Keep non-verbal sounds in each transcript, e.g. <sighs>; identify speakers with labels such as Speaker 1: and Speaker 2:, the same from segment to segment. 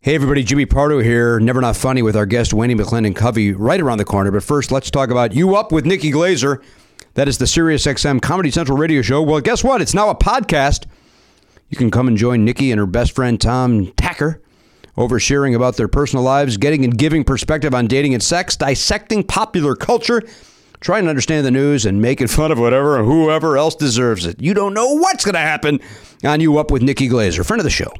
Speaker 1: Hey, everybody, Jimmy Pardo here. Never Not Funny with our guest, Wendy McClendon Covey, right around the corner. But first, let's talk about You Up with Nikki Glazer. That is the SiriusXM Comedy Central radio show. Well, guess what? It's now a podcast. You can come and join Nikki and her best friend, Tom Tacker, over sharing about their personal lives, getting and giving perspective on dating and sex, dissecting popular culture, trying to understand the news, and making fun of whatever or whoever else deserves it. You don't know what's going to happen on You Up with Nikki Glazer, friend of the show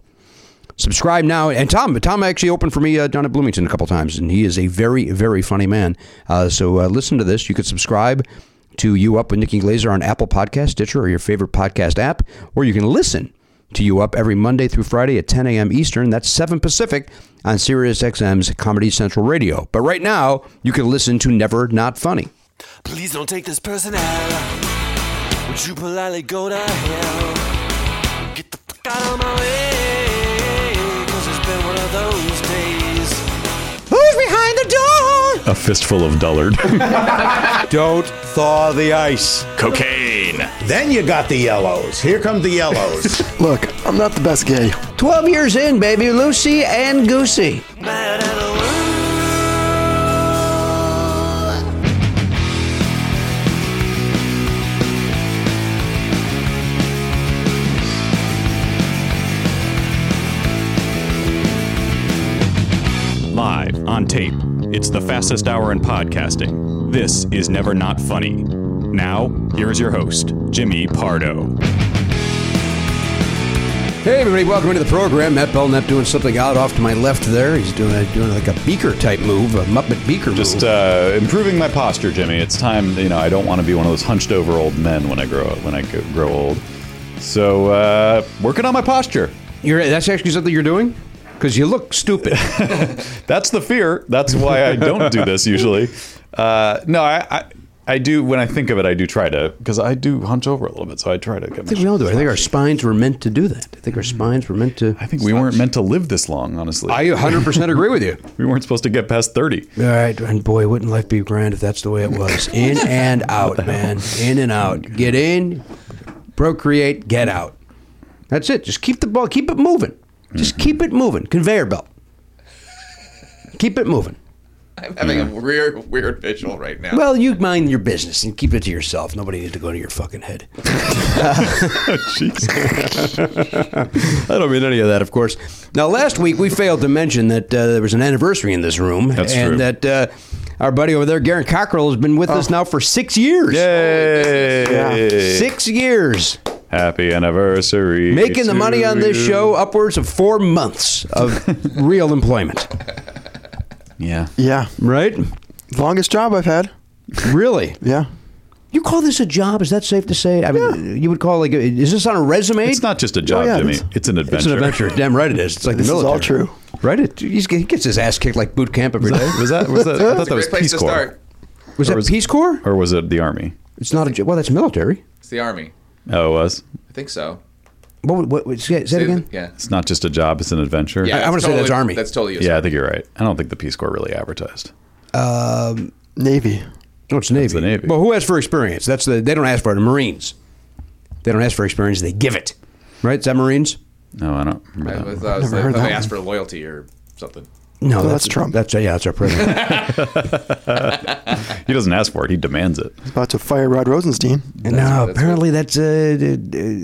Speaker 1: subscribe now. And Tom, Tom actually opened for me uh, down at Bloomington a couple times, and he is a very, very funny man. Uh, so uh, listen to this. You could subscribe to You Up with Nikki Glazer on Apple Podcast, Stitcher, or your favorite podcast app, or you can listen to You Up every Monday through Friday at 10 a.m. Eastern. That's 7 Pacific on SiriusXM's Comedy Central Radio. But right now, you can listen to Never Not Funny.
Speaker 2: Please don't take this person out. Would you politely go to hell? Get the fuck out of my way. Cause it's been one of those days.
Speaker 1: Who's behind the door?
Speaker 3: A fistful of dullard.
Speaker 1: Don't thaw the ice.
Speaker 3: <laughs> Cocaine.
Speaker 4: Then you got the yellows. Here come the yellows.
Speaker 5: Look, I'm not the best gay.
Speaker 1: 12 years in, baby. Lucy and Goosey.
Speaker 2: Mad at the world.
Speaker 3: Live on tape. It's the fastest hour in podcasting. This is Never Not Funny. Now, here is your host, Jimmy Pardo.
Speaker 1: Hey everybody, welcome into the program. Matt Belknap doing something out off to my left there. He's doing a, doing like a beaker type move, a Muppet beaker
Speaker 3: Just
Speaker 1: move.
Speaker 3: uh, improving my posture, Jimmy. It's time, you know, I don't want to be one of those hunched over old men when I grow when I go- grow old. So, uh, working on my posture.
Speaker 1: You're, that's actually something you're doing because you look <laughs> stupid.
Speaker 3: That's the fear. That's why I don't do this usually. Uh, no, I, I I do when I think of it, I do try to because I do hunch over a little bit, so I try to get.
Speaker 1: I think we all do. I think our spines were meant to do that. I think our spines were meant to.
Speaker 3: I think we weren't meant to live this long, honestly.
Speaker 1: I uh, 100% agree with you.
Speaker 3: we weren't supposed to get past 30.
Speaker 1: <laughs> All right, and boy, wouldn't life be grand if that's the way it <laughs> was? In and out, man. In and out. Get in, procreate, get out. That's it. Just keep the ball, keep it moving. Just keep it moving. Conveyor belt. Keep it moving.
Speaker 6: I'm having a weird, weird visual right now.
Speaker 1: Well, you mind your business and keep it to yourself. Nobody needs to go to your fucking <laughs> head. I don't mean any of that, of course. Now, last week we failed to mention that uh, there was an anniversary in this room,
Speaker 3: That's
Speaker 1: and
Speaker 3: true.
Speaker 1: that uh, our buddy over there, Garen Cockrell, has been with us now for six years.
Speaker 3: Yay!
Speaker 1: Six years
Speaker 3: Happy anniversary.
Speaker 1: making the
Speaker 3: to
Speaker 1: money on this
Speaker 3: you.
Speaker 1: show, upwards of four months <laughs> of real employment.
Speaker 3: Yeah.
Speaker 5: Yeah,
Speaker 1: Right?
Speaker 5: longest job I've had.
Speaker 1: Really?
Speaker 5: Yeah,
Speaker 1: You call this a job? Is that safe to say? I mean, you would call like, a- is this on a resume?
Speaker 3: It's not just a job,
Speaker 5: yeah,
Speaker 3: Jimmy.
Speaker 5: it's-
Speaker 3: It's an adventure.
Speaker 1: It's an adventure. Damn right it is. It's like
Speaker 5: This
Speaker 1: the
Speaker 5: is
Speaker 1: military.
Speaker 5: all true.
Speaker 1: Right? It, he's, he gets his ass kicked like boot camp every day.
Speaker 3: <laughs> Was that? Was that? I thought
Speaker 6: it's a
Speaker 3: that was
Speaker 6: great place
Speaker 3: Peace
Speaker 6: to
Speaker 3: Corps.
Speaker 6: start.
Speaker 1: Was that
Speaker 3: was-
Speaker 1: Peace Corps?
Speaker 3: Or was it the Army?
Speaker 1: It's not a jo- well. That's military.
Speaker 6: It's the army.
Speaker 3: Oh, it was.
Speaker 6: I think so.
Speaker 1: What? What? what- say, say it again.
Speaker 6: Yeah.
Speaker 3: It's not just a job, it's an adventure.
Speaker 6: yeah
Speaker 1: I- I
Speaker 6: it's
Speaker 1: wanna say that's army.
Speaker 6: That's totally
Speaker 3: Yeah, I think you're right. I don't think the Peace Corps really advertised.
Speaker 5: Navy.
Speaker 1: No, Oh, it's Navy.
Speaker 3: the Navy.
Speaker 1: Well, who asks for experience? That's the. They don't ask for it. The Marines. They don't ask for experience. They give it. Right? Is that Marines?
Speaker 3: No, I don't remember that.
Speaker 6: I, was-
Speaker 3: one.
Speaker 6: I was-
Speaker 5: Never
Speaker 6: I
Speaker 5: heard
Speaker 6: thought
Speaker 5: that
Speaker 6: they asked
Speaker 5: one.
Speaker 6: for loyalty or something.
Speaker 1: No,
Speaker 5: Oh, that's Trump.
Speaker 1: That's uh, yeah, that's our
Speaker 5: <laughs>
Speaker 1: president.
Speaker 3: He doesn't ask for it, he demands it.
Speaker 5: About to fire Rod Rosenstein.
Speaker 1: And now apparently that's uh,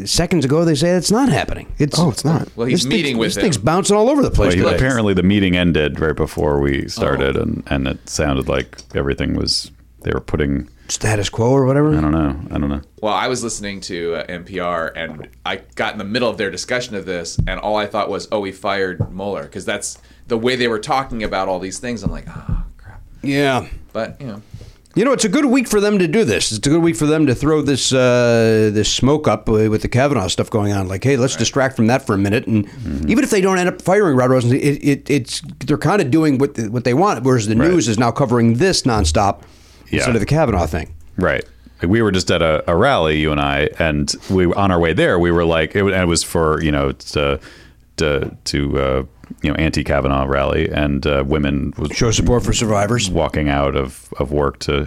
Speaker 1: uh, seconds ago. They say it's not happening. It's
Speaker 5: Oh, it's not.
Speaker 6: Well, he's
Speaker 1: this
Speaker 6: meeting
Speaker 1: thing,
Speaker 6: with
Speaker 1: this
Speaker 6: him.
Speaker 1: thing's bouncing all over the place.
Speaker 3: But he- Oh.
Speaker 1: today.
Speaker 3: apparently, the meeting ended right before we started, and, and it sounded like everything was. They were putting.
Speaker 1: Status quo or whatever.
Speaker 3: I don't know. I don't know.
Speaker 6: Well, I was listening to uh, NPR and I got in the middle of their discussion of this, and all I thought was, "Oh, we fired Mueller," because that's the way they were talking about all these things. I'm like, "Ah, crap."
Speaker 1: Yeah.
Speaker 6: But you know, <laughs>
Speaker 1: You know, it's a good week for them to do this. It's a good week for them to throw this uh, this smoke up uh, with the Kavanaugh stuff going on. Like, hey, let's distract from that for a minute. And
Speaker 3: Mm-hmm.
Speaker 1: even if they don't end up firing Rod Rosenstein, it, it, it's they're kind of doing what what they want. Whereas the
Speaker 3: Right.
Speaker 1: news is now covering this nonstop
Speaker 3: Yeah.
Speaker 1: instead of the Kavanaugh thing.
Speaker 3: Right. We were just at a, a rally, you and I, and we on our way there, we were like, it, wa- it was for you know to to, to uh, you know anti Kavanaugh rally, and uh, women was
Speaker 1: Show support for survivors.
Speaker 3: walking out of, of work to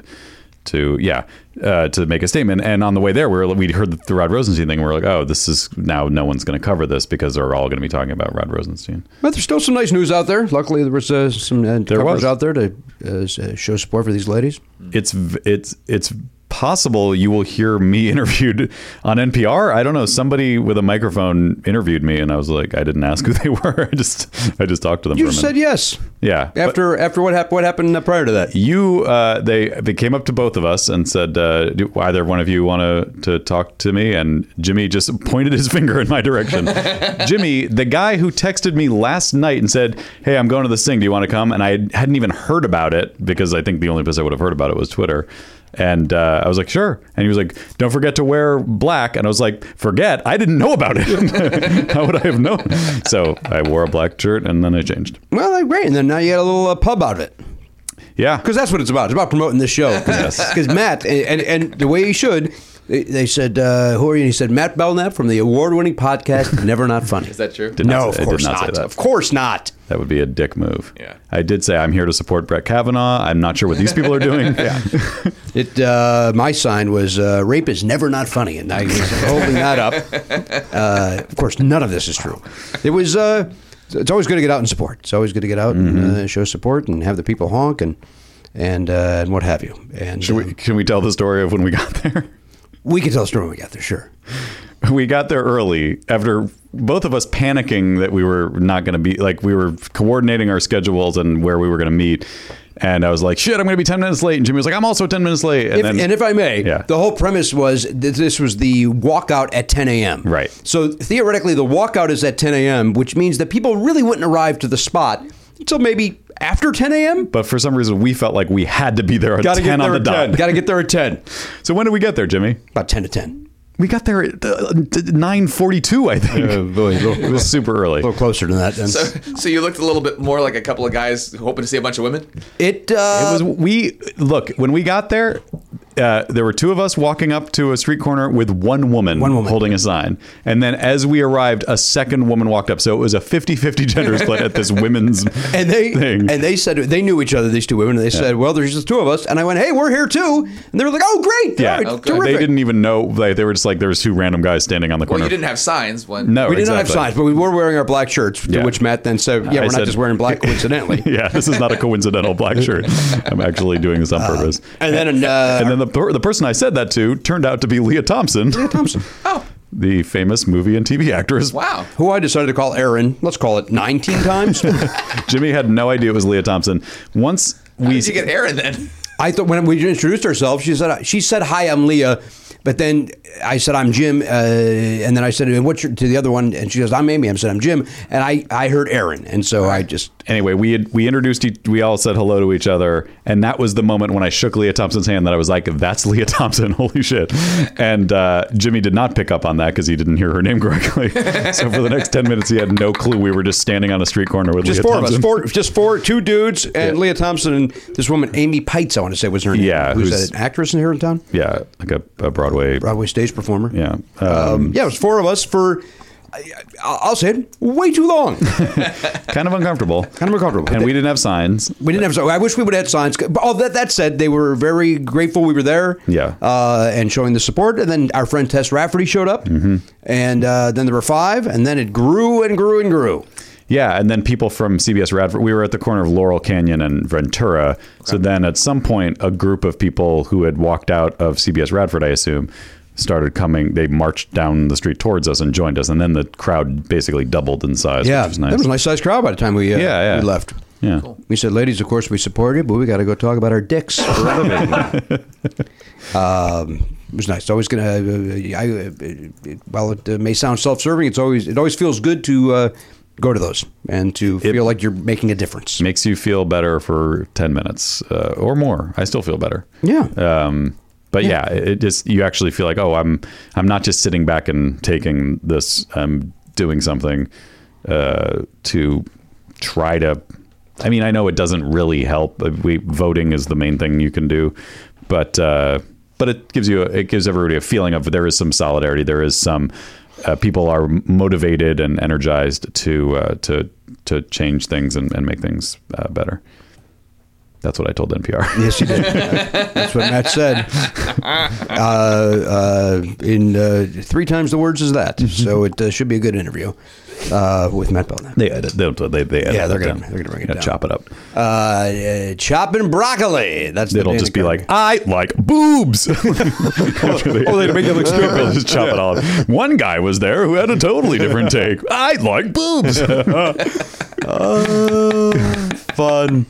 Speaker 3: to yeah uh, to make a statement. And on the way there, we were, we'd heard the Rod Rosenstein thing. We are like, oh, this is now no one's going to cover this because they're all going to be talking about Rod Rosenstein.
Speaker 1: But there's still some nice news out there. Luckily, there was uh, some uh, there
Speaker 3: was.
Speaker 1: out there to uh, s- uh, show support for these ladies.
Speaker 3: It's v- it's it's possible you will hear me <laughs> interviewed on NPR. I don't know. Somebody with a microphone interviewed me, and I was like, I didn't ask who they were. <laughs> I just I just talked to them.
Speaker 1: You
Speaker 3: for a
Speaker 1: just
Speaker 3: minute.
Speaker 1: said yes.
Speaker 3: Yeah. but-
Speaker 1: After after what happened what happened uh, prior to that?
Speaker 3: you uh, they they came up to both of us and said uh, do either one of you want to to talk to me and jimmy just <laughs> pointed his finger in my direction jimmy the guy who texted me last night and said hey i'm going to this thing do you want to come and i hadn't even heard about it because i think the only place i would have heard about it was twitter and uh, I was like, sure. And he was like, don't forget to wear black. And I was like, forget? I didn't know about it. <laughs> How would I have known? So I wore a black shirt and then I changed.
Speaker 1: Well, like, great. And then now you had a little uh, pub out of it.
Speaker 3: Yeah.
Speaker 1: because that's what it's about. It's about promoting this
Speaker 3: <laughs>
Speaker 1: show. Because Matt and, and and the way he should, they, they said, uh, "Who are you?" And he said, "Matt Belknap from the award-winning podcast <laughs> Never Not Funny."
Speaker 6: Is that true?
Speaker 3: Did not
Speaker 1: no,
Speaker 3: say-
Speaker 1: of
Speaker 3: I did
Speaker 1: course
Speaker 3: not say
Speaker 1: not.
Speaker 3: that.
Speaker 1: Of course not.
Speaker 3: That would be a dick move.
Speaker 6: Yeah.
Speaker 3: I did say I'm here to support Brett Kavanaugh. I'm not sure what these people are doing. yeah.
Speaker 1: It. Uh, my sign was uh, "Rape is never not funny," and I was holding that up.
Speaker 3: <laughs>
Speaker 1: Uh, of course, none of this is true. It was. Uh, it's always good to get out and support. It's always good to get out and
Speaker 3: Mm-hmm.
Speaker 1: uh, show support and have the people honk and and uh, and what have you. And
Speaker 3: Should
Speaker 1: um,
Speaker 3: we, can we tell the story of when we got there?
Speaker 1: we can tell a story when we got there. Sure.
Speaker 3: We got there early after both of us panicking that we were not going to be like we were coordinating our schedules and where we were going to meet. And I was like, "Shit, I'm going to be 10 minutes late." And Jimmy was like, "I'm also 10 minutes late." And
Speaker 1: If,
Speaker 3: then
Speaker 1: and if I may,
Speaker 3: Yeah.
Speaker 1: the whole premise was that this was the walkout at 10 a.m.
Speaker 3: Right.
Speaker 1: So theoretically, the walkout is at 10 a.m., which means that people really wouldn't arrive to the spot until maybe after 10 a.m.
Speaker 3: but for some reason, we felt like we had to be there at
Speaker 1: Gotta
Speaker 3: 10
Speaker 1: get
Speaker 3: on
Speaker 1: there
Speaker 3: the
Speaker 1: at 10.
Speaker 3: dot.
Speaker 1: Gotta get there at 10.
Speaker 3: So when did we get there, Jimmy?
Speaker 1: About 10 to 10.
Speaker 3: We got there at uh, 9:42, I think. <laughs> it was super early.
Speaker 1: A little closer than that. then.
Speaker 6: So you looked a little bit more like a couple of guys hoping to see a bunch of women.
Speaker 1: it, uh,
Speaker 3: It was we look when we got there. Uh, there were two of us walking up to a street corner with one woman,
Speaker 1: One woman.
Speaker 3: holding a sign. And then as we arrived, a second woman walked up. So it was a 50 50 gender split at this women's
Speaker 1: <laughs> and they
Speaker 3: thing.
Speaker 1: and they said they knew each other. These two women. And they said, "Well, there's just two of us." And I went, "Hey, we're here too." And they were like, "Oh, great!
Speaker 3: yeah,
Speaker 1: All right,
Speaker 6: Okay.
Speaker 1: terrific."
Speaker 3: they didn't even know. Like, they were just like, there was two random guys standing on the
Speaker 6: Well,
Speaker 3: corner.
Speaker 6: you didn't have signs. When
Speaker 3: no,
Speaker 1: we did not have
Speaker 3: exactly.
Speaker 1: signs, but we were wearing our black shirts.
Speaker 3: Yeah.
Speaker 1: To which Matt then said, "Yeah,
Speaker 3: I
Speaker 1: we're not
Speaker 3: said-
Speaker 1: just wearing
Speaker 3: <laughs>
Speaker 1: black coincidentally."
Speaker 3: yeah, this is not a coincidental black shirt. I'm actually doing this on purpose.
Speaker 1: Uh, And then uh,
Speaker 3: And then the, per- the person I said that to turned out to be Leah Thompson. Leah Thompson. <laughs>
Speaker 6: Oh,
Speaker 3: the famous movie and TV actress.
Speaker 6: wow.
Speaker 1: who I decided to call Aaron, let's call it <laughs> 19 times.
Speaker 3: Jimmy had no idea it was Leah Thompson. Once we
Speaker 6: How did you get Aaron then? <laughs>
Speaker 1: I thought when we introduced ourselves, she said, she said, hi, I'm Leah. But then I said, I'm Jim. Uh, and then I said, and what's your, to the other one? And she goes, I'm Amy. I said, I'm Jim. And I, I heard Aaron. And so I just,
Speaker 3: anyway, we had, we introduced each, we all said hello to each other, and that was the moment when I shook Leah Thompson's hand that I was like, "That's Leah Thompson, <laughs> holy shit!" And uh, Jimmy did not pick up on that because he didn't hear her name correctly. <laughs> so for the next ten minutes, he had no clue we were just standing on a street corner with
Speaker 1: just
Speaker 3: Leah
Speaker 1: four
Speaker 3: Thompson.
Speaker 1: of us, four, just four, two dudes, and Leah Thompson and this woman, Amy Pites, I want to say was her name.
Speaker 3: Yeah,
Speaker 1: Who's,
Speaker 3: who's-
Speaker 1: that, an actress in here in town?
Speaker 3: Yeah, like a, a Broadway.
Speaker 1: Broadway stage performer.
Speaker 3: Yeah. Um,
Speaker 1: Um, yeah, it was four of us for, I- I- I'll say it, way too <laughs> long. kind
Speaker 3: kind of
Speaker 1: <laughs>
Speaker 3: uncomfortable.
Speaker 1: of uncomfortable.
Speaker 3: And we didn't have signs.
Speaker 1: We didn't have. I wish we would have had signs. But all that that said, they were very grateful we were there.
Speaker 3: Yeah.
Speaker 1: Uh, and showing the support, and then our friend Tess Rafferty showed up,
Speaker 3: Mm-hmm.
Speaker 1: and uh, then there were five, and then it grew and grew and grew.
Speaker 3: Yeah, and then people from CBS Radford. We were at the corner of Laurel Canyon and Ventura. So then, at some point, a group of people who had walked out of CBS Radford, I assume, started coming. They marched down the street towards us and joined us. And then the crowd basically doubled in size.
Speaker 1: yeah,
Speaker 3: which was nice.
Speaker 1: that was a nice sized crowd by the time we uh,
Speaker 3: Yeah, yeah.
Speaker 1: we left.
Speaker 3: Yeah.
Speaker 1: We said, ladies, of course we support you, but we got to go talk about our dicks. For other men."
Speaker 3: <laughs>
Speaker 1: um, it was nice. It's always gonna. Uh, I, uh, it, while it uh, may sound self serving, it's always it always feels good to. Uh, Go to those and to feel like you're making a difference.
Speaker 3: Makes you feel better for ten minutes uh, or more. I still feel better.
Speaker 1: Yeah.
Speaker 3: Um, but yeah. it just you actually feel like oh, I'm I'm not just sitting back and taking this. I'm doing something uh, to try to. I mean, I know it doesn't really help. Uh, We voting is the main thing you can do, but uh, but it gives you a, it gives everybody a feeling of there is some solidarity. There is some uh, people are motivated and energized to uh, to to change things and, and make things uh, better. That's what I told NPR.
Speaker 1: Yes, you did. That's what Matt said. Uh, uh, in uh, three times the words as that,
Speaker 3: Mm-hmm.
Speaker 1: so it uh, should be a good interview uh, with Matt Belknap.
Speaker 3: <laughs> they edit. They don't. They, they edit
Speaker 1: Yeah, they're
Speaker 3: it
Speaker 1: gonna-
Speaker 3: down.
Speaker 1: they're gonna bring it
Speaker 3: Yeah,
Speaker 1: down.
Speaker 3: Chop it up.
Speaker 1: Uh, uh, chopping broccoli. That's the
Speaker 3: It'll
Speaker 1: Dan
Speaker 3: just be
Speaker 1: Carter.
Speaker 3: like, I like boobs. <laughs> oh, they make it look stupid. They'll just chop it off. One guy was there who had a totally different take. I like boobs.
Speaker 1: fun.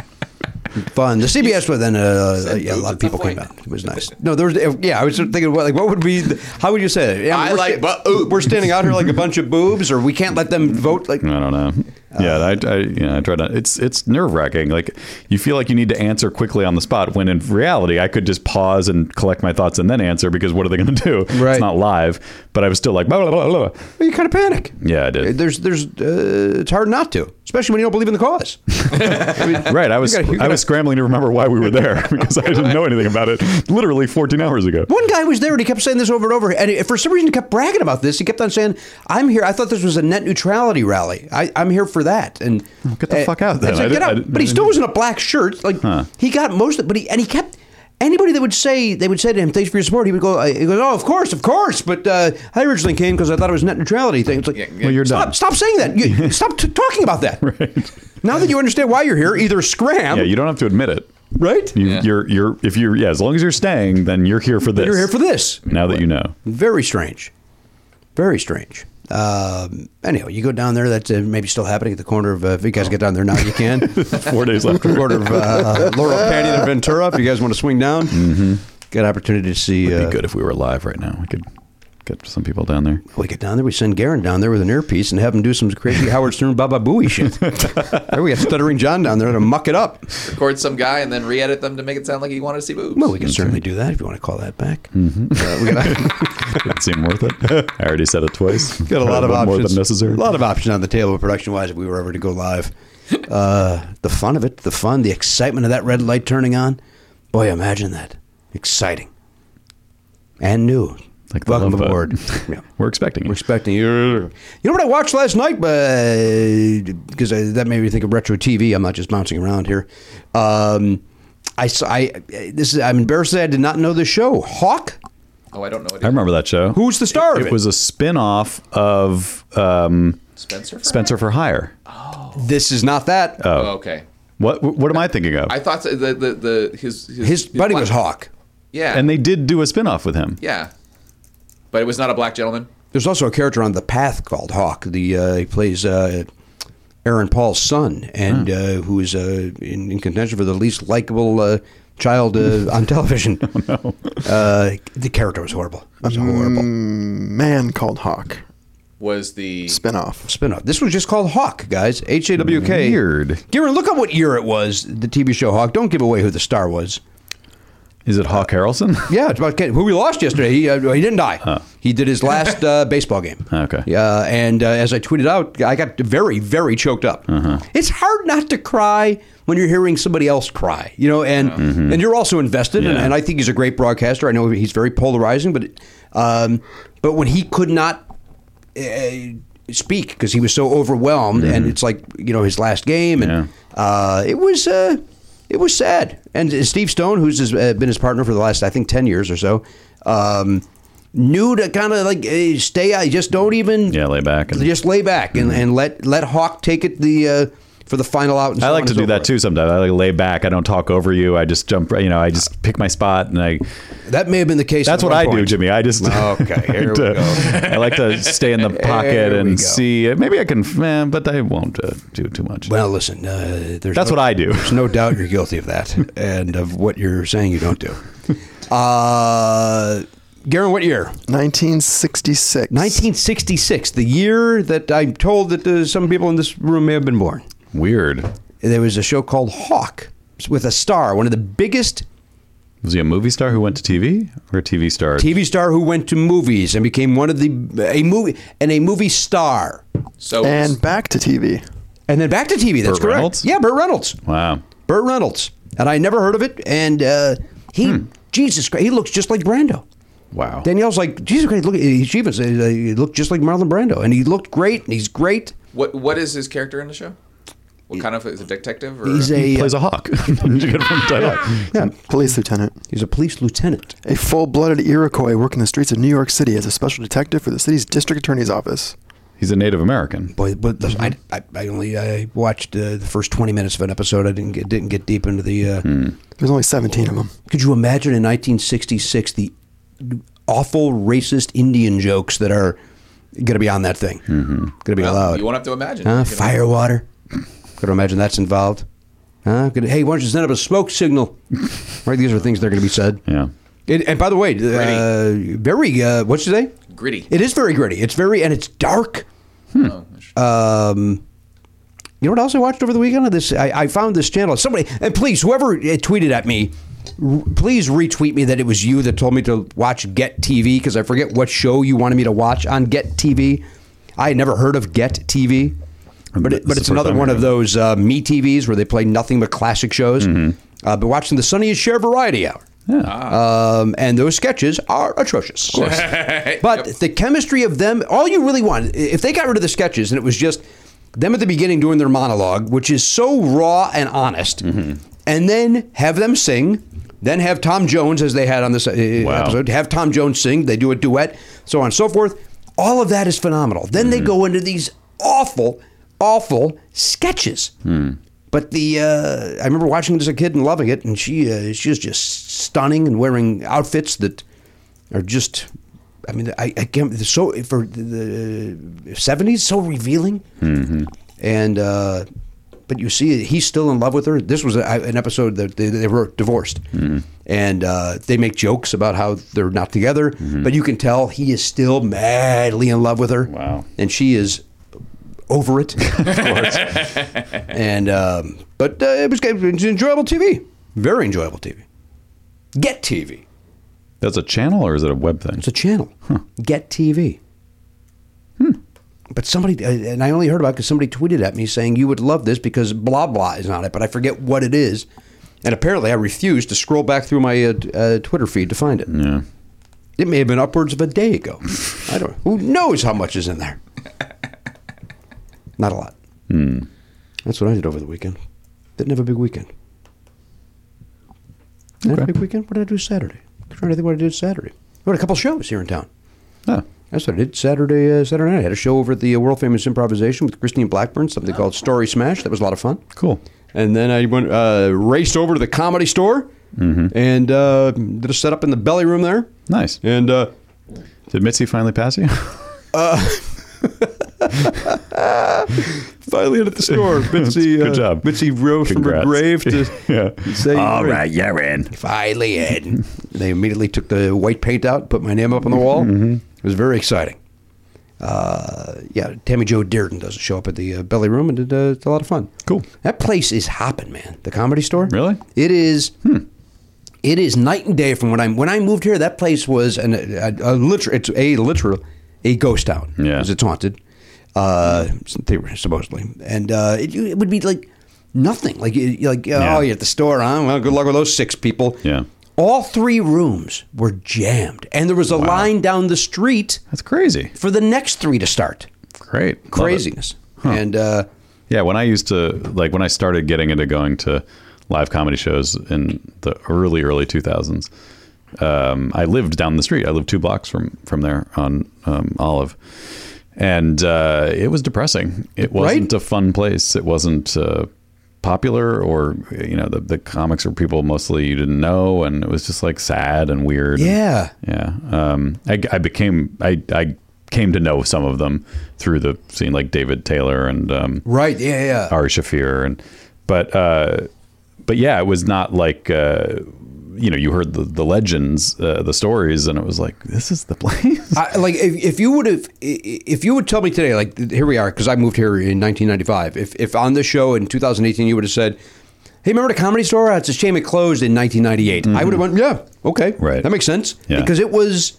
Speaker 1: Fun. The CBS one, then uh, uh, yeah, a lot of people came out. It was nice. No, there was yeah. I was just thinking, what, like, what would be? The, how would you say it? Yeah,
Speaker 6: I
Speaker 1: we're
Speaker 6: like
Speaker 1: sta-
Speaker 6: boobs.
Speaker 1: We're standing out here like a bunch of boobs, or we can't let them vote. Like,
Speaker 3: I don't know. Yeah, I, I, you know, I try to. It's it's nerve wracking. Like you feel like you need to answer quickly on the spot. When in reality, I could just pause and collect my thoughts and then answer because what are they going to do?
Speaker 1: Right.
Speaker 3: It's not live. But I was still like, blah, blah, blah, blah, blah.
Speaker 1: you kind of panic.
Speaker 3: yeah, I did.
Speaker 1: There's, there's, uh, it's hard not to, especially when you don't believe in the cause. <laughs> I mean,
Speaker 3: Right, I
Speaker 1: <laughs>
Speaker 3: was
Speaker 1: You gotta- you
Speaker 3: I
Speaker 1: gotta-
Speaker 3: was scrambling to remember why we
Speaker 1: <laughs>
Speaker 3: were there <laughs> because I didn't know anything about it. Literally 14 hours ago.
Speaker 1: One guy was there and he kept saying this over and over. And he- for some reason, he kept bragging about this. He kept on saying, I'm here. I thought this was a net neutrality rally. I, I'm here for that. And
Speaker 3: get the
Speaker 1: and-
Speaker 3: fuck out then.
Speaker 1: and so
Speaker 3: I
Speaker 1: get
Speaker 3: didn't- I
Speaker 1: out.
Speaker 3: didn't-
Speaker 1: but he
Speaker 3: I
Speaker 1: still
Speaker 3: didn't-
Speaker 1: was in a black shirt. Like he got most of it. But he, and he kept, anybody that would say, they would say to him, thanks for your support. He would go, uh, he goes, oh, of course, of course. But uh, I originally came because I thought it was net neutrality thing. It's like,
Speaker 3: Well, you're
Speaker 1: stop,
Speaker 3: done.
Speaker 1: stop saying that. You,
Speaker 3: <laughs>
Speaker 1: stop t- talking about that. Now that you understand why you're here, either scram,
Speaker 3: Yeah, you don't have to admit it.
Speaker 1: right?
Speaker 3: You, You're you're if you're yeah, as long as you're staying, then you're here for this.
Speaker 1: You're here for this.
Speaker 3: now that you know.
Speaker 1: Very strange. Very strange. Um, anyhow, you go down there. That's uh, maybe still happening at the corner of. Uh, if you guys get down there now, you can.
Speaker 3: <laughs> Four days
Speaker 1: <laughs>
Speaker 3: left.
Speaker 1: corner of uh, Laurel Canyon and Ventura. If you guys want to swing down, mm-hmm. get opportunity to see.
Speaker 3: It'd
Speaker 1: uh,
Speaker 3: be good if we were live right now. We could get some people down there.
Speaker 1: We get down there. We send Garen down there with an earpiece and have him do some crazy Howard Stern Baba Booey
Speaker 3: <laughs>
Speaker 1: shit. there we got stuttering John down there to muck it up.
Speaker 6: Record some guy and then re-edit them to make it sound like he wanted to see boobs.
Speaker 1: Well, we can certainly do that if you want to call that back. Uh, we got.
Speaker 3: Didn't seem worth it. I already said it twice.
Speaker 1: <laughs> Got a lot of
Speaker 3: More
Speaker 1: options.
Speaker 3: than necessary.
Speaker 1: A lot of options on the table, production wise, if we were ever to go
Speaker 3: <laughs>
Speaker 1: live. Uh, the fun of it, the fun, the excitement of that red light turning on. Boy, imagine that. Exciting. And new.
Speaker 3: Like the
Speaker 1: Welcome
Speaker 3: love boat. <laughs>
Speaker 1: aboard. yeah.
Speaker 3: We're expecting
Speaker 1: We're
Speaker 3: you.
Speaker 1: expecting you. You know what I watched last night? Because uh, that made me think of retro TV. I'm not just bouncing around here. Um, I, saw- I this is I'm embarrassed that I did not know this show. Hawk.
Speaker 6: Oh, I don't know what
Speaker 3: I remember that show.
Speaker 1: Who's the star of
Speaker 3: It
Speaker 1: it?
Speaker 3: was a spin-off of um,
Speaker 6: Spencer. Fry?
Speaker 3: Spencer for Hire.
Speaker 1: This is not that.
Speaker 6: Oh, okay.
Speaker 3: What what am I thinking of?
Speaker 6: I thought the the, the, the his, his
Speaker 1: His buddy
Speaker 6: black-
Speaker 1: was Hawk.
Speaker 6: Yeah.
Speaker 3: and they did do a spin-off with him.
Speaker 6: yeah. But it was not a black gentleman.
Speaker 1: There's also a character on the path called Hawk. The uh, he plays uh, Aaron Paul's son, and uh, who is uh, in, in contention for the least likable uh, child uh, on <laughs> television. uh, the character was horrible. It was a horrible
Speaker 5: Man called Hawk.
Speaker 6: Was the
Speaker 5: Spinoff.
Speaker 1: spin off. This was just called Hawk, guys. H A W K.
Speaker 3: Weird.
Speaker 1: Garen, look up what year it was. The TV show Hawk. Don't give away who the star was.
Speaker 3: Is it Hawk Harrelson?
Speaker 1: Yeah, it's about Ken- who we lost yesterday. He, uh, he didn't die. He did his last
Speaker 3: <laughs>
Speaker 1: uh, baseball game.
Speaker 3: Okay.
Speaker 1: Yeah, and uh, as I tweeted out, I got very, very choked up.
Speaker 3: Uh-huh.
Speaker 1: It's hard not to cry when you're hearing somebody else cry, you know, and and you're also invested. And,
Speaker 3: Mm-hmm. Yeah.
Speaker 1: and I think he's a great broadcaster. I know he's very polarizing, but um, but when he could not uh, speak because he was so overwhelmed, and it's like you know his last game, and
Speaker 3: Mm-hmm. Yeah.
Speaker 1: uh, it was uh, it was sad. And Steve Stone, who's his, uh, been his partner for the last I think ten years or so, um, knew to kind of like uh, stay out, just don't even
Speaker 3: <laughs> Yeah, lay back and- Mm-hmm.
Speaker 1: just lay back and, and let let Hawk take it the uh, for the final out. And
Speaker 3: I
Speaker 1: so
Speaker 3: like
Speaker 1: on
Speaker 3: to
Speaker 1: and
Speaker 3: do
Speaker 1: so
Speaker 3: that
Speaker 1: forth.
Speaker 3: too sometimes. I like lay back. I don't talk over you. I just jump. You know, I just pick my spot and I.
Speaker 1: That may have been the case.
Speaker 3: That's
Speaker 1: at
Speaker 3: what
Speaker 1: one
Speaker 3: I do,
Speaker 1: point.
Speaker 3: Jimmy. I just <laughs>
Speaker 1: Okay, here we
Speaker 3: I like to-
Speaker 1: go.
Speaker 3: I like to stay in the
Speaker 1: <laughs>
Speaker 3: pocket
Speaker 1: Here we go.
Speaker 3: and see. uh, Maybe I can, eh, but I won't uh, do too much.
Speaker 1: Well, listen, uh, there's
Speaker 3: That's
Speaker 1: no-
Speaker 3: what I do.
Speaker 1: There's no doubt you're guilty of
Speaker 3: <laughs>
Speaker 1: that and of what you're saying you don't do. Uh, Garen, what year?
Speaker 5: 1966.
Speaker 1: 1966, the year that I'm told that uh, some people in this room may have been born.
Speaker 3: Weird.
Speaker 1: There was a show called Hawk with a star, one of the biggest
Speaker 3: Was he a movie star who went to TV or a TV star?
Speaker 1: TV star who went to movies and became one of the a movie and a movie star.
Speaker 6: so
Speaker 5: And back to TV.
Speaker 1: And then back to TV. That's
Speaker 3: Burt
Speaker 1: correct.
Speaker 3: Reynolds?
Speaker 1: Yeah, Burt Reynolds.
Speaker 3: Wow.
Speaker 1: Burt Reynolds. And I never heard of it. And uh, he, Jesus Christ, he looks just like Brando.
Speaker 3: Hmm. Wow.
Speaker 1: Danielle's like, Jesus Christ, look, he she even said, uh, he looked just like Marlon Brando. And he looked great, and he's great.
Speaker 6: what what is his character in the show? What kind of is a detective? Or?
Speaker 1: He's a uh,
Speaker 3: plays a hawk. <laughs> Did you get it from the title?
Speaker 5: Yeah, police lieutenant.
Speaker 1: he's a police lieutenant.
Speaker 5: A full blooded Iroquois working the streets of New York City as a special detective for the city's district attorney's office.
Speaker 3: He's a Native American.
Speaker 1: Boy, but the, I, I, I only I watched uh, the first twenty minutes of an episode. I didn't get didn't get deep into the. Uh,
Speaker 5: There's only 17 of them.
Speaker 1: Could you imagine in 1966 the awful racist Indian jokes that are going to be on that thing? Mm-hmm. Going to be allowed.
Speaker 6: You won't have to imagine.
Speaker 1: Huh?
Speaker 6: You can-
Speaker 1: Fire water. Could imagine that's involved. Huh? Could, hey, why don't you send up a smoke signal? right, these are things that are going to be said.
Speaker 3: Yeah.
Speaker 1: It, and by the way, uh, very uh, what's your say?
Speaker 6: Gritty.
Speaker 1: It is very gritty. It's very and it's dark.
Speaker 6: Oh,
Speaker 3: Uh,
Speaker 6: interesting.
Speaker 1: Um, you know what else I watched over the weekend? This I, I found this channel. Somebody and please, whoever uh, tweeted at me, r- please retweet me that it was you that told me to watch Get TV because I forget what show you wanted me to watch on Get TV. I had never heard of Get TV, but
Speaker 3: That's
Speaker 1: it, but
Speaker 3: the
Speaker 1: it's
Speaker 3: first
Speaker 1: another
Speaker 3: time I
Speaker 1: one of
Speaker 3: heard
Speaker 1: those
Speaker 3: of it.
Speaker 1: those uh, me TVs where they play nothing but classic shows.
Speaker 3: Mm-hmm.
Speaker 1: Uh, been watching the Sunniest Share Variety Hour. Um, and those sketches are atrocious. Of course. but the chemistry of them, all you really want, if they got rid of the sketches and it was just them at the beginning doing their monologue, which is so raw and honest, and then have them sing, then have Tom Jones, as they had on this uh,
Speaker 3: Wow.
Speaker 1: episode, have Tom Jones sing, they do a duet, so on and so forth. All of that is phenomenal. Then they go into these awful, awful sketches. But the uh, I remember watching it as a kid and loving it, and she uh, she's just stunning and wearing outfits that are just. I mean, I, I can't. they're So for the seventies, so revealing, and uh, but you see, he's still in love with her. This was a, an episode that they, they were divorced, and uh, they make jokes about how they're not together, but you can tell he is still madly in love with her.
Speaker 3: Wow.
Speaker 1: and she is over it, of course. and um, but uh, it was good. It was enjoyable TV, very enjoyable TV. Get TV.
Speaker 3: That's a channel or is it a web thing?
Speaker 1: It's a channel. Get TV. But somebody, uh, and I only heard about it because somebody tweeted at me saying you would love this because blah blah is on it, but I forget what it is. And apparently, I refused to scroll back through my uh, uh, Twitter feed to find it.
Speaker 3: yeah.
Speaker 1: It may have been upwards of a day ago. I don't. Who knows how much is in there? Not a lot. That's what I did over the weekend. Didn't have a big weekend. Did I have a big weekend. What did I do Saturday? I'm trying to think what I did Saturday. I had a couple shows here in town.
Speaker 3: Yeah.
Speaker 1: That's what I did Saturday. Uh, Saturday night, I had a show over at the uh, world famous improvisation with Christine Blackburn. Something called Story Smash. That was a lot of fun.
Speaker 3: Cool.
Speaker 1: And then I went uh, raced over to the comedy store and uh, did a setup in the belly room there.
Speaker 3: Nice.
Speaker 1: And uh,
Speaker 3: Did Mitzi finally pass
Speaker 1: <laughs>
Speaker 3: you?
Speaker 1: finally in at the
Speaker 3: <laughs>
Speaker 1: store. Bitsy,
Speaker 3: Good
Speaker 1: uh,
Speaker 3: job.
Speaker 1: Bitsy rose from her grave
Speaker 3: Congrats.
Speaker 1: to
Speaker 3: <laughs> yeah.
Speaker 1: say,
Speaker 4: All right, you're in.
Speaker 1: finally in. <laughs> they immediately took the white paint out, put my name up on the wall.
Speaker 3: Mm-hmm.
Speaker 1: It was very exciting. Uh, yeah, Tammy Joe Dearden does a show up at the uh, Belly Room, and it, uh, it's a lot of fun.
Speaker 3: Cool.
Speaker 1: That place is hopping, man. The Comedy Store.
Speaker 3: Really? Hmm.
Speaker 1: It is. It is night and day from when I when I moved here. That place was an a, a, literal. It's a literal a ghost town.
Speaker 3: Yeah.
Speaker 1: 'cause it's haunted. Uh, theory- supposedly, and uh, it, it would be like nothing. Like you- you're like
Speaker 3: Yeah.
Speaker 1: oh, you're at the store, huh? Well, good luck with those six people.
Speaker 3: Yeah.
Speaker 1: All three rooms were jammed, and there was a line down the street
Speaker 3: That's crazy.
Speaker 1: for the next three to start.
Speaker 3: Great. Love it.
Speaker 1: Craziness. And uh,
Speaker 3: Yeah, when I used to like when I started getting into going to live comedy shows in the early early 2000s. Um, I lived down the street. I lived two blocks from from there on um, Olive, and uh, it was depressing. It wasn't a fun place. It wasn't uh, popular, or you know, the the comics were people mostly you didn't know, and it was just like sad and weird. and-
Speaker 1: yeah,
Speaker 3: yeah. Um, I, I became I, I came to know some of them through the scene, like David Taylor and um,
Speaker 1: right, yeah, yeah.
Speaker 3: Ari Shafir, and but uh, but yeah, it was not like uh, you know you heard the, the legends, uh, the stories, and it was like this is the <laughs> place.
Speaker 1: I, like if, if you would have if you would tell me today like here we are because I moved here in 1995 if if on this show in 2018 you would have said hey remember the comedy store it's a shame it closed in 1998 I would have went yeah okay
Speaker 3: Mm-hmm. Right.
Speaker 1: that makes sense
Speaker 3: Yeah.
Speaker 1: because it was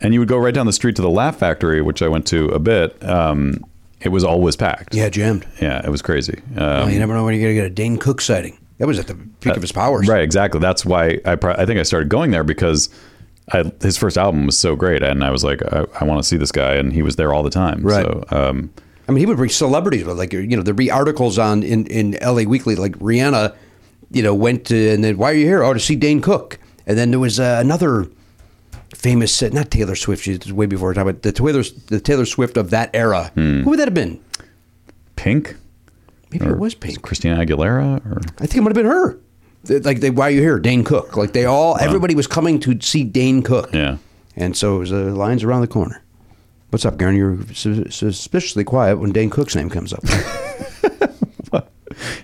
Speaker 3: and you would go right down the street to the Laugh Factory, which I went to a bit. Um, it was always packed.
Speaker 1: yeah Oh, jammed
Speaker 3: Yeah, it was crazy. Um,
Speaker 1: you never know when you're gonna get a Dane Cook sighting that was at the peak of his powers
Speaker 3: Right, exactly. That's why I pro- I think I started going there because I, his first album was so great, and I was like, I, I want to see this guy, and he was there all the time.
Speaker 1: Right.
Speaker 3: So, um,
Speaker 1: I mean, he would bring celebrities, but like you know, there'd be articles on in in LA Weekly, like Rihanna, you know, went to and then why are you here? Oh, to see Dane Cook, and then there was uh, another famous, uh, not Taylor Swift, she's way before her time, but the Taylor the Taylor Swift of that era. Who would that have been?
Speaker 3: Pink?
Speaker 1: Maybe it was Pink.
Speaker 3: Christina Aguilera? Or
Speaker 1: I think it might have been her. They- Like they, why are you here, Dane Cook? Like they all, everybody was coming to see Dane Cook.
Speaker 3: Yeah.
Speaker 1: and so it was uh, lines around the corner. What's up, Garen? You're sus- suspiciously quiet when Dane Cook's name comes up.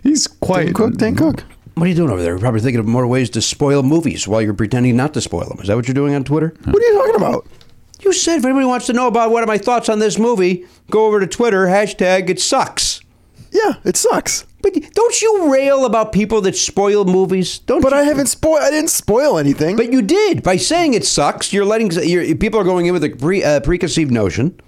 Speaker 3: he's quite
Speaker 5: Dan Cook, Dan Cook.
Speaker 1: what are you doing over there? You're probably thinking of more ways to spoil movies while you're pretending not to spoil them. Is that what you're doing on Twitter?
Speaker 5: What are you talking about?
Speaker 1: You said if anybody wants to know about what are my thoughts on this movie, go over to Twitter hashtag it sucks.
Speaker 5: Yeah, it sucks.
Speaker 1: But don't you rail about people that spoil movies? Don't.
Speaker 5: But
Speaker 1: you?
Speaker 5: I haven't spoil. I didn't spoil anything.
Speaker 1: But you did by saying it sucks. You're letting you're, people are going in with a pre, uh, preconceived notion.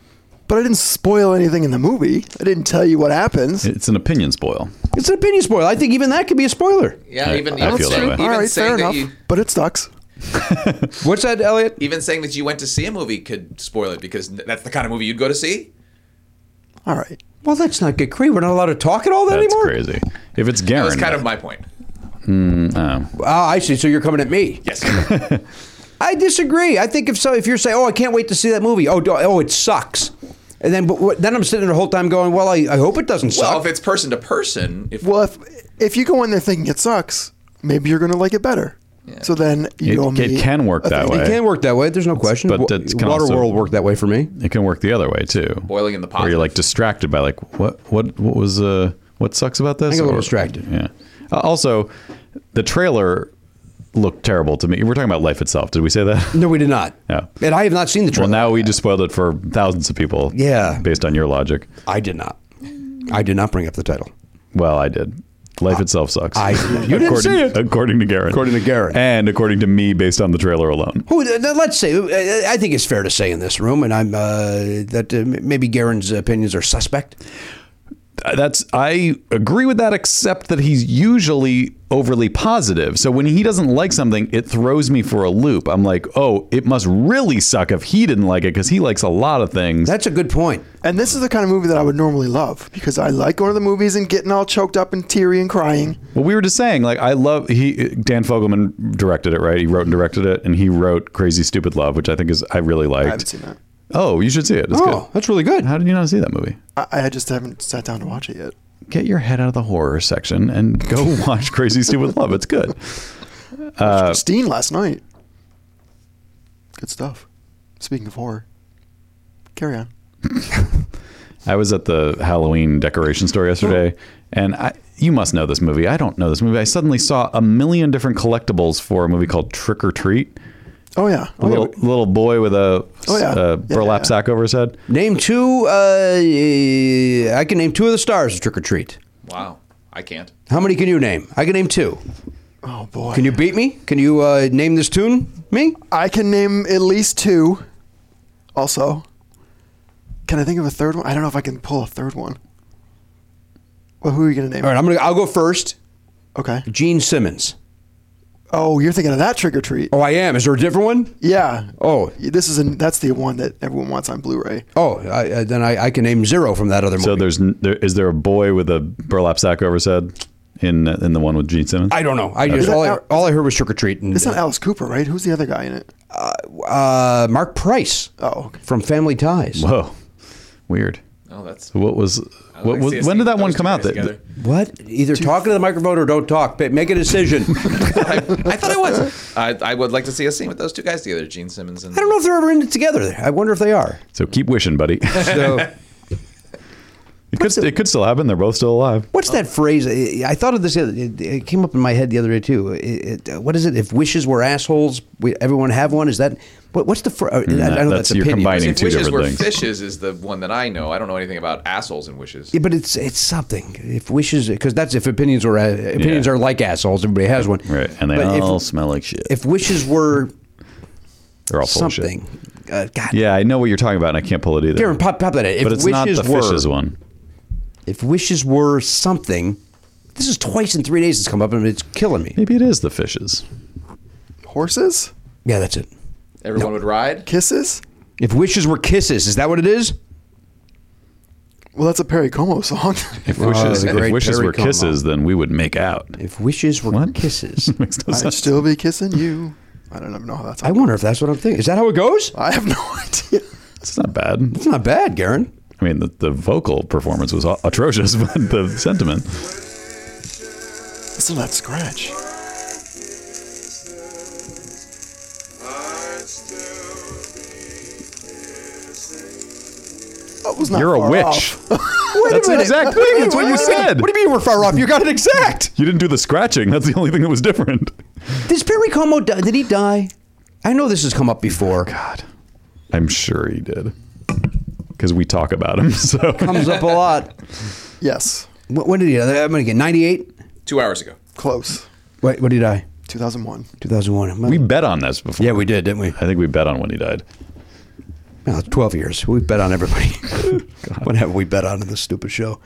Speaker 5: But I didn't spoil anything in the movie. I didn't tell you what happens.
Speaker 3: It's an opinion spoil.
Speaker 1: It's an opinion spoiler. I think even that could be a spoiler.
Speaker 6: Yeah,
Speaker 3: I-
Speaker 6: even
Speaker 3: I
Speaker 6: even
Speaker 3: feel that
Speaker 6: saying,
Speaker 3: way.
Speaker 6: even
Speaker 5: All right,
Speaker 6: saying
Speaker 5: fair
Speaker 6: that
Speaker 5: enough.
Speaker 6: you
Speaker 5: But it sucks.
Speaker 1: What's that, Elliot?
Speaker 6: even saying that you went to see a movie could spoil it because that's the kind of movie you'd go to see.
Speaker 5: All right.
Speaker 1: Well, let's not get crazy. We're not allowed to talk at all that
Speaker 3: That's
Speaker 1: anymore.
Speaker 3: crazy. If it's
Speaker 6: That's
Speaker 3: Garen,
Speaker 6: kind of my point.
Speaker 1: Ah, I see. So you're coming at me.
Speaker 6: Yes.
Speaker 3: <laughs>
Speaker 1: I disagree. I think if so, if you're saying, "Oh, I can't wait to see that movie," oh, do- oh, it sucks, and then but what, then I'm sitting there the whole time going, "Well, I, I hope it doesn't suck."
Speaker 6: well, if it's person to person, if
Speaker 5: Well, if if you go in there thinking it sucks, maybe you're going to like it better. So then you
Speaker 3: It-
Speaker 5: owe me.
Speaker 3: it can work
Speaker 5: a
Speaker 3: that
Speaker 5: thing.
Speaker 3: way.
Speaker 1: it can work that way. There's no question.
Speaker 3: but
Speaker 1: Wa-
Speaker 3: that's can
Speaker 1: Waterworld
Speaker 3: also-
Speaker 1: worked that way for me.
Speaker 3: it can work the other way too.
Speaker 6: Boiling in the pot.
Speaker 3: Where you're like distracted by like what what what was uh what sucks about this?
Speaker 1: I get a little
Speaker 3: Or-
Speaker 1: distracted.
Speaker 3: Yeah. Uh, also, the trailer looked terrible to me. We're talking about life itself. Did we say that? <laughs>
Speaker 1: No, we did not.
Speaker 3: Yeah.
Speaker 1: And I have not seen the
Speaker 3: Well,
Speaker 1: trailer.
Speaker 3: now we just spoiled it for thousands of people.
Speaker 1: Yeah.
Speaker 3: Based on your logic.
Speaker 1: I did not. I did not bring up the title.
Speaker 3: Well, I did. Life itself sucks. <laughs>
Speaker 1: I- you didn't
Speaker 3: according,
Speaker 1: see it.
Speaker 3: According to Garen.
Speaker 1: According to Garen.
Speaker 3: And according to me, based on the trailer alone.
Speaker 1: Who? th- th- Let's say uh, I think it's fair to say in this room, and I'm uh, that uh, m- maybe Garen's opinions are suspect.
Speaker 3: that's I agree with that, except that he's usually overly positive. So when he doesn't like something, it throws me for a loop. I'm like, oh, it must really suck if he didn't like it because he likes a lot of things.
Speaker 1: That's a good point.
Speaker 5: And this is the kind of movie that I would normally love because I like going to the movies and getting all choked up and teary and crying.
Speaker 3: Well, we were just saying, like, I love he Dan Fogelman directed it, right? He wrote and directed it, and he wrote Crazy Stupid Love, which I think is I really liked. I
Speaker 5: haven't seen that.
Speaker 3: Oh, you should see it. It's
Speaker 1: oh,
Speaker 3: good.
Speaker 1: that's really good.
Speaker 3: How did you not see that movie?
Speaker 5: I, I just haven't sat down to watch it yet.
Speaker 3: Get your head out of the horror section and go <laughs> watch Crazy Stupid Love. It's good. Uh,
Speaker 5: Steen last night. Good stuff. Speaking of horror, carry on.
Speaker 3: I was at the Halloween decoration store yesterday, and I, you must know this movie. I don't know this movie. I suddenly saw a million different collectibles for a movie called Trick or Treat.
Speaker 5: Oh yeah.
Speaker 3: A little, little boy with a
Speaker 5: Oh, yeah.
Speaker 3: uh,
Speaker 5: Yeah,
Speaker 3: burlap
Speaker 5: yeah, yeah.
Speaker 3: sack over his head.
Speaker 1: Name two. Uh, I can name two of the stars of Trick or Treat.
Speaker 6: wow, I can't.
Speaker 1: How many can you name? I can name two.
Speaker 5: Oh boy.
Speaker 1: Can you beat me? Can you uh, name this tune? Me?
Speaker 5: I can name at least two. Also, can I think of a third one? I don't know if I can pull a third one. Well, who are you gonna name?
Speaker 1: All right, I'm gonna. I'll go first.
Speaker 5: Okay.
Speaker 1: Gene Simmons.
Speaker 5: Oh, you're thinking of that trick or treat?
Speaker 1: Oh, I am. Is there a different one?
Speaker 5: Yeah.
Speaker 1: Oh.
Speaker 5: This is an, that's the one that everyone wants on Blu-ray.
Speaker 1: Oh, I, uh, then I, I can name zero from that other movie.
Speaker 3: So there's n- there is there a boy with a burlap sack over his head in in the one with Gene Simmons?
Speaker 1: I don't know. I just
Speaker 5: that
Speaker 1: all I,
Speaker 5: out-
Speaker 1: all I heard was trick or treat and
Speaker 5: It's not Alice Cooper, right? Who's the other guy in it?
Speaker 1: uh, Mark Price
Speaker 5: Oh, okay.
Speaker 1: from Family Ties.
Speaker 3: Whoa, weird.
Speaker 6: Oh, that's
Speaker 3: What was what
Speaker 6: like to see
Speaker 3: was
Speaker 6: us
Speaker 3: when did
Speaker 6: get
Speaker 3: that one
Speaker 6: those
Speaker 3: come
Speaker 6: two
Speaker 3: out? That- <laughs>
Speaker 6: guys together.
Speaker 1: What? Either talk into the microphone or don't talk. Ba- Make a
Speaker 5: <laughs>
Speaker 1: decision. <laughs> I
Speaker 6: I, I thought I was. I, I would like to see a scene with those two guys together, Gene Simmons and. I
Speaker 1: don't know if they're ever in it together. I wonder if they
Speaker 5: <laughs>
Speaker 1: are.
Speaker 3: so keep wishing, buddy. it
Speaker 1: So.
Speaker 3: could it could still happen. They're both still alive.
Speaker 1: What's that phrase? I I thought of this. the other- It it came up in my head the other day too. It- it- what is it? If wishes were assholes, we, everyone have one. Is that what, what's the? Fr- uh, I know
Speaker 3: Mm, that's-
Speaker 1: that's,
Speaker 3: you're
Speaker 1: opinion.
Speaker 3: combining-
Speaker 6: If
Speaker 3: two
Speaker 6: wishes
Speaker 3: different
Speaker 6: were
Speaker 3: things.
Speaker 6: fishes is the one that I know. I don't know anything about assholes and wishes.
Speaker 1: Yeah, but it's it's something. If wishes, because that's if opinions were uh, opinions
Speaker 3: Yeah.
Speaker 1: are like assholes. Everybody has one.
Speaker 3: Right, and they
Speaker 1: But if-
Speaker 3: all smell like shit.
Speaker 1: If wishes were
Speaker 3: They're <laughs> all full of shit.
Speaker 1: something, uh, God,
Speaker 3: Yeah, I know what you're talking about, and I can't pull it either.
Speaker 1: Darren, pop, pop that in. If
Speaker 3: but it's
Speaker 1: wishes
Speaker 3: not the
Speaker 1: were,
Speaker 3: fishes one.
Speaker 1: If wishes were something, this is twice in three days it's come up and it's killing me.
Speaker 3: Maybe it is the fishes.
Speaker 5: Horses?
Speaker 1: Yeah, that's it.
Speaker 6: Everyone would ride.
Speaker 5: Kisses?
Speaker 1: If wishes were kisses, is that what it is?
Speaker 5: Well, that's a Perry Como song.
Speaker 3: If wishes,
Speaker 1: the
Speaker 3: if
Speaker 1: great
Speaker 3: wishes
Speaker 1: Perry
Speaker 3: were
Speaker 1: Como.
Speaker 3: kisses, then we would make out. <laughs>
Speaker 1: If wishes were
Speaker 3: What? <laughs>
Speaker 1: kisses.
Speaker 3: Makes no
Speaker 5: I'd
Speaker 3: sense.
Speaker 5: still be kissing you. I don't even know how that's.
Speaker 1: I wonder if that's what I'm thinking. Is that how it goes?
Speaker 5: I have no <laughs> idea.
Speaker 3: It's not bad.
Speaker 1: It's not bad, Garen.
Speaker 3: I mean, the, the vocal performance was a- atrocious, <laughs> but the sentiment.
Speaker 5: Listen to that scratch. That was not
Speaker 3: You're a
Speaker 5: far
Speaker 3: witch.
Speaker 5: off.
Speaker 3: <laughs> That's an exact thing. That's what you said.
Speaker 1: What do you mean we're far off? You got it exact.
Speaker 3: You didn't do the scratching. That's the only thing that was different.
Speaker 1: Does Perry Como die? Did he die? I know this has come up before. God,
Speaker 3: I'm sure he did, because we talk about him. <laughs> So
Speaker 1: comes up a lot.
Speaker 5: Yes,
Speaker 1: Wh- When did he? die? I'm gonna get 98.
Speaker 6: Two hours ago.
Speaker 5: close.
Speaker 1: Wait, when did he die?
Speaker 5: 2001.
Speaker 1: 2001.
Speaker 3: we bet on this before.
Speaker 1: yeah, we did, didn't we?
Speaker 3: I think we bet on when he died.
Speaker 1: No, it's 12 years. We bet on
Speaker 3: <laughs>
Speaker 1: everybody. what have we bet on in this stupid show?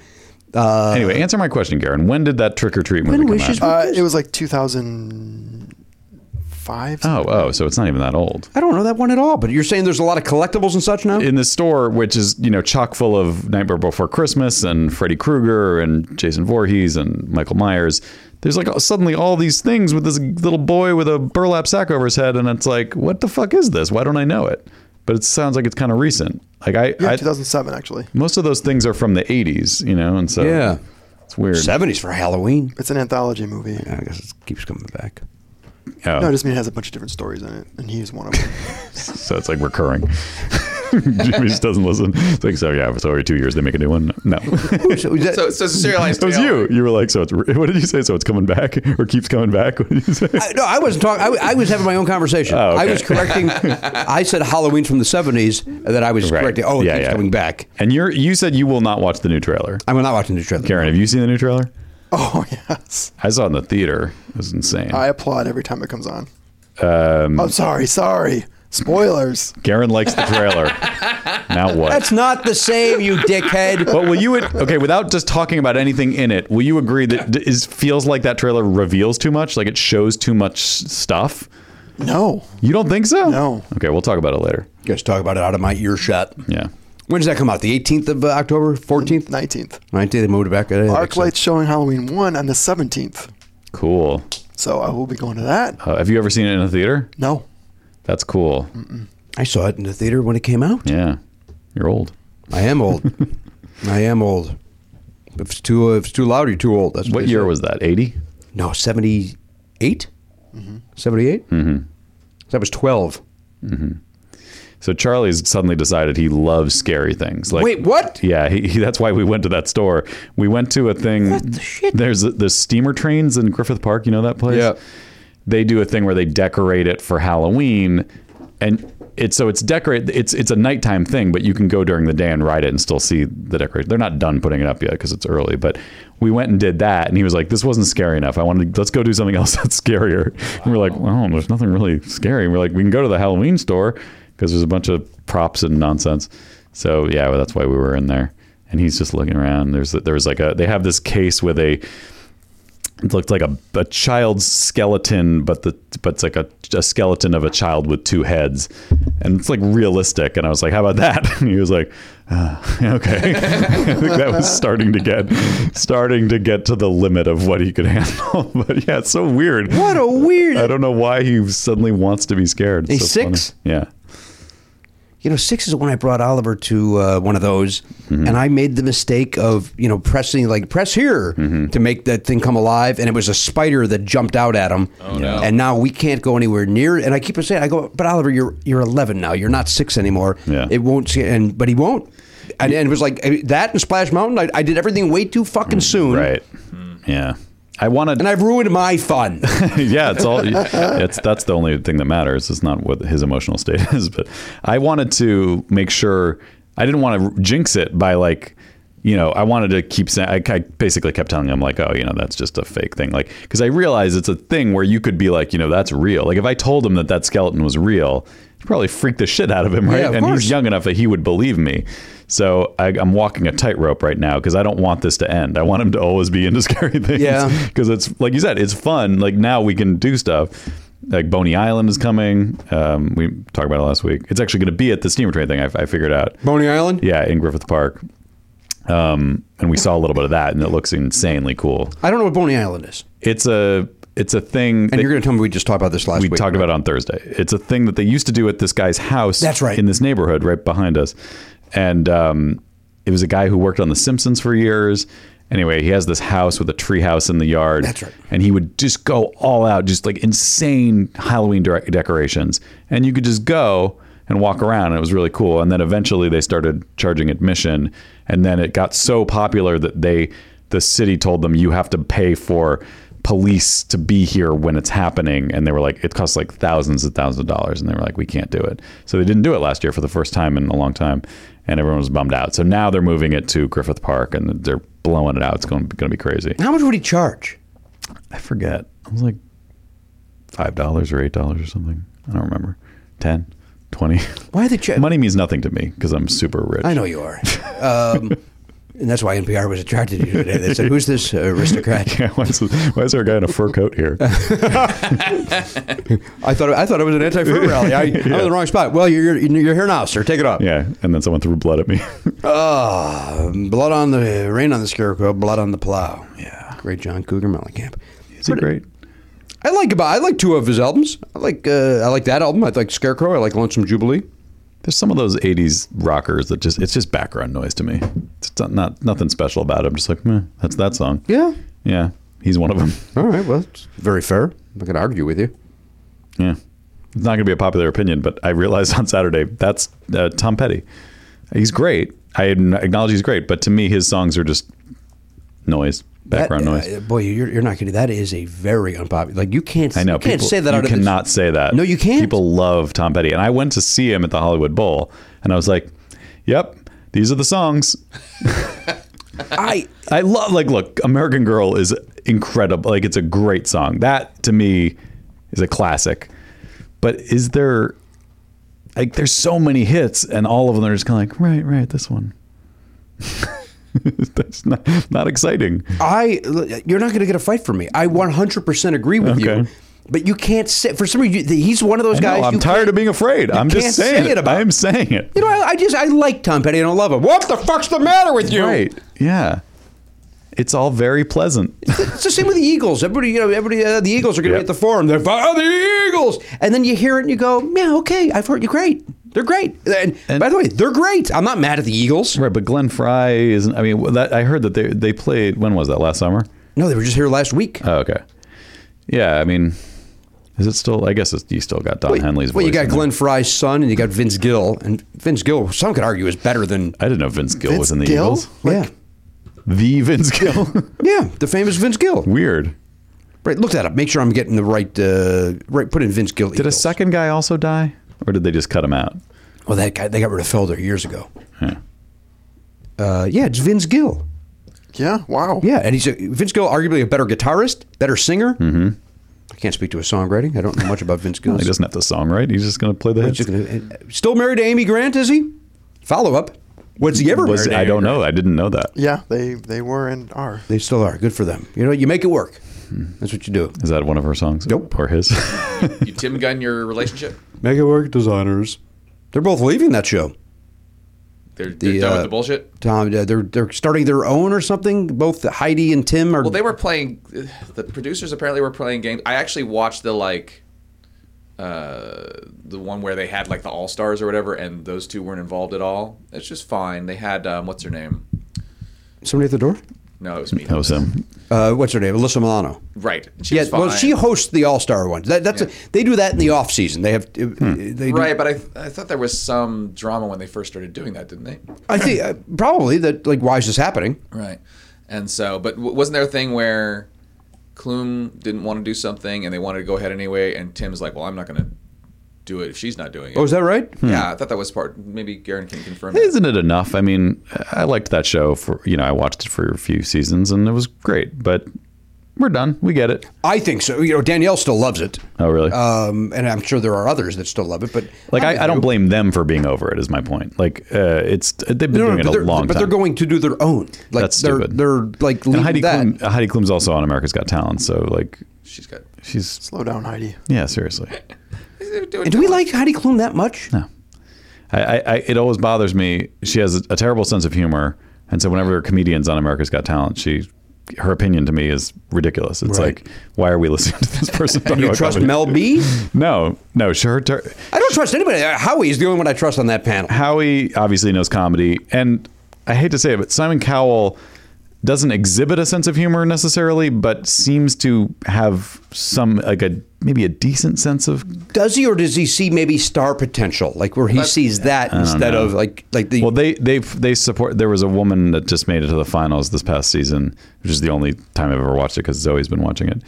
Speaker 1: Uh,
Speaker 3: Anyway, answer my question, Garen. When did that trick or treat movie
Speaker 1: When
Speaker 3: come
Speaker 1: Wishes
Speaker 3: out?
Speaker 5: Uh, it was like 2005.
Speaker 3: oh, oh, so it's not even that old.
Speaker 1: I don't know that one at all. But you're saying there's a lot of collectibles and such now.
Speaker 3: in the store, which is you know chock full of Nightmare Before Christmas and Freddy Krueger and Jason Voorhees and Michael Myers. There's like suddenly all these things with this little boy with a burlap sack over his head, and it's like, what the fuck is this? Why don't I know it? But it sounds like it's kind of recent. Like I,
Speaker 5: Yeah,
Speaker 3: I
Speaker 5: 2007 actually.
Speaker 3: most of those things are from the '80s, you know, and so
Speaker 1: Yeah.
Speaker 3: it's weird.
Speaker 1: 70s for Halloween.
Speaker 5: It's an anthology movie.
Speaker 1: I guess it keeps coming back.
Speaker 3: Oh,
Speaker 5: No, I just mean it has a bunch of different stories in it, and he's one of
Speaker 3: <laughs>
Speaker 5: them.
Speaker 3: so it's like recurring. <laughs> Jimmy just doesn't listen. It's like, so yeah, so every two years they make a new one. <laughs> No.
Speaker 1: So is that-
Speaker 6: So, so it's a
Speaker 3: <laughs>
Speaker 6: serialized
Speaker 3: It was
Speaker 6: tale.
Speaker 3: you. You were like, so it's. re- <laughs> What did you say? So it's coming back or keeps coming back? <laughs> What did you say?
Speaker 1: I, no, I wasn't talking. I, w- I was having my own conversation.
Speaker 3: Oh, okay.
Speaker 1: I was correcting. I said Halloween from the 70s, and then I was
Speaker 3: Right.
Speaker 1: correcting. Oh, it
Speaker 3: Yeah,
Speaker 1: keeps
Speaker 3: yeah.
Speaker 1: coming back.
Speaker 3: and you're. You said you will not watch the new trailer.
Speaker 1: I'm not watching the trailer.
Speaker 3: Karen, have you seen the new trailer?
Speaker 5: oh yes.
Speaker 3: I saw it in the theater. It was insane.
Speaker 5: I applaud every time it comes on. Um, oh, sorry, sorry. Spoilers.
Speaker 3: Karen likes the <laughs> trailer. now what?
Speaker 1: That's not the same, you dickhead.
Speaker 3: but will you ad- okay without just talking about anything in it? Will you agree that d- is feels like that trailer reveals too much? Like it shows too much s- stuff?
Speaker 5: No.
Speaker 3: You don't think so?
Speaker 5: No.
Speaker 3: Okay, we'll talk about it later.
Speaker 1: You guys talk about it out of my earshot.
Speaker 3: Yeah.
Speaker 1: When does that come out? The 18th of uh, October, 14th,
Speaker 5: 19th.
Speaker 1: 19th. They moved it back. I think so.
Speaker 5: Arclight's showing Halloween 1 on the 17th.
Speaker 3: Cool.
Speaker 5: So I will be going to that.
Speaker 3: Uh, have you ever seen it in a theater?
Speaker 5: No.
Speaker 3: That's cool.
Speaker 1: I saw it in the theater when it came out.
Speaker 3: Yeah. You're old.
Speaker 1: I am old.
Speaker 3: <laughs>
Speaker 1: I am old. If it's too if it's too loud, you're too old. That's
Speaker 3: What
Speaker 1: they
Speaker 3: year
Speaker 1: say.
Speaker 3: was that? 80?
Speaker 1: No, 78? 78? Mm-hmm. That was 12.
Speaker 3: So Charlie's suddenly decided he loves scary things. Like
Speaker 1: Wait, what?
Speaker 3: Yeah, he, he, that's why we went to that store. We went to a thing. What the shit? There's the steamer trains in Griffith Park. You know that place?
Speaker 1: Yeah.
Speaker 3: They do a thing where they decorate it for Halloween, and it's so it's decorate. It's it's a nighttime thing, but you can go during the day and ride it and still see the decorate. They're not done putting it up yet because it's early. But we went and did that, and he was like, "This wasn't scary enough. I wanted to, let's go do something else <laughs> that's scarier." And we're like, "Well, there's nothing really scary." And we're like, "We can go to the Halloween store because there's a bunch of props and nonsense." So yeah, well, that's why we were in there. And he's just looking around. There's there's like a they have this case with a it looked like a, a child's skeleton, but the but it's like a, a skeleton of a child with two heads, and it's like realistic. And I was like, "How about that?" <laughs> And he was like, "Ah, <laughs> "Okay." I think that was starting to get starting to get to the limit of what he could <laughs> handle. But yeah, it's so weird.
Speaker 1: What a weird.
Speaker 3: I don't know why he suddenly wants to be scared. It's
Speaker 1: He's
Speaker 3: so funny.
Speaker 1: six?
Speaker 3: Yeah.
Speaker 1: You know, six is when I brought Oliver to uh, one of those,
Speaker 3: Mm-hmm.
Speaker 1: and I made the mistake of you know pressing like press here
Speaker 3: Mm-hmm.
Speaker 1: to make that thing come alive, and it was a spider that jumped out at him. Oh,
Speaker 6: no.
Speaker 1: And now we can't go anywhere near. it. And I keep on saying, I go, but Oliver, you're you're 11 now. You're not six anymore.
Speaker 3: Yeah.
Speaker 1: It won't. See, and but he won't. And, and it was like uh, that and Splash Mountain. I, I did everything way too fucking soon.
Speaker 3: Mm, Right. Yeah. I wanted.
Speaker 1: And I've ruined my
Speaker 3: <laughs>
Speaker 1: fun.
Speaker 3: yeah, it's all. It's that's the only thing that matters. It's not what his emotional state is. But I wanted to make sure I didn't want to jinx it by like, you know, I wanted to keep saying. I, I basically kept telling him like, oh, you know, that's just a fake thing. Like, because I realize it's a thing where you could be like, you know, that's real. Like if I told him that that skeleton was real, it'd probably freak the shit out of him, right?
Speaker 1: Yeah, of
Speaker 3: and
Speaker 1: course.
Speaker 3: he's young enough that he would believe me. So I, I'm walking a tightrope right now because I don't want this to end. I want him to always be into scary <laughs> things
Speaker 1: Yeah.
Speaker 3: because it's like you said, it's fun. Like now we can do stuff. Like Boney Island is coming. Um, we talked about it last week. It's actually going to be at the steamer train thing. I, I figured out.
Speaker 1: Boney Island.
Speaker 3: Yeah, in Griffith Park. Um, and we saw a little bit of that, and it looks insanely cool.
Speaker 1: I don't know what Boney Island is.
Speaker 3: It's a it's a thing.
Speaker 1: And you're going to tell me we just talked about this last
Speaker 3: we
Speaker 1: week.
Speaker 3: talked about it on Thursday. It's a thing that they used to do at this guy's house.
Speaker 1: That's right.
Speaker 3: In this neighborhood right behind us. And um, it was a guy who worked on The Simpsons for years. Anyway, he has this house with a tree house in the yard.
Speaker 1: That's right.
Speaker 3: And he would just go all out, just like insane Halloween direct decorations. And you could just go and walk around. And it was really cool. And then eventually they started charging admission. And then it got so popular that they, the city told them, you have to pay for police to be here when it's happening and they were like it costs like thousands and thousands of dollars and they were like we can't do it so they didn't do it last year for the first time in a long time and everyone was bummed out so now they're moving it to griffith park and they're blowing it out it's going, going to be crazy
Speaker 1: How much would he charge?
Speaker 3: i forget i was like five dollars or eight dollars or something i don't remember 10 20
Speaker 1: Why the check?
Speaker 3: <laughs> money means nothing to me because i'm super rich
Speaker 1: I know you are. Um, and that's why NPR was attracted to you today. They said, who's this aristocrat?
Speaker 3: <laughs> yeah, why, is, why is there a guy in a fur coat
Speaker 1: <laughs>
Speaker 3: here?
Speaker 1: I thought I thought it was an anti-fur rally. I, I'm in the wrong spot. Well, you're, you're you're here now, sir. Take it off.
Speaker 3: yeah, and then someone threw blood at me. <laughs>
Speaker 1: Ah, blood on the rain on the scarecrow, blood on the plow.
Speaker 3: Yeah.
Speaker 1: great John Cougar Mellencamp.
Speaker 3: Is he great?
Speaker 1: I like about I like two of his albums. I like uh, I like that album. I like Scarecrow. I like Lonesome Jubilee.
Speaker 3: There's some of those '80s rockers that just it's just background noise to me. It's not, not nothing special about it. I'm just like, Meh, that's that song.
Speaker 1: Yeah.
Speaker 3: yeah, he's one of them.
Speaker 1: All right. Well, it's very fair. I'm not going to argue with you.
Speaker 3: Yeah, it's not gonna be a popular opinion, but I realized <laughs> on Saturday that's uh, Tom Petty. He's great. I acknowledge he's great, but to me, his songs are just noise, background
Speaker 1: That-
Speaker 3: noise.
Speaker 1: uh, boy, you're, you're not going to. That is a very unpopular. Like you can't.
Speaker 3: I know.
Speaker 1: You can't
Speaker 3: people-
Speaker 1: say that
Speaker 3: You
Speaker 1: out of this-
Speaker 3: cannot say that.
Speaker 1: No, you can't.
Speaker 3: People love Tom Petty, and I went to see him at the Hollywood Bowl, and I was like, "Yep, these are the songs."
Speaker 1: I
Speaker 3: I love like look, American Girl is incredible. Like it's a great song. That to me is a classic. But is there like there's so many hits and all of them are just kind of like right, right, this one. <laughs> That's not not exciting.
Speaker 1: I you're not going to get a fight from me. I 100% agree with you.
Speaker 3: Okay.
Speaker 1: But you can't say for some reason you- he's one of those
Speaker 3: I know,
Speaker 1: guys.
Speaker 3: I'm
Speaker 1: you
Speaker 3: tired
Speaker 1: can't-
Speaker 3: of being afraid. I'm
Speaker 1: can't
Speaker 3: just saying
Speaker 1: say it
Speaker 3: it.
Speaker 1: about-
Speaker 3: I'm saying it.
Speaker 1: You know, I, I just I like Tom Petty and I love him. What the fuck's the matter with you?
Speaker 3: Right. Yeah. It's all
Speaker 1: <laughs>
Speaker 3: very pleasant.
Speaker 1: It's the same with the Eagles. Everybody, you know, everybody. Uh, the Eagles are going to
Speaker 3: Yep.
Speaker 1: be at the forum. They're "Fire the Eagles, and then you hear it and you go, "Yeah, okay, I've heard you great. They're great." And,
Speaker 3: And-
Speaker 1: by the way, they're great. I'm not mad at the Eagles.
Speaker 3: right, but Glenn Fry isn't I mean that I heard that they they played when was that last summer?
Speaker 1: No, they were just here last week.
Speaker 3: Oh, okay. Yeah, I mean, is it still? I guess it's, you still got Don Henley's voice.
Speaker 1: well, you got
Speaker 3: in there.
Speaker 1: Glenn Fry's son, and you got Vince Gill, and Vince Gill. Some could argue is better than
Speaker 3: I didn't know Vince Gill was in the
Speaker 5: Gill?
Speaker 3: Eagles.
Speaker 1: yeah,
Speaker 3: The <laughs> Vince Gill.
Speaker 1: yeah, the famous Vince Gill.
Speaker 3: Weird.
Speaker 1: Right, look that up. Make sure I'm getting the right. Uh, right, put in Vince Gill.
Speaker 3: Did a second guy also die, or did they just cut him out?
Speaker 1: Well, that guy they got rid of Felder years ago. Uh, yeah, it's Vince Gill.
Speaker 5: Yeah. Wow.
Speaker 1: Yeah, and he's a, Vince Gill, arguably a better guitarist, better singer. Mm-hmm. I can't speak to his songwriting. I don't know much about Vince
Speaker 3: <laughs>
Speaker 1: Gill.
Speaker 3: He doesn't have to song, right? He's just going to play the
Speaker 1: He's
Speaker 3: hits.
Speaker 1: just gonna- uh, still married to Amy Grant, is he? Follow up. Was he ever
Speaker 3: Was-
Speaker 1: married? to
Speaker 3: I
Speaker 1: Amy
Speaker 3: don't
Speaker 1: Grant?
Speaker 3: know. I didn't know that. Is
Speaker 5: Yeah. They they were and are.
Speaker 1: They still are. Good for them. You know, you make it work.
Speaker 3: Hmm.
Speaker 1: That's what you do.
Speaker 3: that one of her songs?
Speaker 1: Nope.
Speaker 3: Or his? <laughs>
Speaker 6: You Tim Gunn your relationship?
Speaker 1: Make it work, designers. They're both leaving that show.
Speaker 6: They're, they're
Speaker 1: The,
Speaker 6: done
Speaker 1: uh,
Speaker 6: with the bullshit.
Speaker 1: Tom, uh, they're they're starting their own or something. Both Heidi and Tim are.
Speaker 6: Well, they were playing. The producers apparently were playing games. I actually watched the like, uh, the one where they had like the All Stars or whatever, and those two weren't involved at all. It's just fine. They had um, what's her name?
Speaker 1: somebody at the door.
Speaker 6: No, it was me.
Speaker 3: that was him.
Speaker 1: Uh, what's her name? Alyssa Milano.
Speaker 6: Right. And She
Speaker 1: yeah,
Speaker 6: was fine.
Speaker 1: well, she hosts the All Star ones. That, that's
Speaker 6: Yeah. Hmm.
Speaker 1: a, they do that in the off season. They have uh, they do,
Speaker 6: right, but I, I thought there was some drama when they first started doing that, didn't they?
Speaker 1: I think uh, probably that like why is this happening?
Speaker 6: Right. And so, but w- wasn't there a thing where Klum didn't want to do something and they wanted to go ahead anyway, and Tim's like, well, I'm not going to do it if she's not doing it.
Speaker 1: Oh, is that right?
Speaker 6: Yeah, I thought that was part. Maybe Garen can confirm. that.
Speaker 3: Isn't it enough? I mean, I liked that show for you know I watched it for a few seasons and it was great, but we're done. We get it.
Speaker 1: I think so. You know, Danielle still loves it,
Speaker 3: Oh really?
Speaker 1: um, and I'm sure there are others that still love it. But
Speaker 3: Like I, I don't
Speaker 1: do.
Speaker 3: blame them for being over it. Is my point. Like uh, it's they've been
Speaker 1: No, no,
Speaker 3: doing
Speaker 1: but
Speaker 3: it a
Speaker 1: they're,
Speaker 3: long
Speaker 1: but
Speaker 3: time.
Speaker 1: they're going to do their own. Like
Speaker 3: That's
Speaker 1: they're
Speaker 3: stupid.
Speaker 1: they're like
Speaker 3: and
Speaker 1: leaving
Speaker 3: Heidi
Speaker 1: that.
Speaker 3: Klum, Heidi Klum's also on America's Got Talent. So like
Speaker 6: She's got.
Speaker 3: she's
Speaker 5: Slow down, Heidi.
Speaker 3: yeah seriously.
Speaker 6: They're doing
Speaker 1: And do we like Heidi Klum that much?
Speaker 3: No, I, I, I it always bothers me. She has a terrible sense of humor. And so whenever comedians on America's Got Talent, she her opinion to me is ridiculous. It's
Speaker 4: Right.
Speaker 3: like, why are we listening to this person?
Speaker 1: <laughs>
Speaker 3: talk
Speaker 1: You
Speaker 3: about
Speaker 1: trust
Speaker 3: comedy?
Speaker 1: Mel B?
Speaker 3: No, no. Sure, ter-
Speaker 1: I don't trust anybody. Uh, Howie is the only one I trust on that panel.
Speaker 3: Howie obviously knows comedy, and I hate to say it, but Simon Cowell doesn't exhibit a sense of humor necessarily, but seems to have some like a maybe a decent sense of.
Speaker 1: Does he, or does he see maybe star potential, like where he sees that instead of like like the
Speaker 3: Well, they they they support. There was a woman that just made it to the finals this past season, which is the only time I've ever watched it because Zoe's been watching it.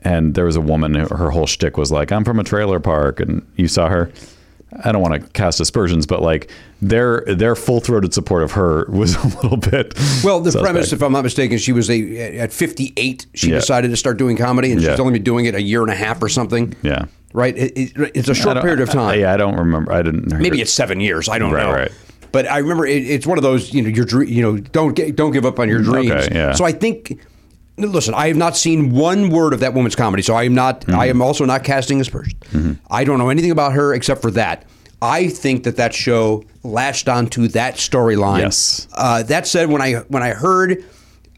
Speaker 3: And there was a woman. who- Her whole shtick was like, "I'm from a trailer park," and you saw her. I don't want to cast aspersions, but like their their full throated support of her was <laughs> a little bit.
Speaker 1: Well, the
Speaker 3: suspect.
Speaker 1: premise, if I'm not mistaken, she was a at 58. She
Speaker 3: Yeah.
Speaker 1: decided to start doing comedy, and she's
Speaker 3: Yeah.
Speaker 1: only been doing it a year and a half or something.
Speaker 3: Yeah.
Speaker 1: right. It, it- it's a
Speaker 3: I
Speaker 1: short
Speaker 3: don't-
Speaker 1: period of time.
Speaker 3: <laughs> I, yeah, I don't remember. I didn't. hear-
Speaker 1: Maybe it's seven years. I don't
Speaker 3: Right,
Speaker 1: know.
Speaker 3: right.
Speaker 1: But I remember it, it's one of those you know your dream you know don't get, don't give up on your dreams.
Speaker 3: Mm, yeah.
Speaker 1: So I think. Listen, I have not seen one word of that woman's comedy, so I am not.
Speaker 3: Mm-hmm.
Speaker 1: I am also not casting aspersions. I don't know anything about her except for that. I think that that show latched onto that storyline.
Speaker 3: Yes.
Speaker 1: Uh, that said, when I when I heard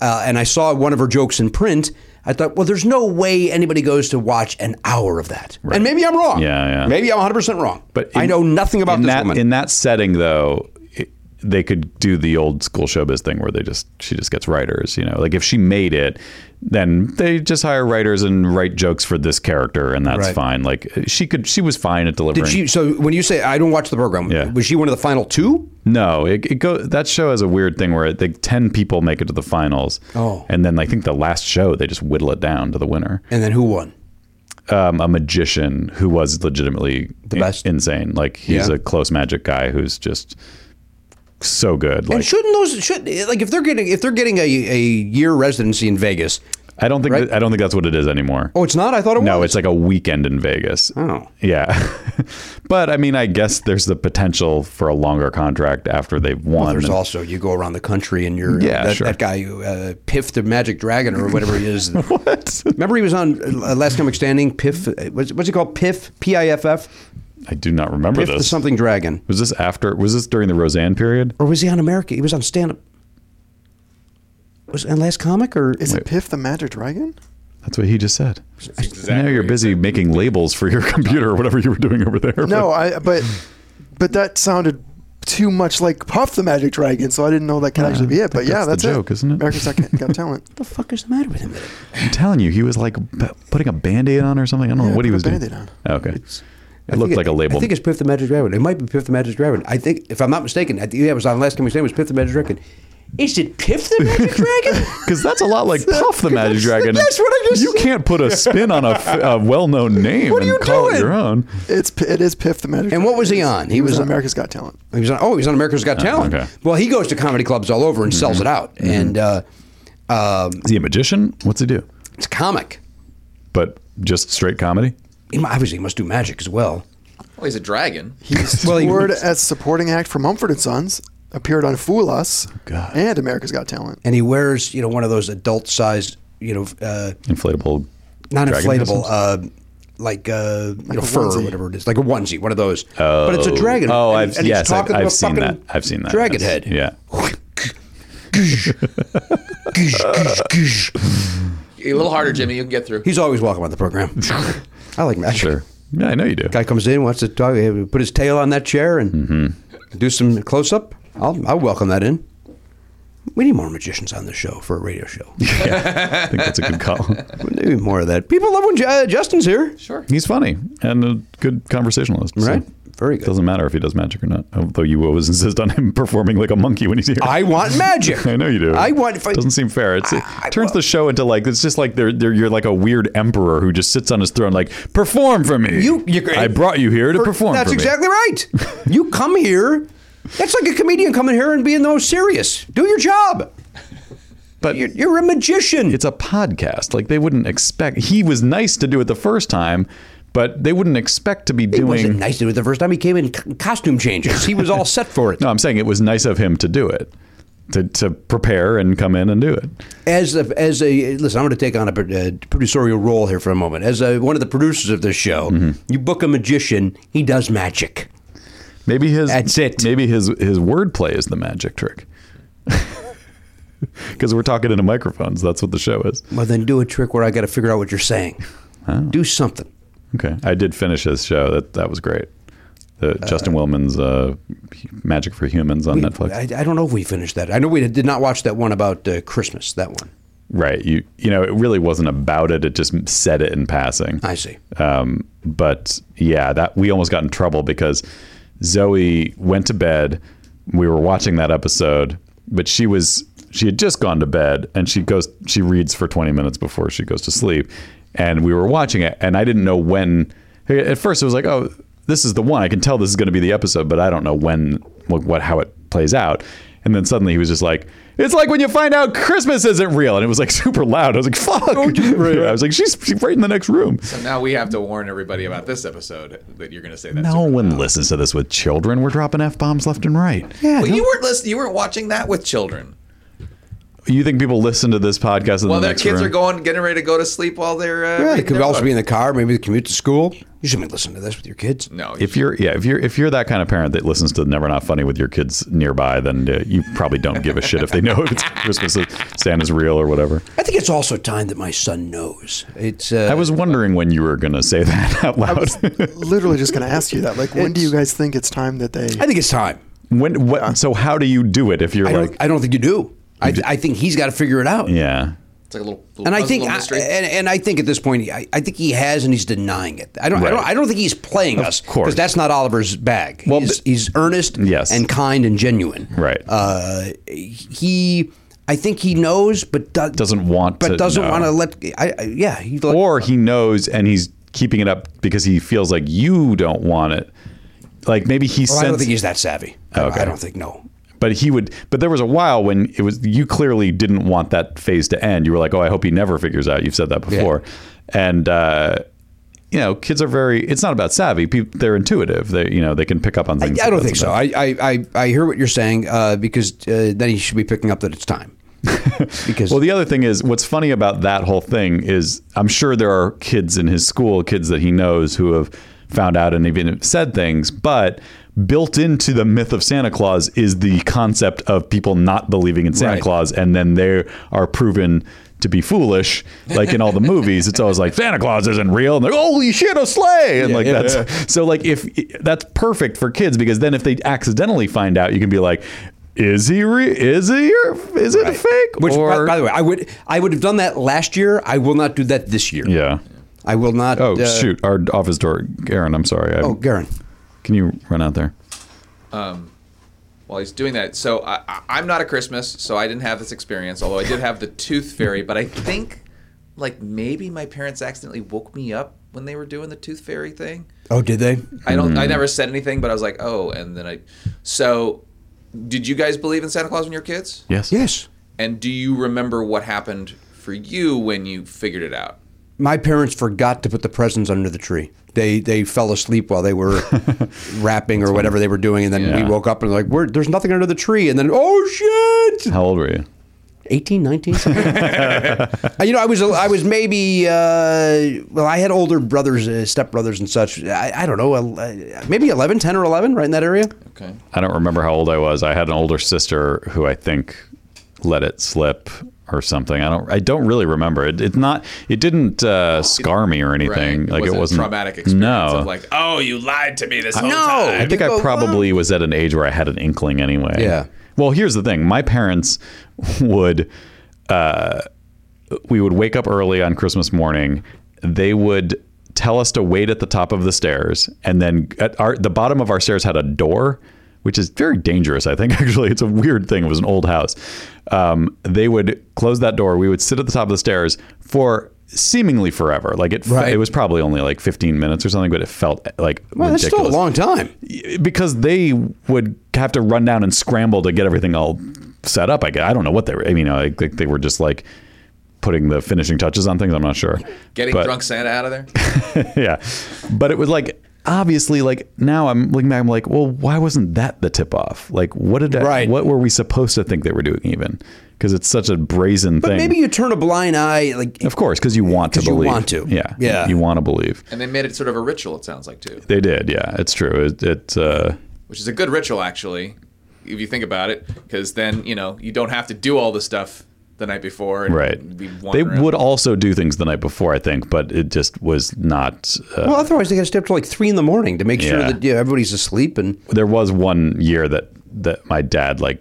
Speaker 1: uh, and I saw one of her jokes in print, I thought, well, there's no way anybody goes to watch an hour of that. And maybe I'm wrong.
Speaker 3: Yeah, yeah.
Speaker 1: Maybe I'm 100 percent wrong.
Speaker 3: But
Speaker 1: I
Speaker 3: in-
Speaker 1: know nothing about
Speaker 3: in
Speaker 1: this
Speaker 3: that,
Speaker 1: woman.
Speaker 3: In that setting, though, it, they could do the old school showbiz thing where they just she just gets writers. You know, like if she made it, then they just hire writers and write jokes for this character, and that's
Speaker 1: Right.
Speaker 3: fine. Like she could, she was fine at delivering.
Speaker 1: Did she? So when you say I don't watch the program,
Speaker 3: Yeah.
Speaker 1: was she one of the final two?
Speaker 3: No, it, it go that show has a weird thing where like ten people make it to the finals.
Speaker 1: Oh.
Speaker 3: and then I think the last show they just whittle it down to the winner.
Speaker 1: And then who won?
Speaker 3: um, a magician who was legitimately the
Speaker 1: best.
Speaker 3: insane. Like he's
Speaker 1: Yeah.
Speaker 3: a close magic guy who's just so good. Like
Speaker 1: and shouldn't those should like if they're getting if they're getting a, a year residency in Vegas?
Speaker 3: I don't think that, I don't think that's what it is anymore.
Speaker 1: Oh, it's not. I thought it was.
Speaker 3: no, it's like a weekend in Vegas.
Speaker 1: Oh.
Speaker 3: yeah. <laughs> but I mean, I guess there's the potential for a longer contract after they've won.
Speaker 1: There's
Speaker 3: And- <laughs>
Speaker 1: also you go around the country and you're
Speaker 3: Yeah,
Speaker 1: that,
Speaker 3: sure.
Speaker 1: that guy uh, Piff the Magic Dragon or whatever he
Speaker 3: <laughs>
Speaker 1: is. what? Remember he was on uh, Last Comic Standing. Piff, uh, what's, what's he called? Piff, P I F F,
Speaker 3: I do not remember
Speaker 1: Piff the
Speaker 3: this.
Speaker 1: something dragon.
Speaker 3: Was this after? Was this during the Roseanne period?
Speaker 1: Or was he on America? He was on stand up. Was it on Last Comic or
Speaker 5: Is it Piff the Magic Dragon?
Speaker 3: That's what he just said. I know
Speaker 6: exactly
Speaker 3: you're
Speaker 6: what he
Speaker 3: busy making labels for your computer or whatever you were doing over there.
Speaker 5: No,
Speaker 3: but-
Speaker 5: I but but that sounded too much like Puff the Magic Dragon, so I didn't know that could actually be it. But
Speaker 3: think
Speaker 5: yeah,
Speaker 3: that's
Speaker 5: that's
Speaker 3: the
Speaker 5: it.
Speaker 3: joke, isn't it?
Speaker 5: America's Got, Got Talent.
Speaker 1: the fuck is the matter with him?
Speaker 3: I'm telling you, he was like p- putting a band-aid on or something. I don't know
Speaker 5: Yeah,
Speaker 3: what he
Speaker 5: put a
Speaker 3: was doing. Oh,
Speaker 5: Band-Aid on.
Speaker 3: Okay. it looked like a label.
Speaker 1: I
Speaker 3: <laughs>
Speaker 1: think it's Piff the Magic Dragon. It might be Piff the Magic Dragon. I think, if I'm not mistaken, I think yeah, it was on Last Comic Standing. It was Piff the Magic Dragon. Is it Piff the Magic Dragon?
Speaker 3: because that's a
Speaker 1: <laughs>
Speaker 3: lot like Puff the Magic Dragon.
Speaker 1: That's what I just
Speaker 3: You
Speaker 1: said.
Speaker 3: can't put a spin on a, f- a well-known
Speaker 1: <laughs>
Speaker 3: name
Speaker 1: What are you
Speaker 3: and call it
Speaker 1: doing?
Speaker 3: your own.
Speaker 5: It's P- it is Piff the Magic.
Speaker 1: And what was he on?
Speaker 5: He was, on America's Got Talent.
Speaker 1: He was on, oh, he was on America's Got Talent.
Speaker 3: Uh, okay. Mm-hmm.
Speaker 1: Well, he goes to comedy clubs all over and sells it out. And uh, um,
Speaker 3: Is he a magician? What's he do?
Speaker 1: it's comic.
Speaker 3: But just straight comedy.
Speaker 1: He, mu- obviously, he must do magic as well.
Speaker 6: Oh, he's a dragon.
Speaker 5: He's
Speaker 1: Well, he
Speaker 5: toured
Speaker 1: was-
Speaker 5: as supporting act for Mumford and Sons. Appeared on Fool Us
Speaker 3: God.
Speaker 5: and America's Got Talent.
Speaker 1: And he wears, you know, one of those adult-sized, you know, uh,
Speaker 3: Inflatable.
Speaker 1: not
Speaker 3: dragon
Speaker 1: inflatable,
Speaker 3: costumes?
Speaker 1: uh, like uh, you know,
Speaker 5: a
Speaker 1: fur or
Speaker 5: onesie.
Speaker 1: whatever it is, like a onesie, one of those. but it's a dragon.
Speaker 3: Oh,
Speaker 1: and-
Speaker 3: I've
Speaker 1: and he's
Speaker 3: yes, I've,
Speaker 1: talking to a
Speaker 3: I've seen that.
Speaker 1: fucking
Speaker 3: I've seen that.
Speaker 1: Dragon
Speaker 3: That's-
Speaker 1: head. <laughs>
Speaker 3: Yeah.
Speaker 6: A little harder, Jimmy. You can get through.
Speaker 1: Hmm. He's always welcome on the
Speaker 3: <laughs>
Speaker 1: program. I like magic.
Speaker 3: Sure. Yeah, I know you do.
Speaker 1: Guy comes in, wants to talk, uh, put his tail on that chair and
Speaker 3: Mm-hmm.
Speaker 1: do some close up. I'll, I'll welcome that in. We need more magicians on this show for a radio
Speaker 3: <laughs>
Speaker 1: show.
Speaker 3: I think that's a
Speaker 1: <laughs>
Speaker 3: good call.
Speaker 1: we need more of that. People love when Ju- uh, Justin's here.
Speaker 6: Sure.
Speaker 3: He's funny and a good conversationalist. so
Speaker 1: Right. Very good.
Speaker 3: Doesn't matter if he does magic or not. Although you always insist on him <laughs> performing like a monkey when he's here.
Speaker 1: I want magic.
Speaker 3: <laughs> I know you do.
Speaker 1: I want. if I-
Speaker 3: Doesn't seem fair. It's, it
Speaker 1: I-
Speaker 3: turns the show into like it's just like they're, they're you're like a weird emperor who just sits on his throne like perform for me.
Speaker 1: You- you-
Speaker 3: I brought you here to
Speaker 1: For-
Speaker 3: perform.
Speaker 1: That's
Speaker 3: for me."
Speaker 1: exactly right.
Speaker 3: <laughs>
Speaker 1: You come here. That's like a comedian coming here and being no serious. Do your job.
Speaker 3: But
Speaker 1: You're, you're a magician.
Speaker 3: it's a podcast. Like they wouldn't expect. He was nice to do it the first time, but they wouldn't expect to be
Speaker 1: it wasn't
Speaker 3: doing.
Speaker 1: nice to do it the first time he came in co- costume changes. He was all set for it.
Speaker 3: <laughs> No, I'm saying it was nice of him to do it, to to prepare and come in and do it.
Speaker 1: As a, as a listen, I'm going to take on a, pro- uh producerial role here for a moment. As a, one of the producers of this show,
Speaker 3: Mm-hmm.
Speaker 1: you book a magician, he does magic.
Speaker 3: Maybe his
Speaker 1: That's it.
Speaker 3: <laughs> Maybe his his wordplay is the magic trick. because we're talking into microphones. That's what the show is.
Speaker 1: Well, then do a trick where I got to figure out what you're saying.
Speaker 3: Oh.
Speaker 1: Do something.
Speaker 3: Okay, I did finish his show. That that was great. The Justin Willman's uh, Magic for Humans on Netflix.
Speaker 1: I, I don't know if we finished that. I know we did not watch that one about uh, Christmas. That one.
Speaker 3: right. You you know it really wasn't about it. It just said it in passing.
Speaker 1: I see.
Speaker 3: Um, but yeah, that we almost got in trouble because Zoe went to bed. We were watching that episode, but she was she had just gone to bed, and she goes she reads for twenty minutes before she goes to sleep, and we were watching it, and I didn't know when. At first, it was like, oh, this is the one. I can tell this is going to be the episode, but I don't know when what, what how it plays out. And then suddenly he was just like, "It's like when you find out Christmas isn't real," and it was like <laughs> super loud. I was like, "Fuck!" <laughs> I was like, "She's, she's right in the next room."
Speaker 6: So now we have to warn everybody about this episode that you're going to say that.
Speaker 3: No
Speaker 6: super
Speaker 3: one
Speaker 6: loud.
Speaker 3: listens to this with children. We're dropping f bombs left and right. Yeah.
Speaker 6: Well, you weren't listening. You weren't watching that with children.
Speaker 3: You think people listen to this podcast in
Speaker 6: While
Speaker 3: the
Speaker 6: their
Speaker 3: next
Speaker 6: kids
Speaker 3: room?
Speaker 6: are going, getting ready to go to sleep while they're. Uh,
Speaker 1: Yeah,
Speaker 6: reading
Speaker 1: it could
Speaker 6: their
Speaker 1: also
Speaker 6: book.
Speaker 1: be in the car, maybe the commute to school. You should be listening to this with your kids.
Speaker 6: No, you
Speaker 3: If you're yeah, if you're if you're that kind of parent that listens to Never Not Funny with your kids nearby, then uh, you probably don't give a shit if they know
Speaker 6: <laughs>
Speaker 3: if it's Christmas, if Santa's real or whatever.
Speaker 1: I think it's also time that my son knows. It's. Uh,
Speaker 3: I was wondering when you were gonna say that <laughs> out loud.
Speaker 5: Literally just going to ask you that. Like, when do you guys think it's time that they?
Speaker 1: I think it's time.
Speaker 3: when what? So how do you do it if you're
Speaker 1: Uh, I
Speaker 3: like
Speaker 1: don't. I don't think you do. I, I think he's got to figure it out.
Speaker 3: yeah?
Speaker 6: It's like a little. little
Speaker 1: And I
Speaker 6: puzzle
Speaker 1: think, I, eh.
Speaker 6: mystery.
Speaker 1: and, and I think at this point, I, I think he has, and he's denying it. I don't, I
Speaker 3: Right.
Speaker 1: don't, I don't think he's playing us,
Speaker 3: course.
Speaker 1: that's not Oliver's bag.
Speaker 3: Well,
Speaker 1: he's,
Speaker 3: but-
Speaker 1: he's earnest,
Speaker 3: Yes.
Speaker 1: and kind and genuine.
Speaker 3: Right.
Speaker 1: Uh, he, I think he knows, but do,
Speaker 3: Doesn't want
Speaker 1: but
Speaker 3: to
Speaker 1: doesn't
Speaker 3: know.
Speaker 1: want to let. I, I yeah, he let,
Speaker 3: or he knows and he's keeping it up because he feels like you don't want it. Like maybe he
Speaker 1: Well, I don't
Speaker 3: senses.
Speaker 1: think he's that savvy. I-
Speaker 3: Okay.
Speaker 1: I, don't think no.
Speaker 3: but he would but there was a while when it was you clearly didn't want that phase to end you were like oh i hope he never figures out you've said that before and uh you know kids are very it's not about savvy people they're intuitive they you know they can pick up on things
Speaker 1: I
Speaker 3: that
Speaker 1: don't think
Speaker 3: that's
Speaker 1: so.
Speaker 3: about-
Speaker 1: I, I, I, I hear what you're saying uh, because uh, then he should be picking up that it's
Speaker 3: <laughs>
Speaker 1: time. Because
Speaker 3: well the other thing is what's funny about that whole thing is i'm sure there are kids in his school kids that he knows who have found out and even said things but built into the myth of santa claus is the concept of people not believing in santa
Speaker 1: Right.
Speaker 3: claus and then they are proven to be foolish like in all the movies it's always like santa claus isn't real and they're holy shit a sleigh and like
Speaker 1: <laughs>
Speaker 3: that's so like if that's perfect for kids because then if they accidentally find out you can be like is he re- is he or is it a fake
Speaker 1: Which,
Speaker 3: or
Speaker 1: by, by the way, I would I would have done that last year. I will not do that this year.
Speaker 3: Yeah.
Speaker 1: I will not.
Speaker 3: Oh
Speaker 1: uh,
Speaker 3: shoot! Our office door, Aaron. I'm sorry. I,
Speaker 1: Oh, Garen.
Speaker 3: can you run out there?
Speaker 6: while he's doing that. So I, I, I'm not a Christmas, so I didn't have this experience. Although I did have the Tooth Fairy, but I think like maybe my parents accidentally woke me up when they were doing the Tooth Fairy thing.
Speaker 1: Oh, did they?
Speaker 6: I don't.
Speaker 3: Mm-hmm.
Speaker 6: I never said anything, but I was like, oh, and then I. So, did you guys believe in Santa Claus when you were kids?
Speaker 3: Yes.
Speaker 1: Yes.
Speaker 6: And do you remember what happened for you when you figured it out?
Speaker 1: My parents forgot to put the presents under the tree. They they fell asleep while they
Speaker 3: <laughs>
Speaker 1: were wrapping or whatever they were doing, and then
Speaker 3: Yeah.
Speaker 1: we woke up and like, We're, there's nothing under the tree. And then, oh shit!
Speaker 3: How old were you?
Speaker 1: 18, 19?
Speaker 3: <laughs>
Speaker 1: something. Uh, you know, I was I was maybe uh, well, I had older brothers, uh, stepbrothers, and such. I, I don't know, el- uh, maybe 11, 10 or eleven, right in that area.
Speaker 6: Okay.
Speaker 3: I don't remember how old I was. I had an older sister who I think let it slip or something. I don't. I don't really remember. It, it's not. It didn't uh, scar me or anything. Like
Speaker 6: Right.
Speaker 3: it
Speaker 6: wasn't a
Speaker 3: wasn't
Speaker 6: traumatic experience.
Speaker 3: No.
Speaker 6: Of like, oh, you lied to me this whole
Speaker 1: No.
Speaker 6: time.
Speaker 3: I think I
Speaker 1: Well,
Speaker 3: probably was at an age where I had an inkling anyway.
Speaker 1: Yeah.
Speaker 3: Well, here's the thing. My parents <laughs> would uh we would wake up early on Christmas morning. They would tell us to wait at the top of the stairs and then at our the bottom of our stairs had a door which is very dangerous, I think <laughs> actually. It's a weird thing. It was an old house. Um, they would close that door. We would sit at the top of the stairs for seemingly forever. Like it,
Speaker 1: Right.
Speaker 3: it was probably only like 15 minutes or something, but it felt like
Speaker 1: Well, that's
Speaker 3: ridiculous
Speaker 1: still a long time.
Speaker 3: because they would have to run down and scramble to get everything all set up. I guess. I don't know what they were. I mean, I think they were just like putting the finishing touches on things. I'm not sure.
Speaker 6: Getting
Speaker 3: But-
Speaker 6: drunk Santa out of there.
Speaker 3: <laughs> yeah, but it was like obviously like now I'm looking back. I'm like, well, why wasn't that the tip off? Like, what did I,
Speaker 1: Right.
Speaker 3: What were we supposed to think they were doing even? Because it's such a brazen
Speaker 1: But
Speaker 3: thing.
Speaker 1: maybe you turn a blind eye, like
Speaker 3: of course, because you want to
Speaker 1: 'Cause you
Speaker 3: believe.
Speaker 1: want to.
Speaker 3: Yeah.
Speaker 1: Yeah.
Speaker 3: You want to believe.
Speaker 6: And they made it sort of a ritual. It sounds like too.
Speaker 3: They did. Yeah, it's true. It. it uh,
Speaker 6: which is a good ritual actually if you think about it, because then you know you don't have to do all the stuff the night before. And
Speaker 3: Right.
Speaker 6: Be
Speaker 3: They
Speaker 6: wandering.
Speaker 3: would also do things the night before, I think, but it just was not. Uh,
Speaker 1: Well, otherwise they got to stay up till like three in the morning to make sure
Speaker 3: Yeah.
Speaker 1: that yeah, everybody's asleep. And <laughs>
Speaker 3: there was one year that that my dad like.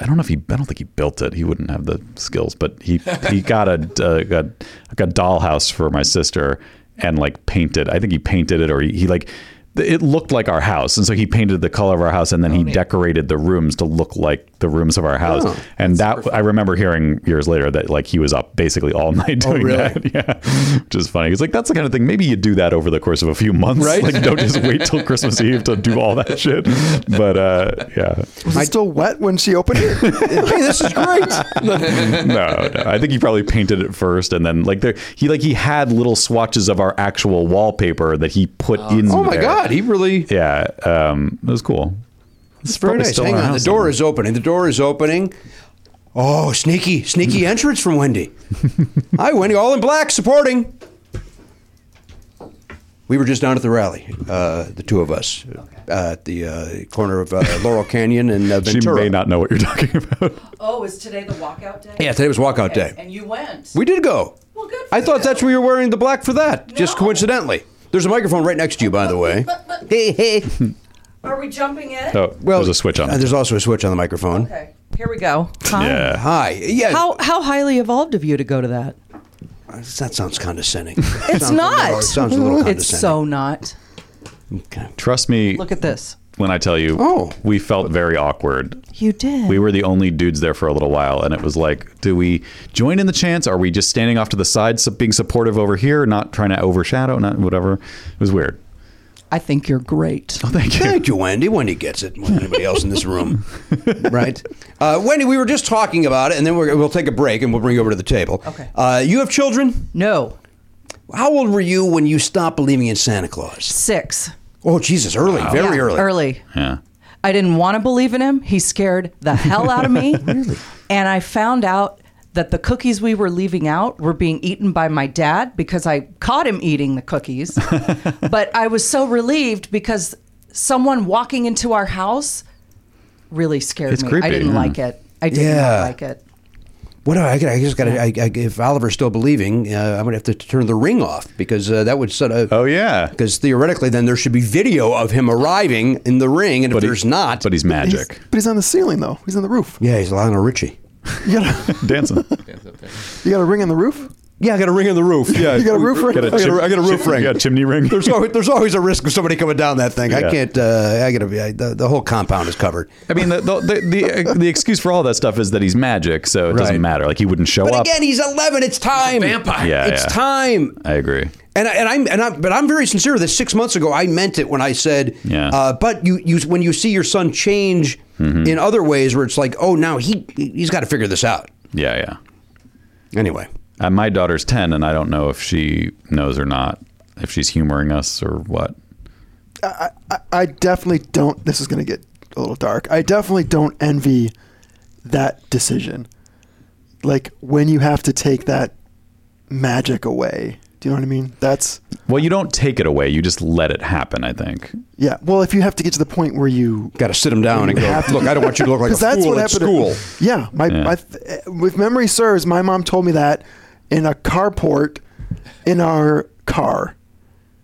Speaker 3: I don't know if he. I don't think he built it. He wouldn't have the skills, but he
Speaker 6: <laughs>
Speaker 3: he got a uh, got like a dollhouse for my sister and like painted. I think he painted it or he, he like it looked like our house, and so he painted the color of our house, and then he decorated the rooms to look like the rooms of our house.
Speaker 1: Oh,
Speaker 3: and that I remember hearing years later that like he was up basically all <laughs> night doing
Speaker 1: Oh, really?
Speaker 3: that. <laughs> Yeah, which is funny. It's like that's the kind of thing. Maybe you do that over the course of a few months,
Speaker 1: Right?
Speaker 3: Like don't just wait till Christmas Eve to do all that shit. But uh, yeah,
Speaker 5: Was it still wet when she opened it?
Speaker 1: <laughs> hey, this is
Speaker 3: <laughs>
Speaker 1: great.
Speaker 3: no, no. I think he probably painted it first, and then like there, he like he had little swatches of our actual wallpaper that he put in.
Speaker 1: oh my
Speaker 3: there.
Speaker 1: God, he really.
Speaker 3: Yeah, um, it was cool.
Speaker 1: It's very
Speaker 3: probably
Speaker 1: nice.
Speaker 3: still
Speaker 1: Hang
Speaker 3: in our
Speaker 1: on, the
Speaker 3: house
Speaker 1: door
Speaker 3: somewhere.
Speaker 1: is opening. The door is opening. Oh, sneaky,
Speaker 3: <laughs>
Speaker 1: sneaky entrance from Wendy. Hi, Wendy, all in black, supporting. We were just down at the rally, uh, the two of us, uh, at the uh, corner of uh, Laurel Canyon and uh,
Speaker 3: She
Speaker 1: Ventura.
Speaker 3: may not know what you're talking <laughs> about.
Speaker 7: Oh, is today the walkout day?
Speaker 1: Yeah, today was walkout
Speaker 7: Okay,
Speaker 1: day.
Speaker 7: And you went.
Speaker 1: We did go.
Speaker 7: Well, good for
Speaker 1: I thought
Speaker 7: you.
Speaker 1: that's where you were wearing the black for that, just
Speaker 7: No.
Speaker 1: coincidentally. There's a microphone right next to you, by the way.
Speaker 7: But, but
Speaker 1: Hey, <laughs> hey.
Speaker 7: are we jumping in?
Speaker 3: Oh, well, there's a switch on.
Speaker 1: uh, there's also a switch on the microphone.
Speaker 7: Okay. Here we go. Hi.
Speaker 3: yeah,
Speaker 1: Hi. Yeah.
Speaker 7: How how highly evolved of you to go to that?
Speaker 1: That sounds
Speaker 7: <laughs>
Speaker 1: condescending.
Speaker 7: It's not.
Speaker 1: it sounds a little condescending.
Speaker 7: <laughs> It's so not.
Speaker 1: Okay.
Speaker 3: trust me
Speaker 7: Look at this.
Speaker 3: when I tell you.
Speaker 1: Oh.
Speaker 3: we felt very awkward.
Speaker 7: You did.
Speaker 3: We were the only dudes there for a little while, and it was like, do we join in the chants? Are we just standing off to the side, su- being supportive over here, not trying to overshadow, not whatever? It was weird.
Speaker 7: I think you're great.
Speaker 1: <laughs>
Speaker 3: Thank you.
Speaker 1: Oh, Thank you, Wendy. Wendy gets it. more than Anybody else in this
Speaker 3: <laughs>
Speaker 1: room, right? Uh, Wendy, we were just talking about it, and then we're, we'll take a break and we'll bring you over to the table.
Speaker 7: Okay.
Speaker 1: Uh, you have children.
Speaker 7: No.
Speaker 1: How old were you when you stopped believing in Santa Claus?
Speaker 7: Six.
Speaker 1: Oh, Jesus, early, very
Speaker 7: Yeah,
Speaker 1: early.
Speaker 7: Early.
Speaker 3: Yeah.
Speaker 7: I didn't want to believe in him. He scared
Speaker 3: <laughs>
Speaker 7: the hell out of me. And I found out that the cookies we were leaving out were being eaten by my dad because I caught him eating
Speaker 3: <laughs>
Speaker 7: the cookies. but I was so relieved because someone walking into our house really scared
Speaker 3: It's
Speaker 7: me.
Speaker 3: creepy,
Speaker 7: I didn't
Speaker 3: yeah.
Speaker 7: like it. I did
Speaker 1: Yeah.
Speaker 7: not like it.
Speaker 1: What do I, I just got? I, I, if Oliver's still believing, uh, I'm gonna have to turn the ring off because uh, that would set of.
Speaker 3: Oh yeah.
Speaker 1: Because theoretically, then there should be video of him arriving in the ring, and if
Speaker 3: he-
Speaker 1: there's not,
Speaker 3: But he's
Speaker 5: He's-
Speaker 1: <laughs>
Speaker 3: magic.
Speaker 5: but he's on the ceiling though. He's on the roof.
Speaker 1: yeah, he's Lionel Richie.
Speaker 5: You gotta,
Speaker 3: Dancing.
Speaker 5: you got a ring on the roof.
Speaker 1: Yeah, I got a ring on the roof.
Speaker 3: <laughs>
Speaker 1: Yeah,
Speaker 5: You got a roof ring.
Speaker 3: Got a
Speaker 1: I got
Speaker 3: chim-
Speaker 1: a, I got a roof
Speaker 3: chim-
Speaker 1: ring.
Speaker 3: Yeah, chimney ring. <laughs>
Speaker 1: There's always, there's always a risk of somebody coming down that thing. I
Speaker 3: Yeah.
Speaker 1: can't. Uh, I gotta be. I, the, the whole compound is covered.
Speaker 3: I mean, the the, the uh, the the excuse for all that stuff is that he's magic, so it
Speaker 1: Right.
Speaker 3: doesn't matter. Like he wouldn't show
Speaker 1: But
Speaker 3: up.
Speaker 1: again, he's 11. It's time.
Speaker 6: vampire.
Speaker 3: Yeah,
Speaker 1: it's
Speaker 3: yeah.
Speaker 1: time.
Speaker 3: I agree.
Speaker 1: And I, and I'm and I'm but I'm very sincere. That six months ago, I meant it when I said.
Speaker 3: Yeah. Mm-hmm.
Speaker 1: Uh, but you you when you see your son change in other ways, where it's like, oh, now he he's got to figure this out.
Speaker 3: Yeah, yeah.
Speaker 1: Anyway.
Speaker 3: Uh, my daughter's ten, and I don't know if she knows or not, if she's humoring us or what.
Speaker 5: I, I definitely don't. This is going to get a little dark. I definitely don't envy that decision. Like when you have to take that magic away. Do you know what I mean? That's
Speaker 3: Well, you don't take it away; you just let it happen. I think.
Speaker 5: yeah. Well, if you have to get to the point where you
Speaker 1: Got to sit him down and go. Look, I don't want you to
Speaker 5: <laughs>
Speaker 1: look like a
Speaker 5: Because that's
Speaker 1: fool
Speaker 5: what
Speaker 1: at
Speaker 5: happened.
Speaker 1: school.
Speaker 5: <laughs> yeah, my,
Speaker 3: Yeah.
Speaker 5: my if memory serves, my mom told me that in a carport in our car.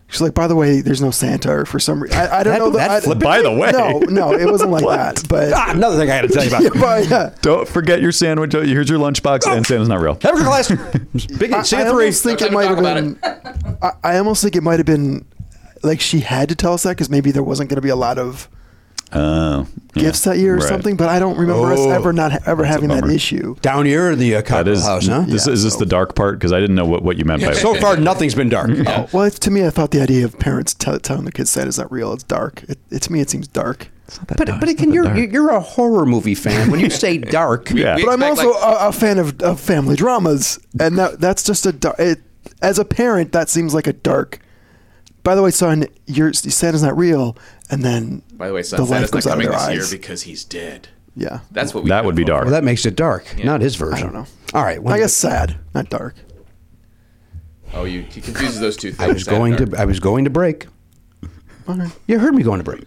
Speaker 5: She's like, by the way, there's no Santa or for some reason. I, I don't
Speaker 1: That-
Speaker 5: know.
Speaker 1: that
Speaker 5: I-
Speaker 1: flippantly?
Speaker 3: By the way.
Speaker 5: <laughs> no, no, it
Speaker 1: <laughs>
Speaker 5: wasn't like that. But,
Speaker 1: Ah, another thing I got to tell you about.
Speaker 5: <laughs> yeah, but yeah.
Speaker 3: Don't forget your sandwich. Oh, Here's your lunchbox, and Santa's not real.
Speaker 1: Have a good class.
Speaker 5: <laughs>
Speaker 1: Big
Speaker 5: I,
Speaker 1: see
Speaker 5: I
Speaker 1: you at three.
Speaker 5: almost think
Speaker 6: Don't
Speaker 5: it might
Speaker 6: talk
Speaker 5: have been. I, I almost think it might have been like she had to tell us that because maybe there wasn't going to be a lot of
Speaker 3: Oh, yeah.
Speaker 5: gifts that year or
Speaker 3: Right.
Speaker 5: something. But I don't remember us
Speaker 1: Oh,
Speaker 5: ever not ever having that
Speaker 3: bummer.
Speaker 5: issue.
Speaker 1: Down here in the uh,
Speaker 3: That
Speaker 1: Cockrell
Speaker 3: is.
Speaker 1: house, huh?
Speaker 3: This is this the dark part because I didn't know what, what you meant by.
Speaker 1: So far, nothing's been dark. Oh.
Speaker 5: Well, it's, to me, I thought the idea of parents tell telling their kids that is not real. It's dark. It, it, to me, it seems dark.
Speaker 1: But, but again, you're, you're you're a horror movie fan. When you
Speaker 3: <laughs>
Speaker 1: say dark,
Speaker 3: Yeah.
Speaker 6: We
Speaker 5: But I'm
Speaker 6: expect,
Speaker 5: also
Speaker 6: like-
Speaker 5: a, a fan of, of family dramas, and that that's just a dark. It, as a parent, that seems like a dark. By the way, son, your Santa's not real, and then
Speaker 6: By the way, son, Santa's not coming this year <laughs> because he's dead.
Speaker 5: yeah,
Speaker 6: That's what
Speaker 3: <laughs>
Speaker 6: we.
Speaker 3: That
Speaker 6: know.
Speaker 3: would be dark.
Speaker 1: well, that makes it dark. Not his version.
Speaker 5: I don't know.
Speaker 1: All right. Well,
Speaker 5: I guess sad, not dark.
Speaker 6: Oh, you he confuses those two things.
Speaker 1: I was
Speaker 6: That and
Speaker 1: going
Speaker 6: dark.
Speaker 1: to I was going to break. You heard me going to break.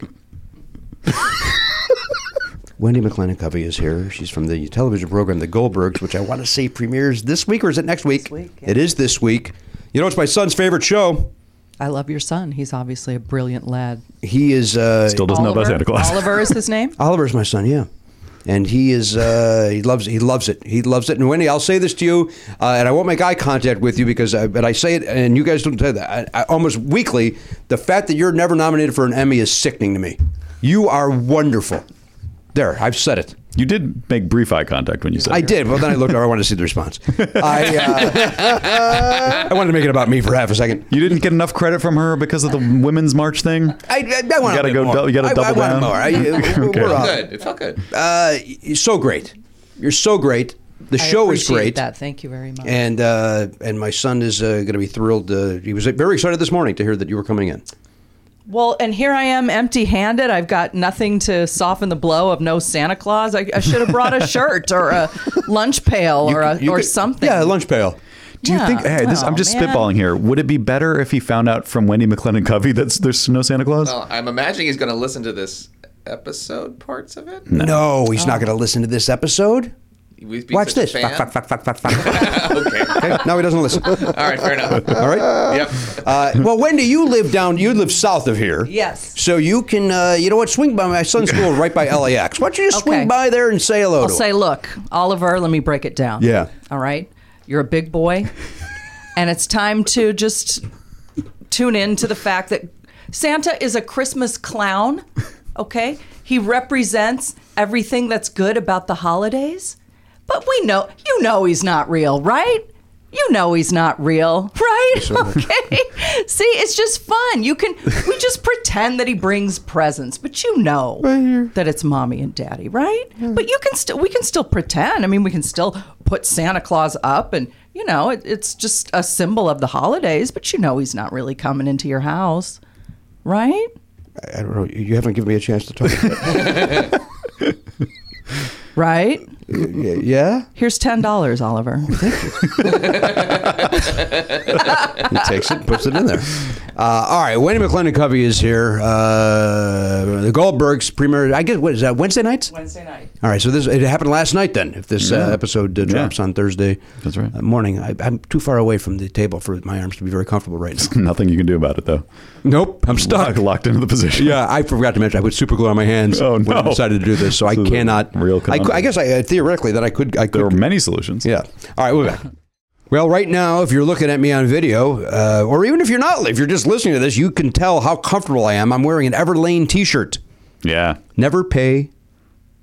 Speaker 1: Wendy McLennan Covey is here. She's from the television program The Goldbergs, which I want to say premieres this week or is it next week?
Speaker 7: week,
Speaker 1: It is this week. You know, it's my son's favorite show.
Speaker 7: I love your son. He's obviously a brilliant lad.
Speaker 1: He is uh,
Speaker 3: Still doesn't know about Santa Claus.
Speaker 7: Oliver is his name.
Speaker 1: Oliver's my son, yeah. And he is uh, he loves he loves it. He loves it. And Wendy, I'll say this to you, uh, and I won't make eye contact with you because I, but I say it, and you guys don't say that I, I, almost weekly. The fact that you're never nominated for an Emmy is sickening to me. You are wonderful. There, I've said it.
Speaker 3: <laughs> You did make brief eye contact when you said
Speaker 1: I
Speaker 3: it.
Speaker 1: did, but then I looked. I wanted to see the
Speaker 3: <laughs>
Speaker 1: response. I, uh, I wanted to make it about me for half a second.
Speaker 3: You didn't get enough credit from her because of the women's march thing.
Speaker 1: I, I, I want
Speaker 3: You gotta
Speaker 1: a bit
Speaker 3: go
Speaker 1: more.
Speaker 3: dou- you gotta
Speaker 1: I-
Speaker 3: double
Speaker 1: I,
Speaker 3: down.
Speaker 1: want more. I,
Speaker 3: <laughs> Okay.
Speaker 1: we're up.
Speaker 6: Good. It felt good.
Speaker 1: Uh, you're so great. You're so great. The
Speaker 7: I
Speaker 1: show is
Speaker 7: appreciate
Speaker 1: great.
Speaker 7: That. Thank you very much.
Speaker 1: And uh, and my son is uh, going to be thrilled. Uh, he was very excited this morning to hear that you were coming in.
Speaker 7: well, and here I am, empty-handed. I've got nothing to soften the blow of no Santa Claus. I, I should have brought
Speaker 1: <laughs>
Speaker 7: a shirt or a lunch pail or a,
Speaker 1: You
Speaker 7: or
Speaker 1: could-
Speaker 7: something.
Speaker 1: Yeah, lunch pail.
Speaker 3: Do you
Speaker 7: Yeah.
Speaker 3: think? Hey, this, I'm
Speaker 7: Oh,
Speaker 3: just
Speaker 7: man.
Speaker 3: spitballing here. Would it be better if he found out from Wendy McLennan Covey that there's no Santa Claus?
Speaker 1: Oh.
Speaker 6: Well, I'm imagining he's going to listen to this episode parts of it.
Speaker 1: No, he's
Speaker 7: Oh.
Speaker 1: not going to listen to this episode.
Speaker 6: We'd be
Speaker 1: Watch
Speaker 6: such a
Speaker 1: this.
Speaker 6: fan.
Speaker 1: Fuck, fuck, fuck, fuck, fuck, fuck.
Speaker 6: <laughs>
Speaker 1: <laughs>
Speaker 6: okay.
Speaker 1: okay, now he doesn't listen. <laughs> All
Speaker 6: All right. Fair enough.
Speaker 1: right.
Speaker 6: Yep.
Speaker 1: Uh, well, Wendy, you live down. You live south of here.
Speaker 7: Yes.
Speaker 1: So you can, uh, you know what? Swing by my son's school right
Speaker 7: <laughs>
Speaker 1: by LAX. Why don't you just swing
Speaker 7: Okay.
Speaker 1: by there and say hello?
Speaker 7: I'll
Speaker 1: to him?
Speaker 7: say, look, Oliver, let me break it down.
Speaker 1: Yeah.
Speaker 7: All right. You're a big boy, and it's time to just tune in to the fact that Santa is a Christmas clown, okay? He represents everything that's good about the holidays. But we know, you know, he's not real, right? You know he's not real, <laughs> right? Okay. See, it's just fun. You can we just pretend that he brings presents, but you know that it's mommy and daddy, right? But you can still we can still pretend. I mean, we can still put Santa Claus up and you know, it, it's just a symbol of the holidays, but you know he's not really coming into your house, right?
Speaker 1: I don't know. You haven't given me a chance to talk.
Speaker 7: Right?
Speaker 1: <laughs> yeah.
Speaker 7: Here's ten dollars, Oliver.
Speaker 1: He takes it, and puts it in
Speaker 3: <laughs>
Speaker 1: there. Uh, all right, Wendy McClendon Covey is here. Uh, the Goldbergs premiere. I guess what is that Wednesday nights?
Speaker 7: Wednesday night.
Speaker 1: All right, so this it happened last night. Then, if this uh, episode uh, drops on Thursday
Speaker 3: That's right.
Speaker 1: uh, morning, I, I'm too far away from the table for my arms to be very comfortable right
Speaker 3: <laughs>
Speaker 1: now.
Speaker 3: <laughs> Nothing you can do about it though.
Speaker 1: nope, I'm
Speaker 3: Locked, locked into the position.
Speaker 1: <laughs> Yeah, I forgot to mention I put super glue on my hands
Speaker 3: Oh,
Speaker 1: when I
Speaker 3: no.
Speaker 1: decided to do this, so I
Speaker 3: This is a
Speaker 1: cannot.
Speaker 3: real
Speaker 1: I, cou- I
Speaker 3: conundrum.
Speaker 1: guess I uh, theoretically that I could. I could.
Speaker 3: <laughs> There were many solutions.
Speaker 1: Yeah. All right, we're back. Well, right now, if you're looking at me on video, uh, or even if you're not, if you're just listening to this, you can tell how comfortable I am. I'm wearing an Everlane T-shirt.
Speaker 3: Yeah.
Speaker 1: Never pay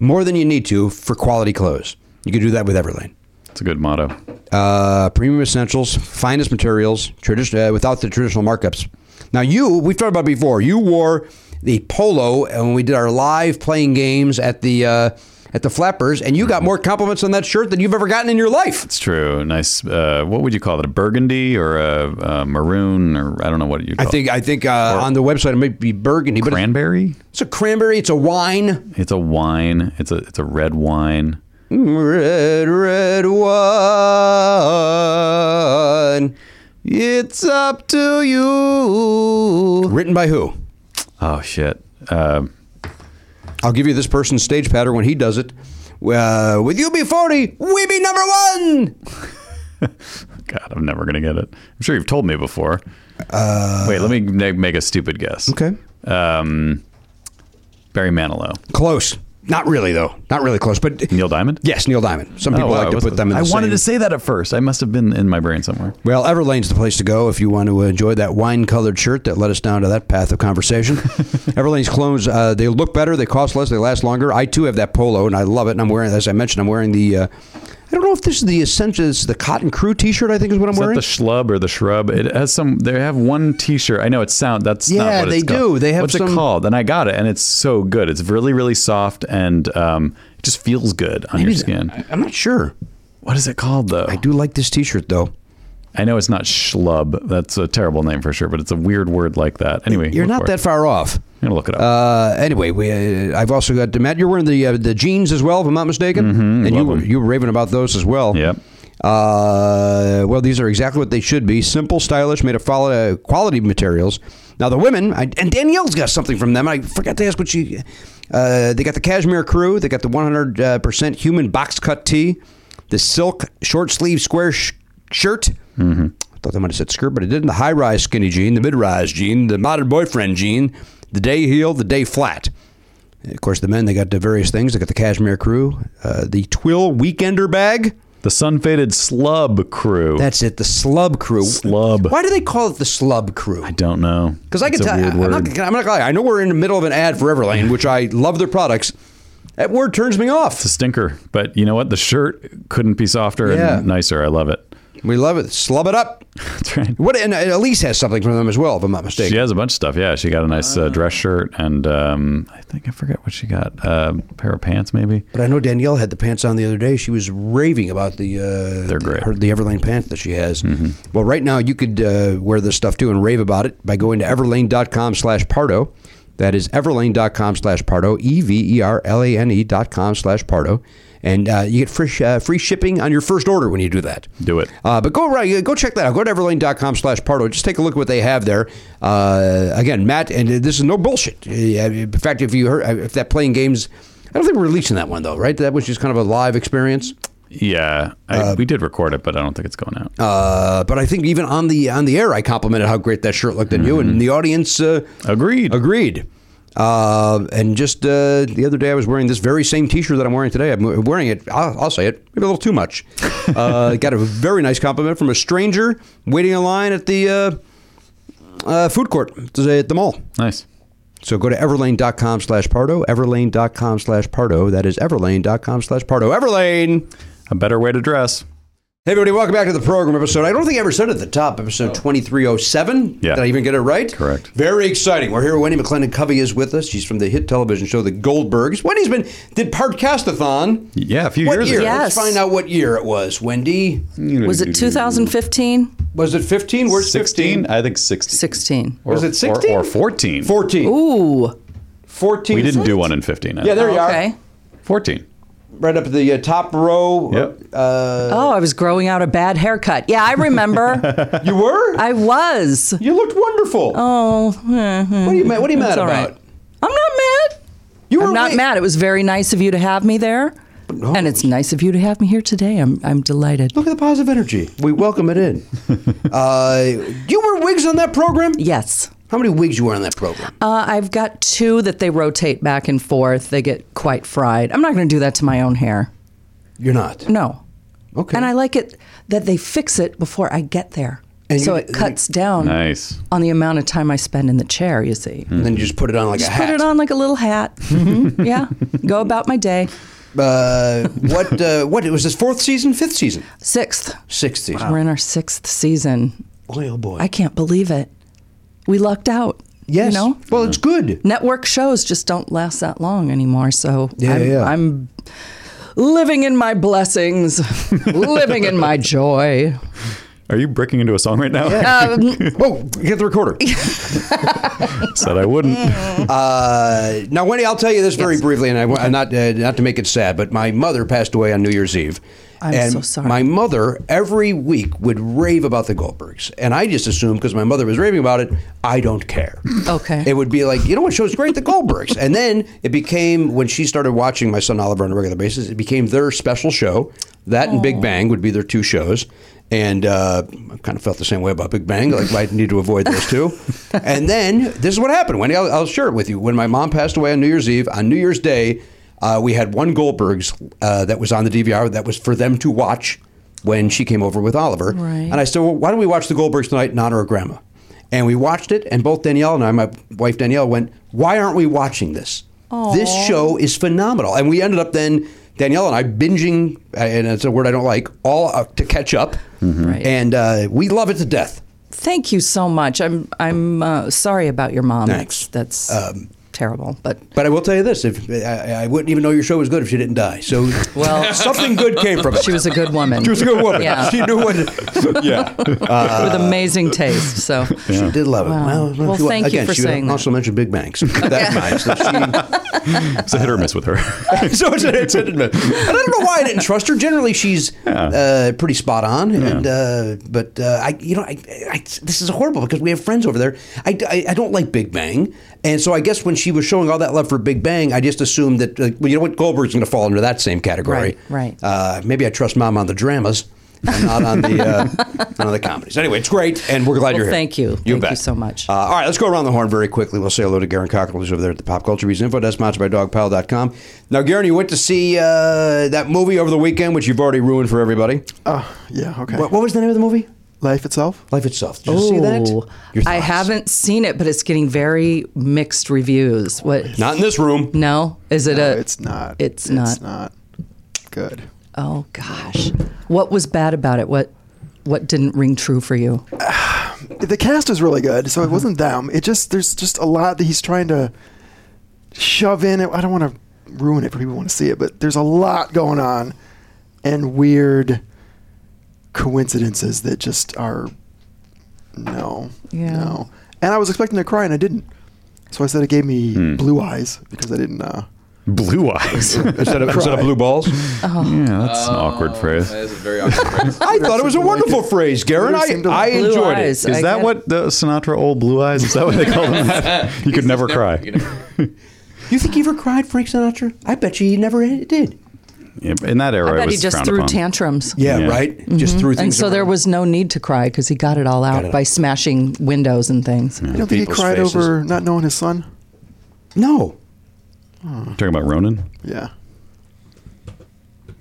Speaker 1: more than you need to for quality clothes. You can do that with Everlane.
Speaker 3: It's a good motto.
Speaker 1: Uh, premium essentials, finest materials, tradi- uh, without the traditional markups. Now, you, we've talked about before. You wore the polo, and when we did our live playing games at the uh, at the Flappers, and you got more compliments on that shirt than you've ever gotten in your life.
Speaker 3: It's true. Nice. Uh, what would you call it? A burgundy or a, a maroon or I don't know what you.
Speaker 1: I think I think uh, on the website it might be burgundy, but it's,
Speaker 3: cranberry.
Speaker 1: it's a cranberry. It's a wine,
Speaker 3: It's a wine. It's a it's a red wine.
Speaker 1: Mm, red red wine.
Speaker 3: It's up to you.
Speaker 1: Written by who?
Speaker 3: Oh shit. Uh,
Speaker 1: I'll give you this person's stage pattern when he does it. Uh, with you be forty, we be number one.
Speaker 3: God, I'm never gonna get it. I'm sure you've told me before. Wait, let me na- make a stupid guess.
Speaker 1: Uh, Okay.
Speaker 3: Um, Barry Manilow,
Speaker 1: Close, not really though, not really close, but
Speaker 3: Neil Diamond.
Speaker 1: yes, Neil Diamond. Some people
Speaker 3: Oh, wow,
Speaker 1: like to
Speaker 3: what's
Speaker 1: put
Speaker 3: the-
Speaker 1: them in. The
Speaker 3: I wanted
Speaker 1: same-
Speaker 3: to say that at first. I must have been in my brain somewhere.
Speaker 1: Well, Everlane's the place to go if you want to enjoy that wine-colored shirt that led us down to that path of
Speaker 3: <laughs>
Speaker 1: conversation. Everlane's clones, uh, they look better, they cost less, they last longer. I, too, have that polo, and I love it. And I'm wearing, as I mentioned, I'm wearing the, uh, I don't know if this is the essential, it's the Cotton Crew T-shirt, I think is what I'm
Speaker 3: Is that
Speaker 1: wearing.
Speaker 3: the schlub or the shrub? It has some. They have one T-shirt. I know it sound. That's not
Speaker 1: Yeah,
Speaker 3: what
Speaker 1: they
Speaker 3: it's
Speaker 1: do.
Speaker 3: called.
Speaker 1: They have
Speaker 3: What's
Speaker 1: some-
Speaker 3: it called? And I got it, and it's so good. It's really, really soft, and um, it just feels good on your skin.
Speaker 1: I'm not sure.
Speaker 3: what is it called though?
Speaker 1: I do like this T-shirt, though.
Speaker 3: I know it's not schlub. That's a terrible name for sure, but it's a weird word like that. Anyway,
Speaker 1: You're
Speaker 3: look
Speaker 1: not
Speaker 3: for
Speaker 1: that
Speaker 3: it.
Speaker 1: far off.
Speaker 3: I'm gonna look it up.
Speaker 1: Uh, anyway, we, uh, I've also got Matt. You're wearing the uh, the jeans as well, if I'm not mistaken. and you
Speaker 3: Mm-hmm, love
Speaker 1: were,
Speaker 3: 'em.
Speaker 1: you were raving about those as well.
Speaker 3: Yep.
Speaker 1: Uh, well, these are exactly what they should be: simple, stylish, made of fol- uh, quality materials. Now the women, I, and Danielle's got something from them. I forgot to ask what she. Uh, they got the cashmere crew. They got the 100% human box cut tee, the silk short sleeve square sh- shirt. I thought they might have said skirt, but it didn't. The high rise skinny jean, the mid rise jean, the modern boyfriend jean, the day heel, the day flat. Of course, the men, they got the various things. They got the cashmere crew, uh, the twill weekender bag.
Speaker 3: The sun faded slub crew.
Speaker 1: That's it, the slub crew.
Speaker 3: Slub.
Speaker 1: Why do they call it the slub crew?
Speaker 3: I don't know.
Speaker 1: Because I
Speaker 3: It's
Speaker 1: can tell
Speaker 3: a weird
Speaker 1: I'm
Speaker 3: word.
Speaker 1: not, I'm not gonna lie. I know we're in the middle of an ad for Everlane, which I love their products. That word turns me off.
Speaker 3: It's a stinker, but you know what? The shirt couldn't be softer
Speaker 1: Yeah.
Speaker 3: and nicer. I love it.
Speaker 1: We love it. Slub it up.
Speaker 3: That's right.
Speaker 1: What? And Elise has something from them as well, if I'm not mistaken.
Speaker 3: She has a bunch of stuff. Yeah, she got a nice
Speaker 1: Ah.
Speaker 3: uh, dress shirt and um, I think I forget what she got. Uh, pair of pants, maybe.
Speaker 1: But I know Danielle had the pants on the other day. She was raving about the uh,
Speaker 3: They're great.
Speaker 1: Her, the Everlane pants that she has.
Speaker 3: Mm-hmm.
Speaker 1: Well, right now you could uh, wear this stuff too and rave about it by going to everlane.com slash Pardo. That is everlane.com slash Pardo, E V E R L A N E dot com slash Pardo. And uh, you get free, uh, free shipping on your first order when you do that.
Speaker 3: Do it.
Speaker 1: Uh, but go right, go check that out. Go to everlane.com slash Pardo. Just take a look at what they have there. Uh, again, Matt, and this is no bullshit. Uh, In fact, if you heard, uh, if that playing games, I don't think we're releasing that one though, right? That was just kind of a live experience.
Speaker 3: Yeah, I, we did record it, but I don't think it's going out.
Speaker 1: Uh, but I think even on the on the air, I complimented how great that shirt looked on you, and the audience uh,
Speaker 3: Agreed.
Speaker 1: agreed. Uh, and just uh, the other day, I was wearing this very same T-shirt that I'm wearing today. I'm wearing it. I'll, I'll say it, maybe a little too much. Uh, got a very nice compliment from a stranger waiting in line at the uh, uh, food court at the mall.
Speaker 3: nice.
Speaker 1: So go to everlane.com slash Pardo, everlane.com slash Pardo. That is everlane.com slash Pardo. Everlane!
Speaker 3: A better way to dress.
Speaker 1: Hey, everybody, welcome back to the program episode. I don't think I ever said it at the top, episode 2307.
Speaker 3: Oh. Yeah.
Speaker 1: Did I even get it right?
Speaker 3: Correct.
Speaker 1: Very exciting. We're here. Wendy McClendon Covey is with us. She's from the hit television show The Goldbergs. Wendy's been, did Podcastathon.
Speaker 3: Yeah, a few
Speaker 1: What
Speaker 3: years
Speaker 1: year?
Speaker 3: ago.
Speaker 1: Let's
Speaker 7: Yes.
Speaker 1: find out what year it was. Wendy,
Speaker 7: Was it 2015?
Speaker 1: was it 15? Where's
Speaker 3: 16?
Speaker 1: 15?
Speaker 3: I think 16.
Speaker 7: 16.
Speaker 3: Or-
Speaker 1: Was it
Speaker 3: or-
Speaker 1: 16?
Speaker 3: Or, 14.
Speaker 1: 14.
Speaker 7: Ooh. Oh,
Speaker 1: 14.
Speaker 3: We didn't do one in 15. I
Speaker 1: Yeah, there
Speaker 3: think.
Speaker 1: you are.
Speaker 7: Okay.
Speaker 3: 14.
Speaker 1: Right up at the uh, top row. Uh,
Speaker 3: Yep.
Speaker 7: oh, I was growing out a bad haircut. Yeah,
Speaker 1: <laughs>
Speaker 7: I remember.
Speaker 1: You were?
Speaker 7: <laughs> I was.
Speaker 1: you looked wonderful.
Speaker 7: Oh, mhm.
Speaker 1: What are you, ma- what are you mad
Speaker 7: It's all right.
Speaker 1: about?
Speaker 7: I'm not mad.
Speaker 1: You
Speaker 7: I'm not
Speaker 1: wait-
Speaker 7: mad. It was very nice of you to have me there.
Speaker 1: no,
Speaker 7: and it's nice of you to have me here today. I'm I'm delighted.
Speaker 1: Look at the positive energy. We welcome it
Speaker 7: <laughs>
Speaker 1: in. uh, you wear wigs on that program?
Speaker 7: Yes.
Speaker 1: How many wigs you wear on that program?
Speaker 7: Uh, I've got two that they rotate back and forth. They get quite fried. I'm not going to do that to my own hair.
Speaker 1: You're not.
Speaker 7: No.
Speaker 1: Okay.
Speaker 7: And I like it that they fix it before I get there.
Speaker 1: And
Speaker 7: so
Speaker 1: you-
Speaker 7: it cuts down
Speaker 3: Nice.
Speaker 7: on the amount of time I spend in the chair, you see.
Speaker 1: And then you just put it on like a
Speaker 7: Just
Speaker 1: Hmm. hat.
Speaker 7: put it on like a
Speaker 1: <laughs>
Speaker 7: little hat. Mm-hmm. yeah. Go about my day.
Speaker 1: Uh, what? Uh, what? It was this fourth season, fifth season,
Speaker 7: Sixth.
Speaker 1: sixth season.
Speaker 7: We're in our sixth season.
Speaker 1: Boy, oh boy.
Speaker 7: I can't believe it. We lucked out.
Speaker 1: yes.
Speaker 7: You know?
Speaker 1: Well, it's good. <laughs>
Speaker 7: network shows just don't last that long anymore. So
Speaker 1: Yeah,
Speaker 7: I'm,
Speaker 1: yeah.
Speaker 7: I'm living in
Speaker 1: <laughs>
Speaker 7: my blessings, living in my joy. Um,
Speaker 3: Are you breaking into a song right now?
Speaker 1: Whoa! Get Oh, the
Speaker 7: <laughs>
Speaker 1: recorder.
Speaker 3: Said I wouldn't.
Speaker 1: Uh, now, Wendy, I'll tell you this very briefly, and I, am not uh, not to make it sad, but my mother passed away on New Year's Eve.
Speaker 7: I'm
Speaker 1: and
Speaker 7: so sorry.
Speaker 1: My mother every week would rave about the Goldbergs, and I just assumed because my mother was raving about it, I don't care.
Speaker 7: Okay.
Speaker 1: It would be like, you know what show's great? The Goldbergs. And then it became when she started watching my son Oliver on a regular basis, it became their special show. That and Big Bang would be their two shows. And uh, I kind of felt the same way about Big Bang. Like I need to avoid those two. and then this is what happened. Wendy, I'll, I'll share it with you. When my mom passed away on New Year's Eve, on New Year's Day, uh, we had one Goldbergs uh, that was on the DVR that was for them to watch when she came over with Oliver.
Speaker 7: Right.
Speaker 1: And I said, well, why don't we watch the Goldbergs tonight in honor of Grandma? And we watched it, and both Danielle and I, my wife Danielle, went, why aren't we watching this? This show is phenomenal. And we ended up then, Danielle and I, binging, and it's a word I don't like, all up to catch up.
Speaker 7: Right.
Speaker 1: And uh, we love it to death.
Speaker 7: Thank you so much. I'm I'm uh, sorry about your mom.
Speaker 1: Thanks. Um,
Speaker 7: That's, that's terrible, but
Speaker 1: But I will tell you this: if I, I wouldn't even know your show was good if she didn't die. So
Speaker 7: <laughs> Well-
Speaker 1: <laughs> something good came from it.
Speaker 7: she was a good woman.
Speaker 1: <laughs> She was a good woman.
Speaker 7: Yeah.
Speaker 1: She knew what.
Speaker 3: Yeah.
Speaker 7: with amazing taste. So
Speaker 1: <laughs> She did love it. Well,
Speaker 7: Well,
Speaker 1: she wa-
Speaker 7: thank you
Speaker 1: again,
Speaker 7: for
Speaker 1: she would
Speaker 7: saying that.
Speaker 1: also mentioned Big Bang.
Speaker 7: <laughs>
Speaker 1: So keep that in mind. So she-
Speaker 3: it's a hit or miss with her.
Speaker 1: so it's, it's an admit. And I don't know why I didn't trust her. Generally, she's uh, pretty spot on. And uh, but uh, I, you know, I, I, this is horrible because we have friends over there. I, I, I don't like Big Bang, and so I guess when she was showing all that love for Big Bang, I just assumed that uh, well, you know what Goldberg's going to fall under that same category.
Speaker 7: Right, right.
Speaker 1: Uh, maybe I trust mom on the dramas. and not on the
Speaker 7: <laughs>
Speaker 1: uh, not on the comedies. Anyway, it's great, and we're glad
Speaker 7: Well,
Speaker 1: you're here.
Speaker 7: thank you. Thank you
Speaker 1: bet.
Speaker 7: so much.
Speaker 1: Uh, all right, let's go around the horn very quickly. We'll say hello to Garen Cockrell, who's over there at the Pop Culture Beats Info Desk, sponsored by DogPile.com. Now, Garen, you went to see uh, that movie over the weekend, which you've already ruined for everybody.
Speaker 5: Oh, yeah, okay.
Speaker 1: What, what was the name of the movie?
Speaker 5: Life itself?
Speaker 1: Life Itself. Did you see that?
Speaker 7: Ooh.
Speaker 1: Your
Speaker 7: I
Speaker 1: thoughts?
Speaker 7: haven't seen it, but it's getting very mixed reviews. What?
Speaker 1: Not in this room.
Speaker 7: No, is it a?
Speaker 5: it's not.
Speaker 7: It's
Speaker 5: It's
Speaker 7: not.
Speaker 5: not good.
Speaker 7: Oh gosh, what was bad about it? What? What didn't ring true for you?
Speaker 5: The cast is really good,
Speaker 7: Uh-huh.
Speaker 5: so it wasn't them. It just there's just a lot that he's trying to shove in. I don't want to ruin it for people who want to see it, but there's a lot going on and weird coincidences that just are no,
Speaker 7: Yeah.
Speaker 5: no. And I was expecting to cry and I didn't. So I said it gave me blue eyes because I didn't. Uh,
Speaker 3: Blue eyes. yeah,
Speaker 1: Instead of, instead of blue balls,
Speaker 3: that's an awkward phrase.
Speaker 6: That is a very awkward phrase.
Speaker 1: I thought it was a wonderful phrase, Garen.
Speaker 5: Really
Speaker 1: I,
Speaker 5: seemed to
Speaker 1: I
Speaker 5: like
Speaker 7: Blue
Speaker 1: enjoyed
Speaker 7: eyes.
Speaker 1: it.
Speaker 3: Is
Speaker 7: I
Speaker 3: that
Speaker 7: get-
Speaker 3: what the Sinatra old blue eyes? Is that what they call them? that? You could <laughs> never cry.
Speaker 6: You know,
Speaker 1: You think he ever cried, Frank Sinatra? I bet you he never did.
Speaker 3: Yeah, In that era,
Speaker 7: I
Speaker 3: it
Speaker 7: bet
Speaker 3: was
Speaker 7: he just
Speaker 3: frowned
Speaker 7: threw
Speaker 3: upon.
Speaker 7: tantrums.
Speaker 1: Yeah, right. Just threw things.
Speaker 7: And so there
Speaker 1: around.
Speaker 7: was no need to cry because he got it all out
Speaker 1: it
Speaker 7: by
Speaker 1: out.
Speaker 7: smashing windows and things.
Speaker 5: you don't think he
Speaker 1: people's
Speaker 5: cried
Speaker 1: faces.
Speaker 5: over not knowing his son?
Speaker 1: no.
Speaker 3: Talking about Ronan.
Speaker 5: Yeah.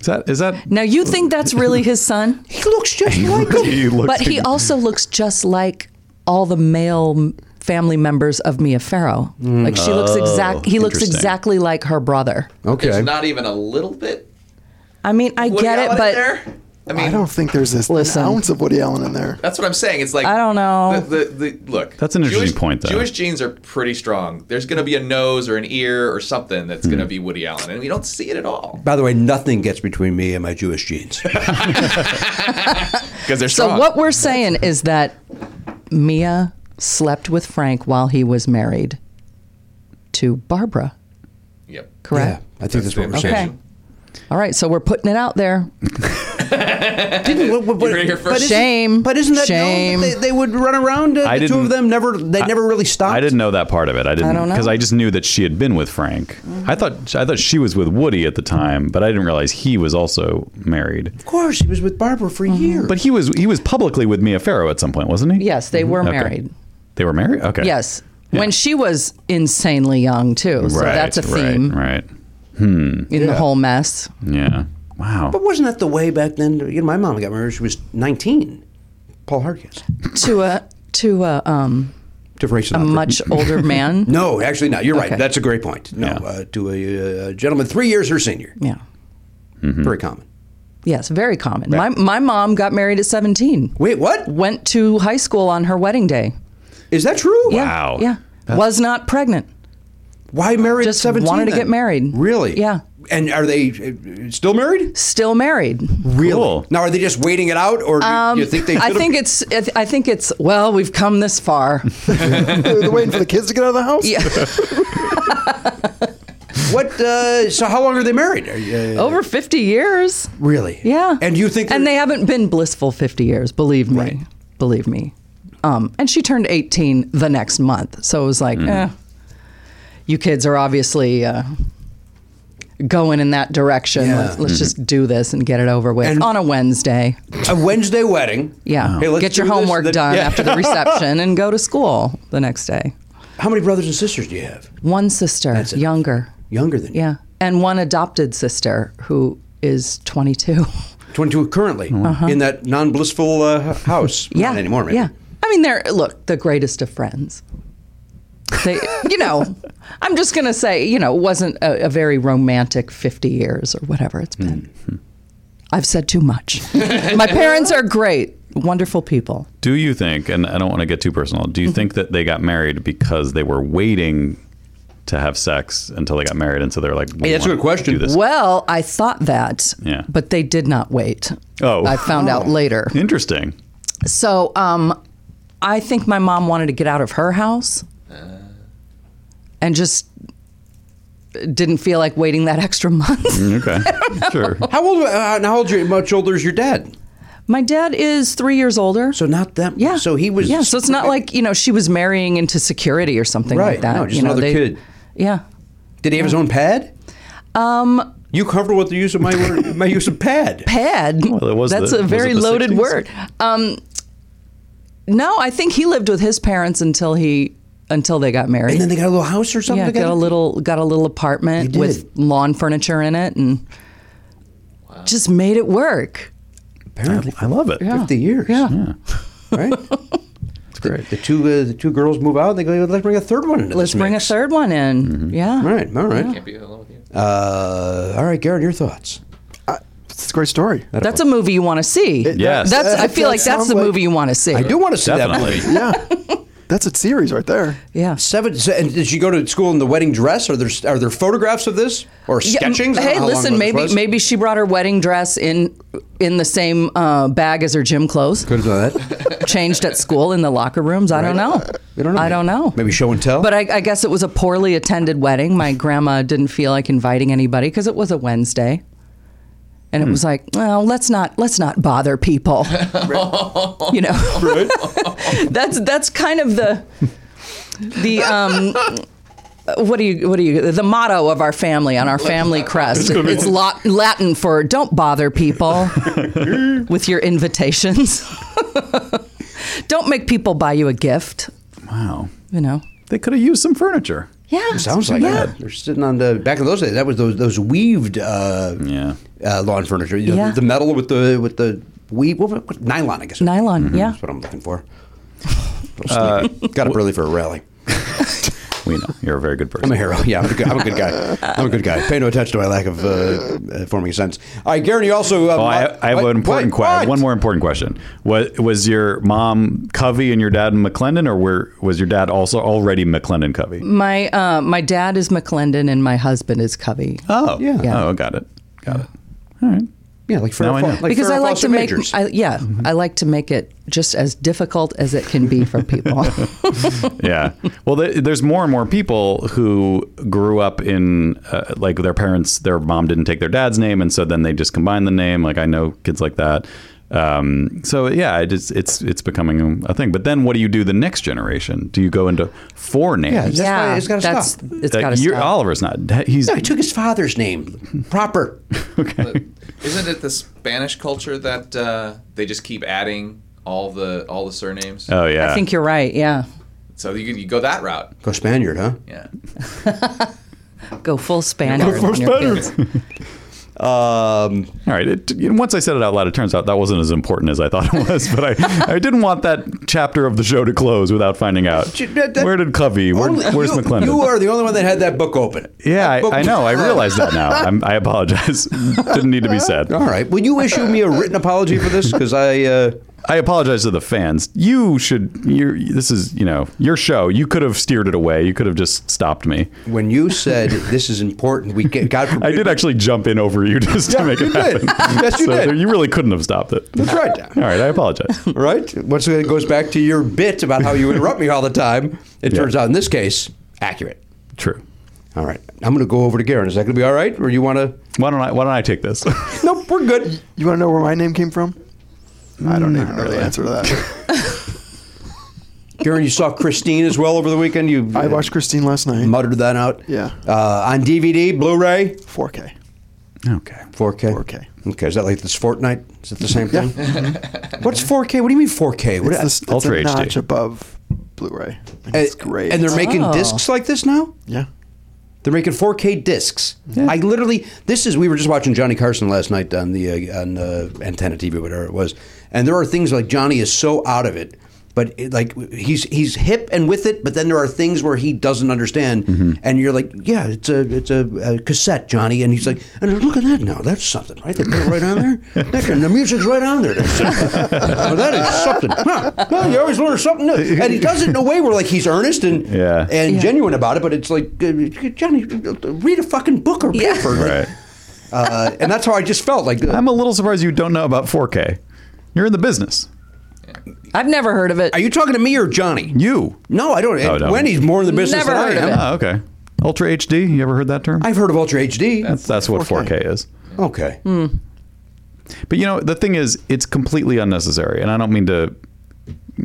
Speaker 3: Is that is that?
Speaker 7: Now you think that's really his son?
Speaker 1: He looks just like him.
Speaker 3: He looks
Speaker 7: but he
Speaker 3: like-
Speaker 7: also looks just like all the male m- family members of Mia Farrow. Like she looks exact. He looks
Speaker 3: interesting.
Speaker 7: exactly like her brother.
Speaker 1: Okay.
Speaker 6: There's not even a little bit.
Speaker 7: I mean, I
Speaker 6: Woody
Speaker 7: get
Speaker 6: Allen
Speaker 7: it,
Speaker 6: in
Speaker 7: but
Speaker 6: there? I mean,
Speaker 5: I don't think there's this
Speaker 7: Listen.
Speaker 5: an ounce of Woody Allen in there.
Speaker 6: That's what I'm saying. It's like
Speaker 7: I don't know.
Speaker 6: The, the, the, look,
Speaker 3: That's an interesting
Speaker 6: Jewish,
Speaker 3: point, though.
Speaker 6: Jewish genes are pretty strong. There's going to be a nose or an ear or something that's
Speaker 3: Hmm.
Speaker 6: going to be Woody Allen, and we don't see it at all
Speaker 1: By the way, nothing gets between me and my Jewish genes.
Speaker 6: because they're
Speaker 7: so
Speaker 6: strong.
Speaker 7: what we're saying is that Mia slept with Frank while he was married to Barbara.
Speaker 6: Yep.
Speaker 1: yeah,
Speaker 7: Correct.
Speaker 1: I think that's what we're
Speaker 6: Okay.
Speaker 1: saying.
Speaker 7: Okay. All right, so we're putting it out there.
Speaker 1: Didn't, what- what-
Speaker 6: You heard it here first.
Speaker 1: isn't-
Speaker 7: Shame.
Speaker 1: But isn't that known
Speaker 7: Shame.
Speaker 1: that They, they would run around. Uh,
Speaker 3: I
Speaker 1: the two of
Speaker 3: didn't-
Speaker 1: them never. They never really stopped.
Speaker 3: I didn't know that part of it. I didn't
Speaker 7: don't know. Mm-hmm.
Speaker 3: because I just knew that she had been with Frank. I thought I thought she was with Woody at the time, but I didn't realize he was also married.
Speaker 1: Of course, he was with Barbara for
Speaker 7: Mm-hmm.
Speaker 1: years.
Speaker 3: But he was he was publicly with Mia Farrow at some point, wasn't he? Mm-hmm.
Speaker 7: Yes, they were
Speaker 3: Okay.
Speaker 7: married.
Speaker 3: They were married. Okay.
Speaker 7: Yes. When she was insanely young too, so
Speaker 3: Right,
Speaker 7: that's a theme
Speaker 3: Right. Right.
Speaker 7: in the whole mess.
Speaker 3: Yeah. Wow.
Speaker 1: But wasn't that the way back then? You know, my mom got married. She was nineteen. Paul Harkins.
Speaker 7: to a to a um
Speaker 1: To Frank Sinatra.
Speaker 3: <laughs>
Speaker 7: a much older man.
Speaker 1: no, actually not. You're right.
Speaker 7: Okay.
Speaker 1: That's a great point. No,
Speaker 3: Yeah.
Speaker 1: uh, to a uh, gentleman three years her senior.
Speaker 7: Yeah. Mm-hmm.
Speaker 1: Very common.
Speaker 7: Yes, very common. My my mom got married at 17.
Speaker 1: Wait, what?
Speaker 7: Went to high school on her wedding day.
Speaker 1: Is that true?
Speaker 7: Yeah.
Speaker 3: Wow.
Speaker 7: Yeah. Was not pregnant.
Speaker 1: Why married
Speaker 7: Just
Speaker 1: at 17?
Speaker 7: wanted to
Speaker 1: then?
Speaker 7: get married.
Speaker 1: Really?
Speaker 7: Yeah.
Speaker 1: And are they uh, still married?
Speaker 7: Still married.
Speaker 1: Really?
Speaker 3: Cool.
Speaker 1: Now, are they just waiting it out, or do you think they?
Speaker 7: Um, I
Speaker 1: should've-
Speaker 7: think it's I th- I think it's well, we've come
Speaker 1: <laughs>
Speaker 7: this far.
Speaker 5: They're waiting for the kids to get out of the
Speaker 7: <laughs>
Speaker 5: house.
Speaker 7: Yeah.
Speaker 1: what? Uh, so, how long are they married? Are you- uh,
Speaker 7: Over 50 years.
Speaker 1: really?
Speaker 7: Yeah.
Speaker 1: And you think?
Speaker 7: And
Speaker 1: they're-
Speaker 7: they haven't been blissful 50 years, believe me. Believe me. Um, and she turned 18 the next month. So it was
Speaker 1: Mm-hmm.
Speaker 7: like, eh, you kids are obviously uh, going in that direction.
Speaker 1: Yeah. Mm-hmm.
Speaker 7: Let's, let's just do this and get it over with
Speaker 1: And-
Speaker 7: on a Wednesday.
Speaker 1: a Wednesday wedding.
Speaker 7: Yeah.
Speaker 1: Hey, let's
Speaker 7: get your
Speaker 1: do this,
Speaker 7: homework
Speaker 1: then-
Speaker 7: done
Speaker 1: yeah. <laughs>
Speaker 7: after the reception and go to school the next day.
Speaker 1: How many brothers and sisters do you have?
Speaker 7: One sister,
Speaker 1: That's it.
Speaker 7: younger.
Speaker 1: Younger than you.
Speaker 7: Yeah. And one adopted sister who is 22.
Speaker 1: Twenty-two currently in that non-blissful uh, house.
Speaker 7: <laughs> Uh-huh. Yeah.
Speaker 1: Not anymore, maybe.
Speaker 7: Yeah. I mean, they're, look, the greatest of friends. They, <laughs> you know, I'm just going to say, you know, it wasn't a, a very romantic 50 years or whatever it's been.
Speaker 3: Mm-hmm.
Speaker 7: I've said
Speaker 3: <laughs>
Speaker 7: too much. My parents are great, wonderful people.
Speaker 3: Do
Speaker 7: Mm-hmm.
Speaker 3: you think? And I don't want to get too personal. Do you think that they got married because they were waiting to have sex until they got married, and so they're like, we
Speaker 1: Hey, that's a
Speaker 3: want
Speaker 1: good question.
Speaker 3: to Do this.
Speaker 7: Well, I thought that,
Speaker 3: Yeah.
Speaker 7: but they did not wait.
Speaker 3: Oh.
Speaker 7: I found out later.
Speaker 3: Interesting.
Speaker 7: So um, I think my mom wanted to get out of her house
Speaker 1: Uh.
Speaker 7: and just didn't feel like waiting that <laughs> extra
Speaker 1: Mm-hmm.
Speaker 7: month. <laughs>
Speaker 3: Okay, sure.
Speaker 1: How old? Uh, now, how old? Your, much older is your dad?
Speaker 7: my dad is three years older.
Speaker 1: So not that.
Speaker 7: yeah.
Speaker 1: So he was.
Speaker 7: Yeah. So it's not like you know she was marrying into security or something
Speaker 1: Right,
Speaker 7: like that.
Speaker 1: no, just
Speaker 7: you know,
Speaker 1: another kid.
Speaker 7: Yeah.
Speaker 1: Did he have his own pad?
Speaker 7: Um,
Speaker 1: You comfortable with the use of my
Speaker 7: <laughs>
Speaker 1: word, my use of pad?
Speaker 7: pad.
Speaker 3: it was
Speaker 7: That's
Speaker 3: the-
Speaker 7: a
Speaker 3: was
Speaker 7: very
Speaker 3: it the
Speaker 7: loaded
Speaker 3: 60s?
Speaker 7: word. Um, no, I think he lived with his parents until he until they got married.
Speaker 1: And then they got a little house or something.
Speaker 7: yeah,
Speaker 1: together?
Speaker 7: got a little got a little apartment
Speaker 1: They
Speaker 7: with
Speaker 1: did.
Speaker 7: lawn furniture in it, and just made it work.
Speaker 1: Apparently,
Speaker 3: I love it.
Speaker 1: fifty years.
Speaker 7: Yeah. <laughs>
Speaker 1: Right.
Speaker 3: It's great.
Speaker 1: The two uh, the two girls move out. and They go. Let's bring a third one. Into
Speaker 7: Let's
Speaker 1: this
Speaker 7: bring a
Speaker 1: mix."
Speaker 7: third one in. Yeah.
Speaker 1: All right. All right.
Speaker 6: Can't be alone with you.
Speaker 1: Uh, all right, Garrett. Your thoughts?
Speaker 5: It's a great story.
Speaker 7: That's a movie you want to see.
Speaker 3: Yes.
Speaker 7: That's. I
Speaker 5: that
Speaker 7: feel like that's
Speaker 5: sounds
Speaker 7: the
Speaker 5: like-
Speaker 7: movie you want to see.
Speaker 1: I do want to see that
Speaker 3: Definitely.
Speaker 1: movie.
Speaker 5: Yeah. That's a series right there.
Speaker 7: Yeah.
Speaker 1: Seven. se- And did she go to school in the wedding dress? Are there are there photographs of this or
Speaker 7: Yeah, m-
Speaker 1: sketchings? I don't know
Speaker 7: Hey,
Speaker 1: how long ago
Speaker 7: listen,
Speaker 1: this
Speaker 7: maybe
Speaker 1: was.
Speaker 7: maybe she brought her wedding dress in in the same uh, bag as her gym
Speaker 1: <laughs>
Speaker 7: clothes.
Speaker 1: could have done
Speaker 7: <laughs>
Speaker 1: that.
Speaker 7: Changed at school in the locker rooms. I don't know.
Speaker 1: We don't know.
Speaker 7: I don't know.
Speaker 1: Maybe show and tell.
Speaker 7: But I, I guess it was a poorly attended wedding. My grandma didn't feel like inviting anybody because it was a Wednesday, and
Speaker 1: Hmm.
Speaker 7: it was like, well, let's not let's not
Speaker 1: <laughs>
Speaker 7: bother people. <laughs> you know, <laughs> that's that's kind of the the um. What do you? What do you? The motto of our family on
Speaker 1: <laughs>
Speaker 7: our family crest. It's lot, Latin for "Don't bother
Speaker 1: <laughs>
Speaker 7: people with your invitations. <laughs> Don't make people buy you a gift."
Speaker 3: Wow.
Speaker 7: You know.
Speaker 3: They could have used some furniture.
Speaker 7: Yeah.
Speaker 1: Sounds like
Speaker 7: yeah.
Speaker 1: that. They're sitting on the back in those days. That was those those weaved uh,
Speaker 3: Yeah.
Speaker 1: uh, lawn furniture. You know,
Speaker 7: Yeah.
Speaker 1: the metal with the with the weave what, what, nylon. I guess
Speaker 7: Nylon. Yeah.
Speaker 1: That's what I'm looking for.
Speaker 3: Uh,
Speaker 1: Got up early for a rally.
Speaker 3: We know you're a very
Speaker 1: <laughs>
Speaker 3: good person.
Speaker 1: I'm a hero. Yeah, I'm a good, I'm a good guy. I'm a good guy. Pay no attention to my lack of uh, uh, forming a sentence. All right, Garen, you also. Uh,
Speaker 3: Oh, I, I have
Speaker 1: what-
Speaker 3: an important
Speaker 1: what-
Speaker 3: question.
Speaker 1: what?
Speaker 3: One more important question. What was your mom Covey and your dad McClendon, or were was your dad also already McClendon Covey?
Speaker 1: Mm,
Speaker 7: My uh, my dad is McClendon and my husband is Covey.
Speaker 3: Oh,
Speaker 1: Yeah.
Speaker 7: Yeah.
Speaker 3: Oh, got it. Got it. All right.
Speaker 1: Yeah, like for
Speaker 3: Now I know.
Speaker 1: like
Speaker 7: because
Speaker 1: Farrah
Speaker 7: I like
Speaker 1: Fawcett
Speaker 7: to make
Speaker 1: Majors. Mm-hmm.
Speaker 7: I, yeah I like to make it just as difficult as it can
Speaker 1: <laughs>
Speaker 7: be for people.
Speaker 3: yeah. <laughs> Well, th- there's more and more people who grew up in uh, like their parents, their mom didn't take their dad's name, and so then they just combine the name. Like I know kids like that. Um, so yeah, it is, it's it's becoming a thing. But then what do you do the next generation? Do you go into four
Speaker 7: <laughs>
Speaker 3: names?
Speaker 1: Yeah, why it's gotta
Speaker 7: that's
Speaker 1: stop.
Speaker 7: it's
Speaker 3: Like,
Speaker 7: got to
Speaker 3: you're-
Speaker 7: stop.
Speaker 3: Oliver's not. that- He's
Speaker 1: No, he took his father's name proper.
Speaker 6: Isn't it the Spanish culture that uh, they just keep adding all the all the surnames?
Speaker 3: oh yeah.
Speaker 7: I think you're right. Yeah,
Speaker 6: So you, you go that route.
Speaker 1: Go Spaniard, huh?
Speaker 6: Yeah.
Speaker 7: go full Spaniard.
Speaker 1: full
Speaker 7: on your kids.
Speaker 1: Um,
Speaker 3: All right. It, you know, once I said it out loud, it turns out that wasn't as important as I thought it <laughs> was. But I, I didn't want that chapter of the show to close without finding out
Speaker 1: that- that-
Speaker 3: where did Covey, where,
Speaker 1: only-
Speaker 3: where's
Speaker 1: you,
Speaker 3: McClendon.
Speaker 1: You are the only one that had that book open.
Speaker 3: Yeah,
Speaker 1: That book
Speaker 3: I, I
Speaker 1: was- <laughs>
Speaker 3: know. I realize that now. I'm, I apologize. <laughs> Didn't need to be said.
Speaker 1: All right. Will you issue me a written apology for this? Because I. Uh,
Speaker 3: I apologize to the fans. You should. You. This is you know your show. You could have steered it away. You could have just stopped me.
Speaker 1: when you said this is important, we get, God forbid.
Speaker 3: I did actually jump in over you <laughs> just
Speaker 1: Yeah,
Speaker 3: to make
Speaker 1: you
Speaker 3: it happen.
Speaker 1: did. Yes, you
Speaker 3: <laughs> so
Speaker 1: did.
Speaker 3: there- you really couldn't have stopped it.
Speaker 1: That's right.
Speaker 3: All right. I apologize. <laughs>
Speaker 1: Right? Once again, it goes back to your bit about how you interrupt me all the time. It turns out in this case, accurate.
Speaker 3: True.
Speaker 1: All right. I'm going to go over to Garen. Is that going to be all right? Or you want to.
Speaker 3: Why don't I? Why don't I
Speaker 1: <laughs>
Speaker 3: take this?
Speaker 1: Nope, we're good.
Speaker 5: You want to know where my name came from? I don't even know
Speaker 3: Mm.
Speaker 5: the answer
Speaker 3: <laughs>
Speaker 5: to that.
Speaker 1: Garen, you saw Christine as well over the weekend. You
Speaker 5: I watched Christine last night.
Speaker 1: muttered that out.
Speaker 5: Yeah.
Speaker 1: Uh, on DVD, Blu ray,
Speaker 5: 4K.
Speaker 3: okay.
Speaker 1: 4K.
Speaker 5: 4K.
Speaker 1: Okay. Is that like this Fortnite? Is it the same thing?
Speaker 5: <laughs>
Speaker 1: What's 4K? What do you mean 4K? What,
Speaker 5: It's, this, it's
Speaker 3: Ultra HD.
Speaker 5: a notch above Blu-ray. And
Speaker 1: and,
Speaker 5: it's great.
Speaker 1: and they're making
Speaker 7: Oh.
Speaker 1: discs like this now?
Speaker 5: yeah.
Speaker 1: They're making 4K discs. I literally, this is. We were just watching Johnny Carson last night on the uh, on uh, antenna TV, whatever it was, and there are things like Johnny is so out of it But it, like he's he's hip and with it, but then there are things where he doesn't understand, and you're like, yeah, it's a it's a, a cassette, Johnny, and he's like, and look at that now, that's something, right? They put it right on there. That can, the music's right on there. That's well, that is something. Huh. Well, you always learn something new, and he does it in a way where like he's earnest and
Speaker 3: Yeah.
Speaker 1: and
Speaker 7: Yeah.
Speaker 1: genuine about it, but it's like uh, Johnny, read a fucking book or
Speaker 7: Yeah.
Speaker 1: paper,
Speaker 3: Right.
Speaker 1: uh, and that's how I just felt. Like uh,
Speaker 3: <laughs> I'm a little surprised you don't know about 4K. You're in the business.
Speaker 7: I've never heard of it.
Speaker 1: Are you talking to me or Johnny?
Speaker 3: You.
Speaker 1: No, I don't.
Speaker 3: Oh, no.
Speaker 1: Wendy's more in the business
Speaker 7: Never
Speaker 1: than
Speaker 7: heard
Speaker 1: I am.
Speaker 7: of it.
Speaker 3: Oh, okay. Ultra HD. You ever heard that term?
Speaker 1: I've heard of Ultra HD.
Speaker 3: That's that's what 4K is.
Speaker 1: okay.
Speaker 7: Hmm.
Speaker 3: But you know, the thing is, it's completely unnecessary, and I don't mean to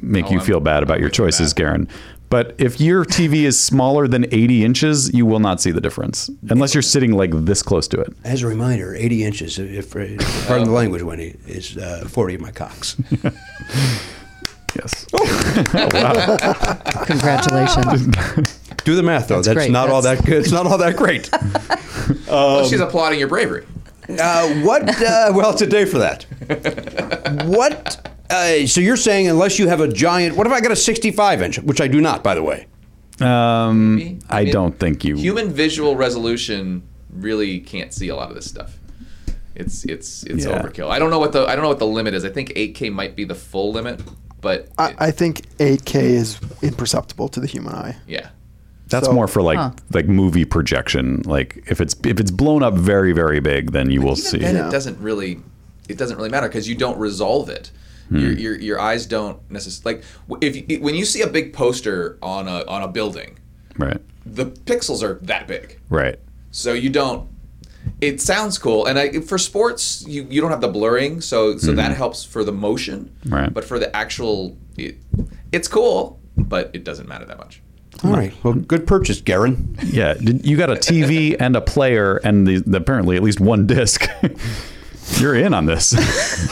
Speaker 3: make you
Speaker 6: Oh, I'm-
Speaker 3: feel bad about your choices, Garen. But if your TV is smaller than 80 inches, you will not see the difference unless you're sitting like this close to it.
Speaker 1: As a reminder, 80 inches, if, if pardon the language, Wendy, is uh, 40 of my cocks.
Speaker 3: Yes.
Speaker 7: Congratulations.
Speaker 1: <laughs> Do the math though. That's,
Speaker 7: great.
Speaker 1: not all
Speaker 7: That's-
Speaker 1: that good. It's not all that
Speaker 7: <laughs>
Speaker 1: great.
Speaker 3: Um,
Speaker 6: Well, she's applauding your bravery.
Speaker 1: Uh, what? Uh, well, it's a day for that. What? Uh, so you're saying unless you have a giant? What if I got a 65 inch, which I do not, by the way.
Speaker 3: Um, I don't think you.
Speaker 6: Human visual resolution really can't see a lot of this stuff. It's it's it's
Speaker 3: Yeah.
Speaker 6: overkill. I don't know what the I don't know what the limit is. I think 8K might be the full limit, but
Speaker 5: I, I think 8K is imperceptible to the human eye.
Speaker 6: yeah.
Speaker 3: That's
Speaker 5: So-
Speaker 3: more for like like movie projection. Like if it's if it's blown up very very big, then you will see.
Speaker 6: then it doesn't really it doesn't really matter because you don't resolve it. Your, your your eyes don't necessarily like w- if you, when you see a big poster on a on a building,
Speaker 3: Right.
Speaker 6: the pixels are that big.
Speaker 3: Right.
Speaker 6: so you don't it sounds cool and I, for sports you, you don't have the blurring so so that helps for the motion
Speaker 3: Right.
Speaker 6: but for the actual it, it's cool but it doesn't matter that much
Speaker 1: All right. Well, good purchase, Garen.
Speaker 3: Yeah. Did, you got a TV and a player and the, the- apparently at least one disc. <laughs> You're in on this.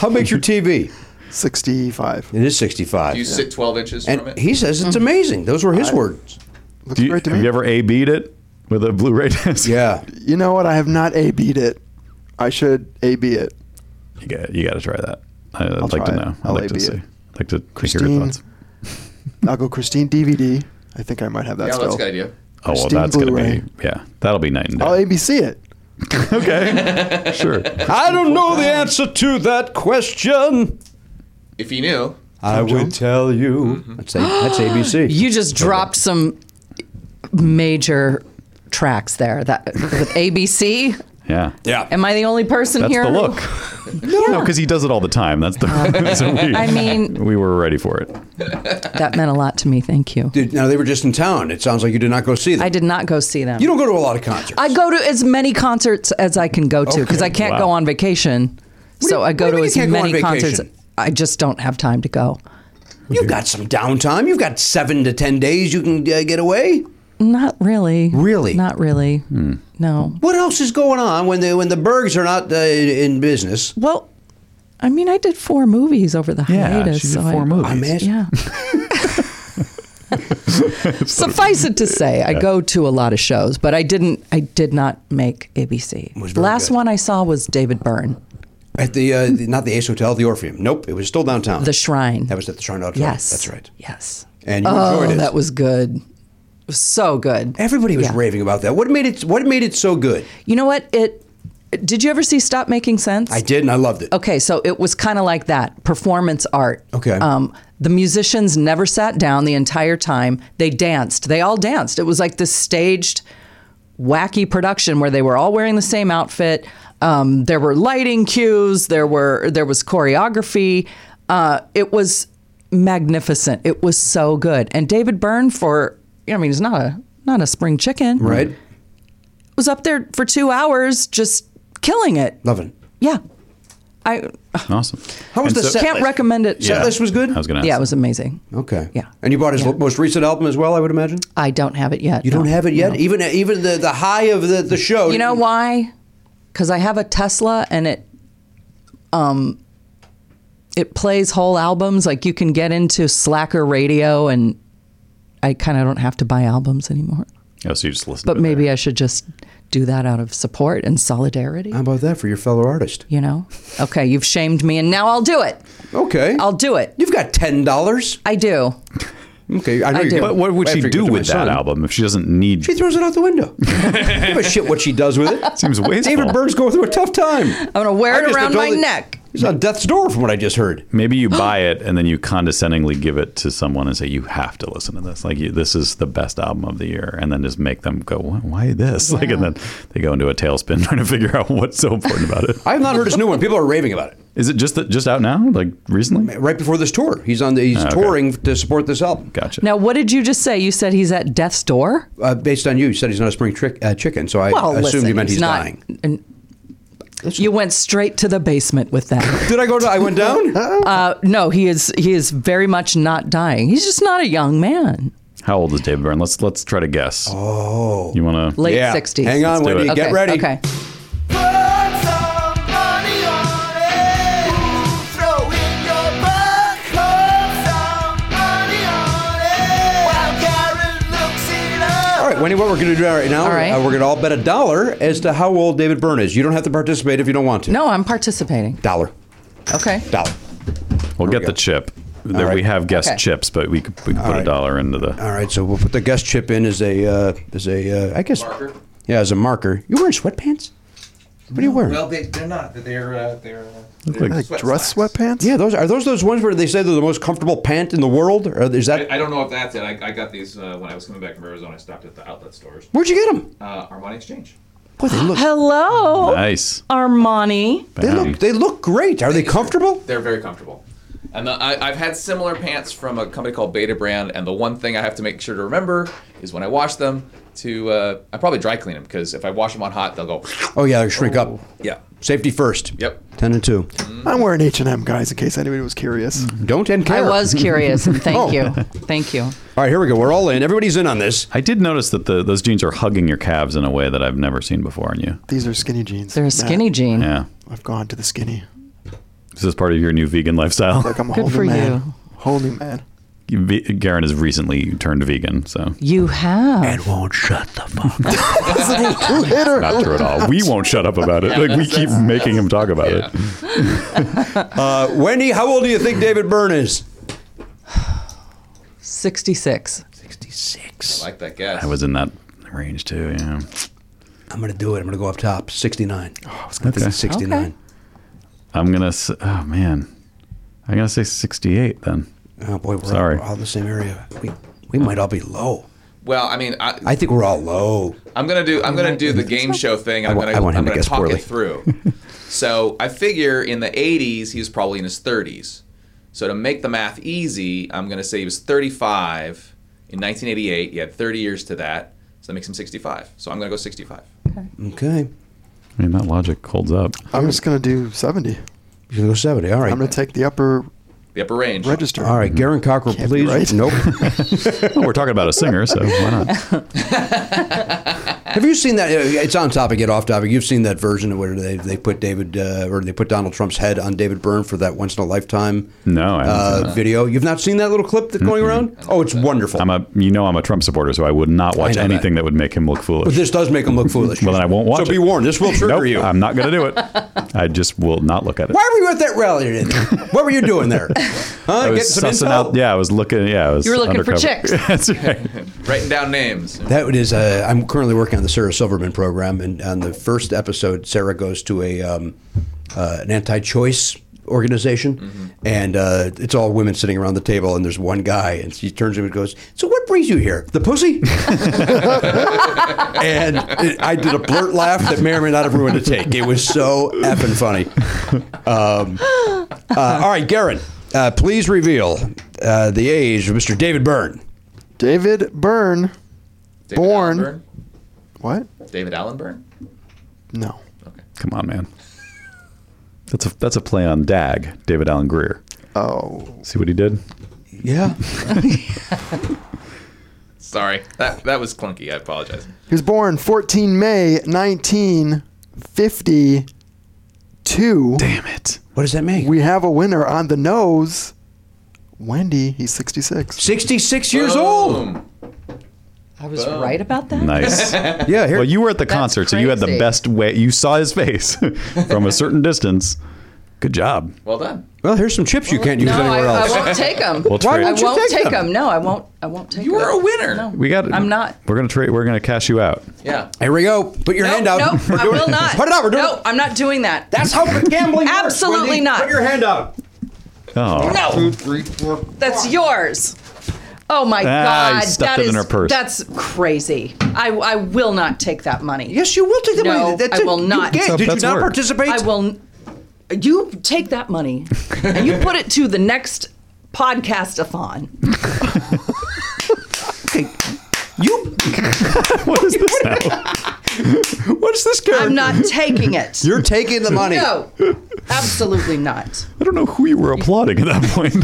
Speaker 3: <laughs>
Speaker 1: How big's your TV?
Speaker 5: 65.
Speaker 1: <laughs> It is 65.
Speaker 6: you sit 12 inches from
Speaker 1: And
Speaker 6: it
Speaker 1: he says it's amazing. Those were his words.
Speaker 5: Looks
Speaker 3: Do you,
Speaker 5: great to
Speaker 3: have
Speaker 5: me.
Speaker 3: you
Speaker 5: You,
Speaker 3: ever A B'd it with a Blu-ray disc?
Speaker 1: Yeah.
Speaker 5: know what? I have not A B'd it. I should A B it.
Speaker 3: <laughs> You got you got to try that. I, would
Speaker 5: I'll
Speaker 3: like to
Speaker 5: try it.
Speaker 3: know. I'd
Speaker 5: I'll
Speaker 3: like to
Speaker 5: A B
Speaker 3: see.
Speaker 5: it.
Speaker 3: I'd like to hear your
Speaker 5: Christine.
Speaker 3: thoughts. Oh,
Speaker 5: I'll go Christine DVD. I think I might have that
Speaker 6: yeah
Speaker 5: still.
Speaker 6: that's a good idea
Speaker 3: Oh well,
Speaker 5: Christine
Speaker 3: that's gonna
Speaker 5: Blu-ray.
Speaker 3: be yeah. That'll be night and day.
Speaker 5: I'll ABC it.
Speaker 3: okay, sure.
Speaker 1: I don't know the answer to that question.
Speaker 6: if you knew
Speaker 1: I would tell you.
Speaker 6: Mm-hmm.
Speaker 1: That's, a, that's <gasps> ABC.
Speaker 7: You just dropped some major tracks there. That with ABC.
Speaker 3: Yeah.
Speaker 1: yeah.
Speaker 7: Am I the only person
Speaker 3: That's
Speaker 7: here?
Speaker 3: the
Speaker 7: who- <laughs>
Speaker 3: look. No, because he does it all the time. <laughs> That's the. so we,
Speaker 7: I mean-
Speaker 3: we were ready for it.
Speaker 7: That meant a lot to me. Thank you.
Speaker 1: Did- now they were just in town. It sounds like you did not go see them.
Speaker 7: I did not go see them.
Speaker 1: You don't go to a lot of concerts.
Speaker 7: I go to as many concerts as I can go to because
Speaker 1: Okay.
Speaker 7: I can't
Speaker 3: Wow.
Speaker 7: go on vacation.
Speaker 1: do
Speaker 7: So
Speaker 1: you-
Speaker 7: I
Speaker 1: what
Speaker 7: go
Speaker 1: do
Speaker 7: to
Speaker 1: you
Speaker 7: as
Speaker 1: mean you can't go on
Speaker 7: many concerts.
Speaker 1: vacation?
Speaker 7: I just don't have time to go.
Speaker 1: You've got some downtime. You've got seven to ten days you can uh, get away.
Speaker 7: Not really.
Speaker 1: Really? Hmm.
Speaker 7: Not really. No.
Speaker 1: What else is going on when the when the Bergs are not uh, in business?
Speaker 7: Well, I mean, I did four movies over the
Speaker 3: Yeah,
Speaker 7: hiatus.
Speaker 3: she did
Speaker 7: so
Speaker 3: four
Speaker 7: I,
Speaker 3: movies.
Speaker 1: I'm asking. <laughs>
Speaker 7: Yeah. <laughs> Suffice it to say, I go to a lot of shows, but I didn't. I did not make ABC.
Speaker 1: Was very
Speaker 7: Last
Speaker 1: good.
Speaker 7: one I saw was David Byrne,
Speaker 1: At the, uh, the- not the Ace Hotel, the Orpheum. Nope, it was still downtown.
Speaker 7: The Shrine.
Speaker 1: that was at the Shrine Auditorium.
Speaker 7: yes,
Speaker 1: that's right.
Speaker 7: Yes.
Speaker 1: And you
Speaker 7: oh,
Speaker 1: enjoyed it.
Speaker 7: that was good. It was so good.
Speaker 1: Everybody was
Speaker 7: Yeah.
Speaker 1: raving about that. What made it? What made it so good?
Speaker 7: You know what? It. Did you ever see Stop Making Sense?
Speaker 1: I did, and I loved it.
Speaker 7: Okay, so it was kind of like that performance art.
Speaker 1: Okay.
Speaker 7: Um, the musicians never sat down the entire time. They danced. They all danced. It was like this staged, wacky production where they were all wearing the same outfit. Um, there were lighting cues. There were there was choreography. Uh, it was magnificent. It was so good. And David Byrne for I mean, he's not a not a spring chicken.
Speaker 1: Right,
Speaker 7: Mm-hmm. Was up there for two hours just killing it.
Speaker 1: loving. it.
Speaker 7: Yeah. I
Speaker 3: Awesome.
Speaker 1: How was the
Speaker 3: And so-
Speaker 1: set
Speaker 7: can't
Speaker 1: list?
Speaker 7: recommend it.
Speaker 1: Set list was good.
Speaker 3: I was gonna. Ask.
Speaker 7: Yeah, it was amazing.
Speaker 1: Okay.
Speaker 7: Yeah.
Speaker 1: And you bought his
Speaker 7: Yeah.
Speaker 1: most recent album as well, I would imagine.
Speaker 7: I don't have it yet.
Speaker 1: You don't have it yet. Even even the, the high of the, the show.
Speaker 7: You know why? Because I have a Tesla and it, um, it plays whole albums. Like you can get into Slacker radio, and I kind of don't have to buy albums anymore.
Speaker 3: Oh, so you just listen.
Speaker 7: But
Speaker 3: to it
Speaker 7: maybe
Speaker 3: there.
Speaker 7: I should just do that out of support and solidarity.
Speaker 1: How about that for your fellow artist?
Speaker 7: you know? Okay, you've shamed me, and now I'll do it.
Speaker 1: Okay.
Speaker 7: I'll do it.
Speaker 1: You've got ten dollars.
Speaker 7: I do.
Speaker 1: Okay, I know
Speaker 7: I
Speaker 1: you're
Speaker 7: do.
Speaker 1: gonna-
Speaker 3: But what would
Speaker 1: I have
Speaker 3: she
Speaker 1: to
Speaker 3: do
Speaker 1: give it to
Speaker 3: with
Speaker 1: my
Speaker 3: that
Speaker 1: son.
Speaker 3: album if she doesn't need?
Speaker 1: She throws it out the
Speaker 3: <laughs>
Speaker 1: window. I don't give a shit what she does with it.
Speaker 3: seems wasteful.
Speaker 1: David Byrne's going through a tough time.
Speaker 7: I'm gonna wear
Speaker 1: I
Speaker 7: it
Speaker 1: just
Speaker 7: around my
Speaker 1: totally-
Speaker 7: neck.
Speaker 1: He's on death's door, from what I just heard.
Speaker 3: Maybe you buy it and then you condescendingly give it to someone and say you have to listen to this. Like you, this is the best album of the year, and then just make them go, "Why, why this?" Like, and then they go into a tailspin <laughs> trying to figure out what's so important about it.
Speaker 1: I have not heard his new one. People are raving about it.
Speaker 3: Is it just that just out now? Like recently?
Speaker 1: Right before this tour, he's on. The, he's
Speaker 3: okay.
Speaker 1: touring to support this album.
Speaker 3: Gotcha.
Speaker 7: Now, what did you just say? You said he's at death's door?
Speaker 1: Uh, based on you, you said he's not a spring trick, uh, chicken, so I
Speaker 7: Well,
Speaker 1: assumed
Speaker 7: listen,
Speaker 1: you meant he's,
Speaker 7: not,
Speaker 1: dying.
Speaker 7: and- you went straight to the basement with that.
Speaker 1: Did I go? To, I went
Speaker 7: <laughs>
Speaker 1: down.
Speaker 7: uh, no, he is he is very much not dying. He's just not a young man.
Speaker 3: How old is David Byrne? Let's let's try to guess. Oh, you want to?
Speaker 7: Late
Speaker 1: Yeah.
Speaker 7: 60s.
Speaker 1: Hang on,
Speaker 3: Let's do
Speaker 1: Wendy.
Speaker 3: it.
Speaker 1: Get
Speaker 7: Okay,
Speaker 1: ready.
Speaker 7: Okay.
Speaker 1: All right, Wendy. What we're going to do right now?
Speaker 7: All right.
Speaker 1: uh, we're going to all bet a dollar as to how old David Byrne is. You don't have to participate if you don't want to.
Speaker 7: No, I'm participating.
Speaker 1: Dollar.
Speaker 7: Okay.
Speaker 1: Dollar.
Speaker 3: We'll get
Speaker 1: we go.
Speaker 3: the chip. There
Speaker 1: right.
Speaker 3: we have guest
Speaker 7: Okay.
Speaker 3: chips, but we could, we could put
Speaker 1: right.
Speaker 3: a dollar into the.
Speaker 1: All right. So we'll put the guest chip in as a uh, as a uh, I guess
Speaker 8: Marker.
Speaker 1: Yeah, as a marker. You wearing sweatpants? What are you wearing?
Speaker 8: Well, they, they're not. They're uh, they're. Uh,
Speaker 3: like
Speaker 5: Like dress sweatpants?
Speaker 1: yeah, those are those those ones where they say they're the most comfortable pant in the world. Or is that
Speaker 8: I, I don't know if that's it. I, I got these uh, when I was coming back from Arizona. I stopped at the outlet stores.
Speaker 1: where'd you get them?
Speaker 8: Uh, Armani Exchange.
Speaker 1: Boy, they look
Speaker 7: Hello,
Speaker 3: Nice.
Speaker 7: Armani.
Speaker 1: they look they look great. Are they comfortable?
Speaker 6: They're very comfortable. And the, I, I've had similar pants from a company called Beta Brand, and the one thing I have to make sure to remember is when I wash them to uh, I probably dry clean them because if I wash them on hot, they'll go. <laughs>
Speaker 1: Oh yeah, they shrink up.
Speaker 6: Yeah.
Speaker 1: Safety first.
Speaker 6: Yep.
Speaker 1: Ten and two.
Speaker 5: I'm wearing H&M, guys, in case anybody was curious.
Speaker 7: Mm-hmm.
Speaker 1: Don't end
Speaker 7: I
Speaker 1: care.
Speaker 7: was <laughs> curious, and thank
Speaker 1: Oh.
Speaker 7: you, thank you.
Speaker 1: All right, here we go. We're all in. Everybody's in on this.
Speaker 3: I did notice that the, those jeans are hugging your calves in a way that I've never seen before in you.
Speaker 5: These are skinny jeans.
Speaker 7: They're a skinny
Speaker 5: Matt,
Speaker 7: jean.
Speaker 3: Yeah.
Speaker 5: I've gone to the skinny.
Speaker 3: This is part of your new vegan lifestyle. <laughs>
Speaker 5: Like I'm a
Speaker 7: Good
Speaker 5: whole new
Speaker 7: for
Speaker 5: man.
Speaker 7: you.
Speaker 5: Whole new man.
Speaker 3: Ve- Garen has recently turned vegan, so
Speaker 7: You have.
Speaker 3: not true at all. We won't shut up about it. like we keep making him talk about it.
Speaker 1: Uh, Wendy, how old do you think David Byrne is?
Speaker 7: 66.
Speaker 6: I like that guess.
Speaker 3: I was in that range too. Yeah.
Speaker 1: I'm gonna do it. I'm gonna go up top. Sixty-nine. Oh, I was gonna
Speaker 3: Okay.
Speaker 1: sixty-nine.
Speaker 3: I'm gonna. s- Oh man. I'm gonna say 68 then.
Speaker 1: Oh boy, we're
Speaker 3: Sorry.
Speaker 1: All, we're all in the same area. We we might all be low.
Speaker 6: well, I mean, I,
Speaker 1: I think we're all low.
Speaker 6: I'm gonna do I'm gonna do the game show thing. and I'm
Speaker 1: I wa-
Speaker 6: gonna
Speaker 1: I want him
Speaker 6: I'm
Speaker 1: to
Speaker 6: gonna
Speaker 1: guess
Speaker 6: talk
Speaker 1: poorly.
Speaker 6: it through.
Speaker 1: <laughs>
Speaker 6: so I figure in the 80s he was probably in his 30s. So to make the math easy, I'm gonna say he was 35 in 1988. He had 30 years to that, so that makes him 65. So I'm gonna go 65.
Speaker 1: Okay,
Speaker 3: I mean that logic holds up.
Speaker 5: I'm just going to do 70.
Speaker 1: you can go seventy. All right.
Speaker 5: I'm going to take the upper
Speaker 6: The upper range.
Speaker 5: register.
Speaker 7: Uh,
Speaker 1: all right, Garen Cockrell,
Speaker 5: Can't be
Speaker 1: please.
Speaker 5: right.
Speaker 1: Nope.
Speaker 5: <laughs>
Speaker 3: Well, we're talking about a singer, so why not?
Speaker 1: Have you seen that? uh, It's on topic, yet off topic. You've seen that version of where they they put David uh, or they put Donald Trump's head on David Byrne for that once in a lifetime
Speaker 3: No, I haven't seen
Speaker 1: uh, video. You've not seen that little clip that's going around? Oh, it's wonderful.
Speaker 3: I'm a. You know, I'm a Trump supporter, so I would not watch
Speaker 1: know that.
Speaker 3: anything that. would make him look foolish.
Speaker 1: but this does make him look foolish.
Speaker 3: Well, then I won't watch
Speaker 1: So be
Speaker 3: it.
Speaker 1: warned, this will trigger
Speaker 3: nope,
Speaker 1: you.
Speaker 3: I'm not gonna do it. I just will not look at it.
Speaker 1: Why were you at that rally today? what were you doing
Speaker 3: <laughs>
Speaker 1: there? Huh?
Speaker 3: I
Speaker 1: Getting
Speaker 3: was
Speaker 1: some
Speaker 3: sussing
Speaker 1: intel?
Speaker 3: out. Yeah, I was looking. Yeah, I was.
Speaker 7: You were looking for
Speaker 3: undercover.
Speaker 7: chicks.
Speaker 3: <laughs> That's right.
Speaker 6: Writing down names.
Speaker 1: That is, uh, I'm currently working on the Sarah Silverman program, and on the first episode, Sarah goes to a um, uh, an anti-choice organization, and uh, it's all women sitting around the table, and there's one guy, and she turns to him and goes, "So what brings you here? The pussy?" and it, I did a blurt laugh that may or may not have ruined a take. It was so effing funny. Um, uh, all right, Garen, uh, please reveal uh, the age of Mr. David Byrne.
Speaker 5: David Byrne.
Speaker 6: David
Speaker 5: Born.
Speaker 6: Allen
Speaker 5: What?
Speaker 6: Byrne? David Allen Byrne.
Speaker 5: No.
Speaker 3: Come on, man. That's a that's a play on Dag, David Allen Greer.
Speaker 5: Oh.
Speaker 3: See what he did?
Speaker 1: Yeah.
Speaker 6: Sorry, that that was clunky. I apologize.
Speaker 5: He was born 14 May 1952.
Speaker 3: Damn it.
Speaker 1: What does that make?
Speaker 5: We have a winner on the nose. Wendy, he's 66.
Speaker 1: 66 years
Speaker 6: Boom.
Speaker 1: old.
Speaker 7: I was
Speaker 9: was right about that.
Speaker 7: <laughs>
Speaker 3: Nice.
Speaker 1: Yeah, here.
Speaker 3: Well, you were at the
Speaker 7: That's
Speaker 3: concert, so you had the
Speaker 7: crazy.
Speaker 3: best way. You saw his face <laughs> from a certain distance. Good job.
Speaker 6: Well done.
Speaker 1: well, here's some chips you can't use
Speaker 7: No, I,
Speaker 1: anywhere
Speaker 7: I
Speaker 1: else.
Speaker 7: won't take them.
Speaker 3: Why
Speaker 7: I
Speaker 3: trade.
Speaker 1: won't you
Speaker 7: won't
Speaker 1: take
Speaker 7: take
Speaker 1: them?
Speaker 7: them. No, I won't. I won't take
Speaker 6: You
Speaker 7: them.
Speaker 6: were a winner.
Speaker 7: No.
Speaker 3: We got.
Speaker 7: I'm not.
Speaker 3: We're gonna trade. We're gonna cash you out.
Speaker 6: Yeah.
Speaker 1: Here we go. Put your
Speaker 7: No,
Speaker 1: hand out.
Speaker 7: no,
Speaker 1: We're
Speaker 7: I
Speaker 1: doing
Speaker 7: will
Speaker 1: it.
Speaker 7: not.
Speaker 1: Put it out. We're doing
Speaker 7: no,
Speaker 1: it.
Speaker 7: I'm not doing that.
Speaker 1: That's how gambling works,
Speaker 7: Absolutely
Speaker 1: Wendy.
Speaker 7: not.
Speaker 1: Put your hand out.
Speaker 3: Oh,
Speaker 7: no. That's yours. Oh my
Speaker 3: Ah, you
Speaker 7: God!
Speaker 3: stuffed
Speaker 7: that
Speaker 3: it in
Speaker 7: is-
Speaker 3: her purse.
Speaker 7: That's crazy. I, I will not take that money.
Speaker 1: Yes, you will take the
Speaker 7: No,
Speaker 1: money. That's
Speaker 7: I
Speaker 1: it.
Speaker 7: will
Speaker 1: You
Speaker 7: not.
Speaker 1: gave-
Speaker 7: So
Speaker 1: Did you
Speaker 3: that's
Speaker 1: not
Speaker 3: work.
Speaker 1: participate?
Speaker 7: I will. n- You take that money and you put it to the next podcast-a-thon.
Speaker 1: You.
Speaker 3: <laughs> what is this now?
Speaker 1: What is this guy?
Speaker 7: I'm not taking it.
Speaker 1: You're taking the money.
Speaker 7: no, absolutely not.
Speaker 3: I don't know who you were applauding at that point.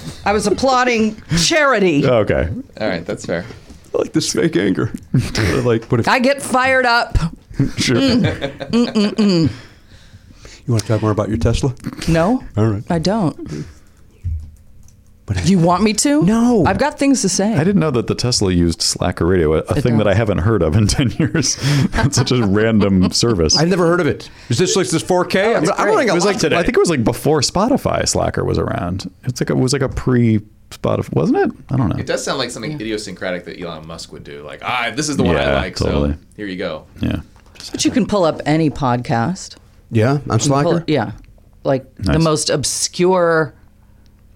Speaker 3: <laughs> Oh,
Speaker 7: I was applauding charity.
Speaker 3: okay.
Speaker 6: All right, that's fair.
Speaker 3: I like this fake anger. <laughs> like, what if?
Speaker 7: I get fired up.
Speaker 3: sure.
Speaker 7: Mm.
Speaker 1: You want to talk more about your Tesla?
Speaker 7: No,
Speaker 1: All right.
Speaker 7: I don't. You want me to?
Speaker 1: No.
Speaker 7: I've got things to say.
Speaker 3: I didn't know that the Tesla used Slacker radio, a, a thing that I haven't heard of in <laughs> ten years. That's such a random service.
Speaker 1: I've never heard of it. Is this like this 4K? I'm, I'm running a
Speaker 3: it was
Speaker 1: lot
Speaker 3: like
Speaker 1: today.
Speaker 3: I think it was like before Spotify Slacker was around. It's like it was like a pre Spotify, wasn't it? I don't know.
Speaker 6: It does sound like something idiosyncratic that Elon Musk would do. Like, ah, this is the one I
Speaker 3: Yeah,
Speaker 6: like,
Speaker 3: totally.
Speaker 6: so here you go.
Speaker 3: Yeah.
Speaker 7: But you can pull up any podcast.
Speaker 1: yeah, I'm Slacker.
Speaker 7: Pull- yeah. Like the
Speaker 3: Nice.
Speaker 7: most obscure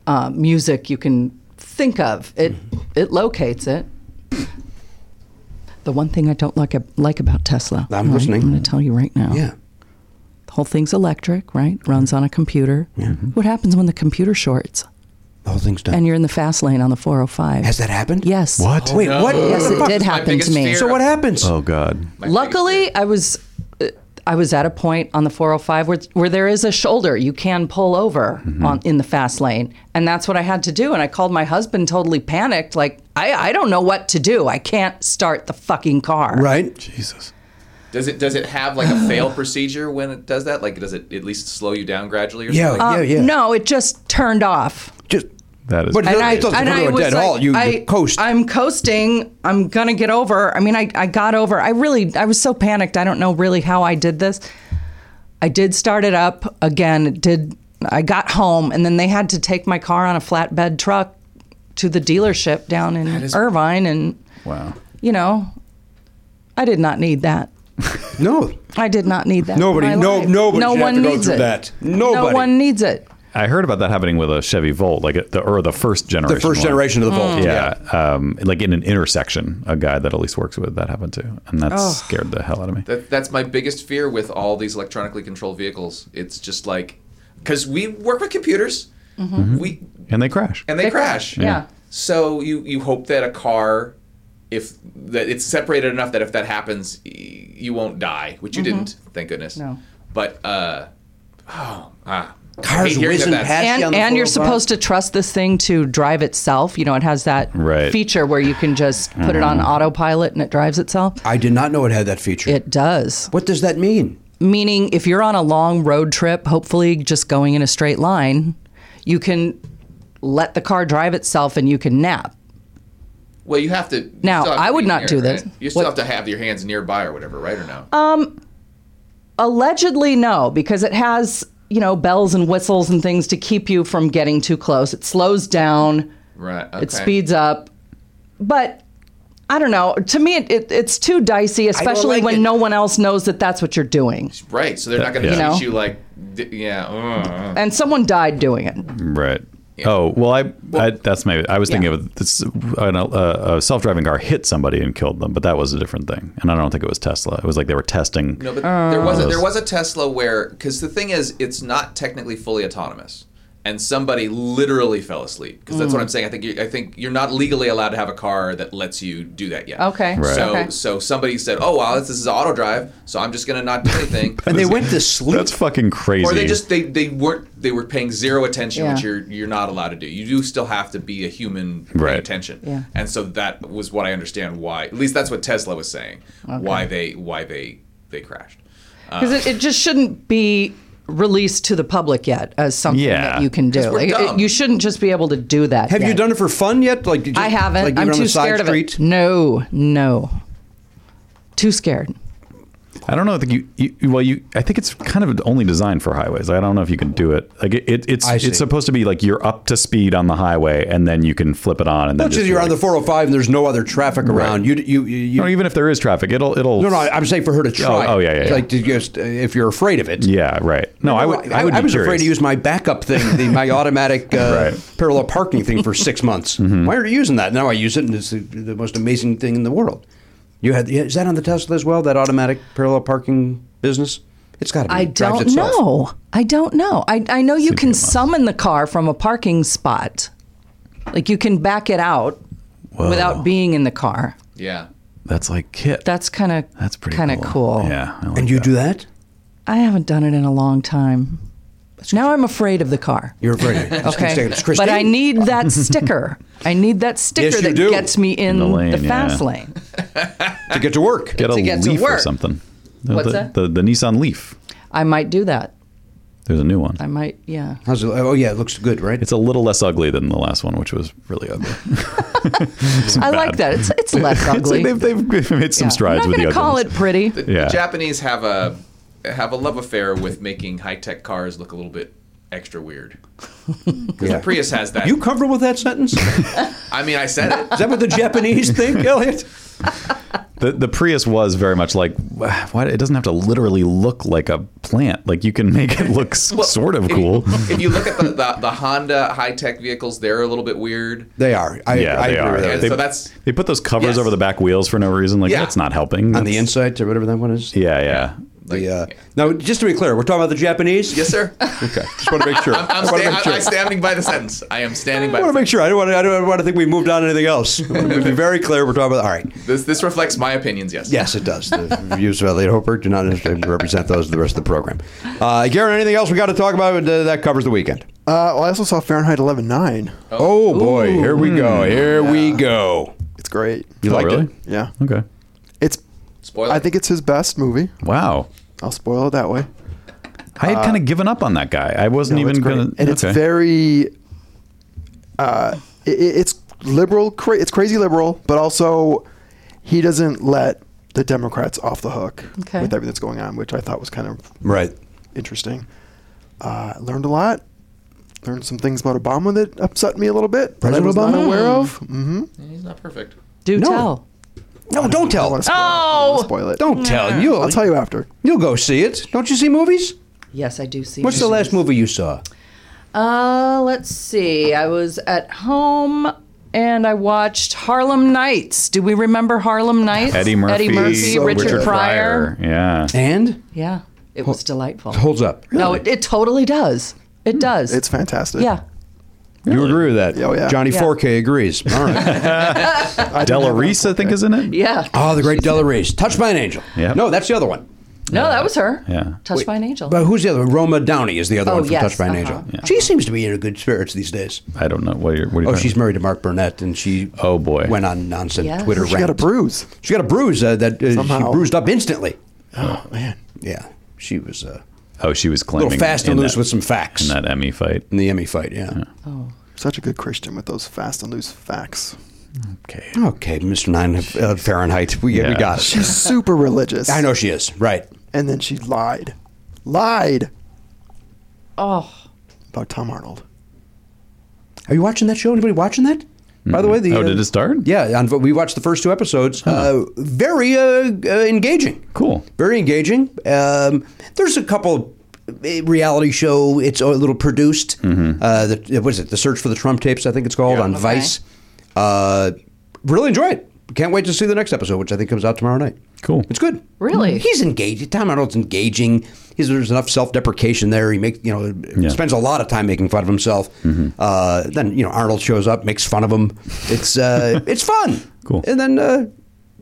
Speaker 7: uh, music you can think of. It
Speaker 1: Mm-hmm.
Speaker 7: it locates it. The one thing I don't like like about Tesla.
Speaker 1: I'm
Speaker 7: right?
Speaker 1: listening.
Speaker 7: I'm going to tell you right now.
Speaker 1: Yeah.
Speaker 7: The whole thing's electric, right? Runs on a computer. What happens when the computer shorts
Speaker 1: The whole thing's done.
Speaker 7: and you're in the fast lane on the 405?
Speaker 1: Has that happened?
Speaker 7: Yes. Oh,
Speaker 3: What?
Speaker 1: Wait, what?
Speaker 7: Yes, it
Speaker 1: Fuck.
Speaker 7: <laughs> did
Speaker 6: my
Speaker 7: happen to
Speaker 6: biggest
Speaker 7: me.
Speaker 6: fear.
Speaker 1: So what happens?
Speaker 3: Oh God.
Speaker 7: Luckily, I was uh, I was at a point on the 405 where where there is a shoulder you can pull over
Speaker 1: Mm-hmm.
Speaker 7: on in the fast lane, and that's what I had to do. And I called my husband, totally panicked, like I I don't know what to do. I can't start the fucking car.
Speaker 1: Right?
Speaker 3: Jesus.
Speaker 6: Does it does it have like
Speaker 7: <sighs>
Speaker 6: a fail procedure when it does that? Like, does it at least slow you down gradually or
Speaker 1: Yeah,
Speaker 6: something?
Speaker 1: yeah, yeah.
Speaker 7: Um, No, it just turned off.
Speaker 1: Just.
Speaker 3: That is.
Speaker 1: But
Speaker 7: And
Speaker 1: No,
Speaker 7: I,
Speaker 1: it doesn't
Speaker 7: and
Speaker 1: go
Speaker 7: I
Speaker 1: to a
Speaker 7: was
Speaker 1: dead
Speaker 7: like,
Speaker 1: halt. You- you
Speaker 7: I,
Speaker 1: coast.
Speaker 7: I'm coasting. I'm gonna get over. I mean, I, I got over. I really, I was so panicked. I don't know really how I did this. I did start it up again. It Did I got home and then they had to take my car on a flatbed truck to the dealership down in Irvine and
Speaker 3: wow.
Speaker 7: you know, I did not need that.
Speaker 1: No.
Speaker 7: I did not need that. in
Speaker 1: Nobody-
Speaker 7: my
Speaker 1: no-
Speaker 7: life.
Speaker 1: nobody
Speaker 7: No
Speaker 1: should have
Speaker 7: one
Speaker 1: to go
Speaker 7: needs
Speaker 1: through
Speaker 7: it.
Speaker 1: that.
Speaker 7: No
Speaker 1: Nobody.
Speaker 7: one needs it.
Speaker 3: I heard about that happening with a Chevy Volt, like at the or the first generation.
Speaker 1: The first
Speaker 3: one.
Speaker 1: generation Oh, of the
Speaker 7: Mm.
Speaker 1: Volt.
Speaker 3: Yeah, Um, like in an intersection, a guy that at least works with that happened to, and that scared the hell out of me.
Speaker 6: That, that's my biggest fear with all these electronically controlled vehicles. It's just like, because we work with computers, we
Speaker 3: and they crash.
Speaker 6: and they, crash.
Speaker 7: Mm-hmm. Yeah.
Speaker 6: So you you hope that a car, if that it's separated enough that if that happens, y- you won't die, which you didn't, thank goodness.
Speaker 7: Mm-hmm. No.
Speaker 6: But uh, oh, ah, I
Speaker 1: Cars
Speaker 6: hate hearing
Speaker 1: whizzing
Speaker 6: that that's-
Speaker 1: past you on
Speaker 7: and
Speaker 1: the
Speaker 7: and you're
Speaker 1: 405.
Speaker 7: supposed to trust this thing to drive itself. You know, it has that
Speaker 3: Right.
Speaker 7: feature where you can just put it on autopilot and it drives itself.
Speaker 1: I did not know it had that feature.
Speaker 7: It does.
Speaker 1: what does that mean?
Speaker 7: Meaning, if you're on a long road trip, hopefully just going in a straight line, you can let the car drive itself and you can nap.
Speaker 6: Well, you have to. you
Speaker 7: Now,
Speaker 6: still have to
Speaker 7: I would
Speaker 6: be
Speaker 7: not
Speaker 6: near,
Speaker 7: do
Speaker 6: right?
Speaker 7: this.
Speaker 6: You still
Speaker 7: What- Um,
Speaker 6: have to have your hands nearby or whatever, right or no?
Speaker 7: Allegedly, no, because it has you know bells and whistles and things to keep you from getting too close. It slows down.
Speaker 6: right. Okay.
Speaker 7: It speeds up, but I don't know. To me, it, it, it's too dicey, especially
Speaker 1: like
Speaker 7: when
Speaker 1: it.
Speaker 7: no one else knows that that's what you're doing.
Speaker 6: Right. So they're not going to
Speaker 3: You
Speaker 6: teach
Speaker 7: know?
Speaker 6: you like, d- yeah. uh,
Speaker 7: And someone died doing it.
Speaker 3: Right. Oh well, I, I that's my. I was thinking of this. An, uh, a self-driving car hit somebody and killed them, but that was a different thing, and I don't think it was Tesla. It was like they were testing.
Speaker 6: No, but
Speaker 7: Uh.
Speaker 6: there was a, there was a Tesla where because the thing is, it's not technically fully autonomous, and somebody literally fell asleep because
Speaker 7: Mm.
Speaker 6: that's what I'm saying. I think you, I think you're not legally allowed to have a car that lets you do that yet.
Speaker 7: Okay. Right.
Speaker 6: So
Speaker 7: Okay.
Speaker 6: so somebody said, oh wow, this is auto drive, so I'm just gonna not do anything.
Speaker 1: And they went to sleep.
Speaker 3: That's fucking crazy.
Speaker 6: Or they just they, they weren't they were paying zero attention, which
Speaker 7: Yeah.
Speaker 6: you're you're not allowed to do. You do still have to be a human paying
Speaker 3: Right.
Speaker 6: attention.
Speaker 7: Yeah.
Speaker 6: And so that was what I understand why at least that's what Tesla was saying. Why they why they they crashed.
Speaker 7: Because it, it just shouldn't be released to the public yet as something
Speaker 3: Yeah.
Speaker 7: that you can do.
Speaker 6: we're
Speaker 7: Like, it-
Speaker 6: dumb.
Speaker 7: you shouldn't just be able to do that.
Speaker 1: Have you
Speaker 7: yet.
Speaker 1: done it for fun yet? Like did you-
Speaker 7: I haven't.
Speaker 1: Like
Speaker 7: I'm
Speaker 1: even on
Speaker 7: too
Speaker 1: the side
Speaker 7: scared
Speaker 1: street?
Speaker 7: of it. No, no, too scared.
Speaker 3: I don't know. I think you, you. Well, you. I think it's kind of only designed for highways. I don't know if you can do it. Like it, it it's
Speaker 1: I see.
Speaker 3: it's supposed to be like you're up to speed on the highway, and then you can flip it on, and then
Speaker 1: Which
Speaker 3: just
Speaker 1: is
Speaker 3: be
Speaker 1: you're
Speaker 3: like,
Speaker 1: on the 405 and there's no other traffic around. You you you. you
Speaker 3: <laughs> No, even if there is traffic, it'll it'll.
Speaker 1: no, no, I'm saying for her to try.
Speaker 3: oh, yeah, yeah,
Speaker 1: It's
Speaker 3: yeah.
Speaker 1: Like to just uh, if you're afraid of it.
Speaker 3: yeah, right. No, I would. I, would be
Speaker 1: was
Speaker 3: curious.
Speaker 1: afraid to use my backup thing, the,
Speaker 3: <laughs>
Speaker 1: my automatic uh,
Speaker 3: Right. Mm-hmm.
Speaker 1: parallel parking thing for six
Speaker 3: <laughs>
Speaker 1: months. Why are you using that? Now I use it, and it's the, the most amazing thing in the world. You had is that on the Tesla as well? That automatic parallel parking business? It's got to be.
Speaker 7: I
Speaker 1: It drives
Speaker 7: don't
Speaker 1: itself.
Speaker 7: know. I don't know. I, I know you
Speaker 3: Seems
Speaker 7: can
Speaker 3: like a must.
Speaker 7: summon the car from a parking spot. Like you can back it out without being in the car.
Speaker 6: Yeah.
Speaker 3: That's like kit.
Speaker 7: That's kind of
Speaker 3: That's pretty
Speaker 7: kind of cool.
Speaker 3: Yeah. I like
Speaker 1: And you
Speaker 3: that.
Speaker 1: do that?
Speaker 7: I haven't done it in a long time. Now I'm afraid of the car.
Speaker 1: You're afraid. of
Speaker 7: <laughs>
Speaker 1: it.
Speaker 7: Okay.
Speaker 1: It's
Speaker 7: But I
Speaker 1: Christine.
Speaker 3: <laughs>
Speaker 7: need that sticker. I need that sticker
Speaker 1: you
Speaker 7: that
Speaker 1: do.
Speaker 7: gets me in,
Speaker 3: the
Speaker 7: the,
Speaker 3: lane,
Speaker 7: fast
Speaker 3: yeah.
Speaker 7: lane.
Speaker 1: to get to work.
Speaker 3: get a
Speaker 7: to get to
Speaker 3: leaf or
Speaker 7: work.
Speaker 3: something. The-
Speaker 7: What's
Speaker 3: the,
Speaker 7: that?
Speaker 3: The, the Nissan Leaf.
Speaker 7: I might do that.
Speaker 3: There's a new one.
Speaker 7: I might, yeah.
Speaker 1: How's it, oh yeah, it looks good, right?
Speaker 3: It's a little less ugly than the last one, which was really ugly.
Speaker 7: I like that. It's it's less
Speaker 3: <laughs> It's like
Speaker 7: ugly.
Speaker 3: they've, they've made some
Speaker 7: Yeah.
Speaker 3: strides
Speaker 7: I'm not
Speaker 3: with the
Speaker 7: gonna
Speaker 3: other
Speaker 7: call
Speaker 3: ones.
Speaker 7: it pretty.
Speaker 6: The,
Speaker 3: Yeah.
Speaker 6: the Japanese have a have a love affair with making high tech cars look a little bit extra weird. 'Cause
Speaker 1: Yeah.
Speaker 6: The Prius has that.
Speaker 1: you comfortable with that sentence? Is
Speaker 6: I mean, I said it.
Speaker 1: that what the <laughs> Japanese think, Elliot?
Speaker 3: The, the Prius was very much like why it doesn't have to literally look like a plant. Like you can make it
Speaker 1: <laughs>
Speaker 3: look s
Speaker 6: Well,
Speaker 3: sort of
Speaker 6: if you-
Speaker 3: cool.
Speaker 6: <laughs> if you look at the, the, the Honda high tech vehicles, they're a little bit weird.
Speaker 1: They are. I,
Speaker 3: yeah,
Speaker 1: I
Speaker 3: they
Speaker 1: agree
Speaker 3: are.
Speaker 1: With that.
Speaker 6: Yeah,
Speaker 3: they,
Speaker 6: so that's-
Speaker 3: they put those covers
Speaker 6: Yes.
Speaker 3: over the back wheels for no reason. Like
Speaker 6: Yeah.
Speaker 3: that's not helping.
Speaker 1: On the
Speaker 3: That's-
Speaker 1: inside or whatever that one is.
Speaker 3: Yeah, yeah.
Speaker 1: The, uh, now, just to be clear, we're talking about the Japanese.
Speaker 6: Yes, sir.
Speaker 1: <laughs> Okay. Just want to make sure.
Speaker 6: I'm,
Speaker 1: want
Speaker 6: sta-
Speaker 1: to make sure.
Speaker 6: I'm standing by the sentence. I am standing by.
Speaker 1: I
Speaker 6: The
Speaker 1: want to
Speaker 6: sentence.
Speaker 1: make sure. I don't want to, I don't want to think we moved on to anything <laughs> else. I want to be very clear. We're talking about, all right.
Speaker 6: This this reflects my opinions. Yes.
Speaker 1: Yes, it does. The views of Elliot Hopper do not represent those of the rest of the program. Uh, Garen, anything else we got to talk about uh, that covers the weekend?
Speaker 5: Uh, well, I also saw Fahrenheit 11.9.
Speaker 1: Oh, boy. Here we go. Here we go.
Speaker 5: It's great.
Speaker 1: You
Speaker 3: Oh,
Speaker 1: liked
Speaker 3: really?
Speaker 1: it?
Speaker 5: Yeah.
Speaker 3: Okay.
Speaker 5: It's.
Speaker 6: Spoiler.
Speaker 5: I think it's his best movie.
Speaker 3: Wow.
Speaker 5: I'll spoil it that way.
Speaker 3: I
Speaker 1: Uh,
Speaker 3: had kind of given up on that guy. I wasn't
Speaker 5: No, it's
Speaker 3: even
Speaker 5: great.
Speaker 3: gonna.
Speaker 5: And it's
Speaker 3: okay.
Speaker 5: very. Uh, i i- it's liberal. Cra- it's crazy liberal, but also he doesn't let the Democrats off the hook
Speaker 7: Okay.
Speaker 5: with everything that's going on, which I thought was kind of
Speaker 1: Right.
Speaker 5: interesting. Uh, learned a lot. Learned some things about Obama that upset me a little bit. that I
Speaker 1: President
Speaker 5: was not
Speaker 1: Obama?
Speaker 5: aware of. Mm-hmm.
Speaker 6: he's not perfect.
Speaker 7: Do
Speaker 1: No.
Speaker 7: tell.
Speaker 1: No, don't
Speaker 5: I
Speaker 1: tell.
Speaker 5: want to spoil, oh!
Speaker 7: Oh!
Speaker 5: spoil it.
Speaker 1: Don't tell. You'll,
Speaker 5: I'll tell you after.
Speaker 1: you'll go see it. Don't you see movies?
Speaker 7: Yes, I do see.
Speaker 1: What's the last movie you saw?
Speaker 7: Uh, let's see. I was at home and I watched Harlem Nights. Do we remember Harlem Nights?
Speaker 3: Eddie Murphy,
Speaker 7: Eddie Murphy,
Speaker 5: So
Speaker 7: Richard,
Speaker 5: good.
Speaker 7: Pryor.
Speaker 3: Yeah.
Speaker 1: And?
Speaker 7: Yeah, it was delightful.
Speaker 1: Holds up.
Speaker 7: No, it, it totally does. It does.
Speaker 5: It's fantastic.
Speaker 7: yeah.
Speaker 1: You agree with that?
Speaker 5: Oh, yeah.
Speaker 1: Johnny
Speaker 7: Yeah.
Speaker 1: 4K agrees. All right.
Speaker 3: Della Reese, I think, is in it.
Speaker 7: Yeah.
Speaker 1: oh, the great Della Reese. Touched by an Angel.
Speaker 3: Yep.
Speaker 1: No, that's the other one.
Speaker 7: No, that was her.
Speaker 3: Yeah.
Speaker 7: Touched
Speaker 1: Wait,
Speaker 7: by an Angel.
Speaker 1: But who's the other one? Roma Downey is the other
Speaker 7: Oh,
Speaker 1: one from
Speaker 7: yes,
Speaker 1: Touched by an
Speaker 7: uh-huh,
Speaker 1: Angel.
Speaker 7: yeah.
Speaker 1: She seems to be in good spirits these days.
Speaker 3: I don't know what you're. What are you
Speaker 1: Oh,
Speaker 3: talking
Speaker 1: she's
Speaker 3: about?
Speaker 1: married to Mark Burnett, and she
Speaker 3: Oh, boy.
Speaker 1: went on nonsense
Speaker 7: Yes.
Speaker 1: Twitter
Speaker 5: She
Speaker 1: rant.
Speaker 5: got a bruise.
Speaker 1: She got a bruise uh, that uh, she
Speaker 5: Somehow.
Speaker 1: bruised up instantly.
Speaker 5: Oh man.
Speaker 1: Yeah, she was uh,
Speaker 3: Oh, she was
Speaker 1: a
Speaker 3: claiming
Speaker 1: little fast and
Speaker 3: in
Speaker 1: loose
Speaker 3: that-
Speaker 1: with some facts
Speaker 3: in that Emmy fight.
Speaker 1: in the Emmy fight. Yeah.
Speaker 5: Such a good Christian with those fast and loose facts.
Speaker 3: Okay.
Speaker 1: Okay, Mr. Nine uh, Fahrenheit, we, we
Speaker 3: Yeah.
Speaker 1: got it.
Speaker 5: She's super religious.
Speaker 1: I know she is right.
Speaker 5: And then she lied. Lied
Speaker 7: Oh,
Speaker 5: about Tom Arnold.
Speaker 1: Are you watching that show? Anybody watching that? By the way, the
Speaker 3: Oh,
Speaker 1: uh,
Speaker 3: did it start?
Speaker 1: Yeah, on, we watched the first two episodes. Uh, very uh, uh, engaging.
Speaker 3: Cool. <laughs>
Speaker 1: Very engaging. Um, there's a couple uh, reality show. It's a little produced.
Speaker 3: Mm-hmm.
Speaker 1: Uh, the, what is it? The Search for the Trump Tapes, I think it's called, on Vice. Uh, really enjoy it. Can't wait to see the next episode, which I think comes out tomorrow night.
Speaker 3: Cool.
Speaker 1: It's good.
Speaker 7: Really?
Speaker 1: He's engaged. Tom Arnold's engaging. He's, there's enough self-deprecation there. He makes you know
Speaker 3: Yeah.
Speaker 1: spends a lot of time making fun of himself. Uh, then you know Arnold shows up, makes fun of him. It's uh, it's fun.
Speaker 3: Cool.
Speaker 1: And then uh,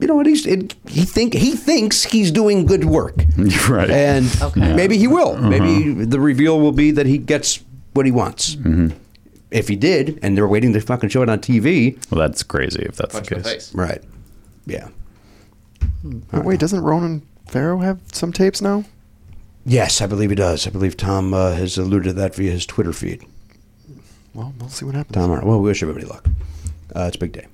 Speaker 1: you know what he's it, he think he thinks he's doing good work.
Speaker 3: Right.
Speaker 1: And
Speaker 7: Okay.
Speaker 1: maybe he will. Maybe the reveal will be that he gets what he wants. If he did, and they're waiting to fucking show it on TV,
Speaker 3: Well, that's crazy if that's
Speaker 6: Punch
Speaker 3: the
Speaker 6: in the
Speaker 3: case.
Speaker 6: face.
Speaker 1: right? Yeah.
Speaker 5: But wait, doesn't Ronan Farrow have some tapes now?
Speaker 1: Yes, I believe he does. I believe Tom uh, has alluded to that via his Twitter feed.
Speaker 5: Well, we'll see what happens.
Speaker 1: Tom, Arnold. well, we wish everybody luck. Uh, it's a big day.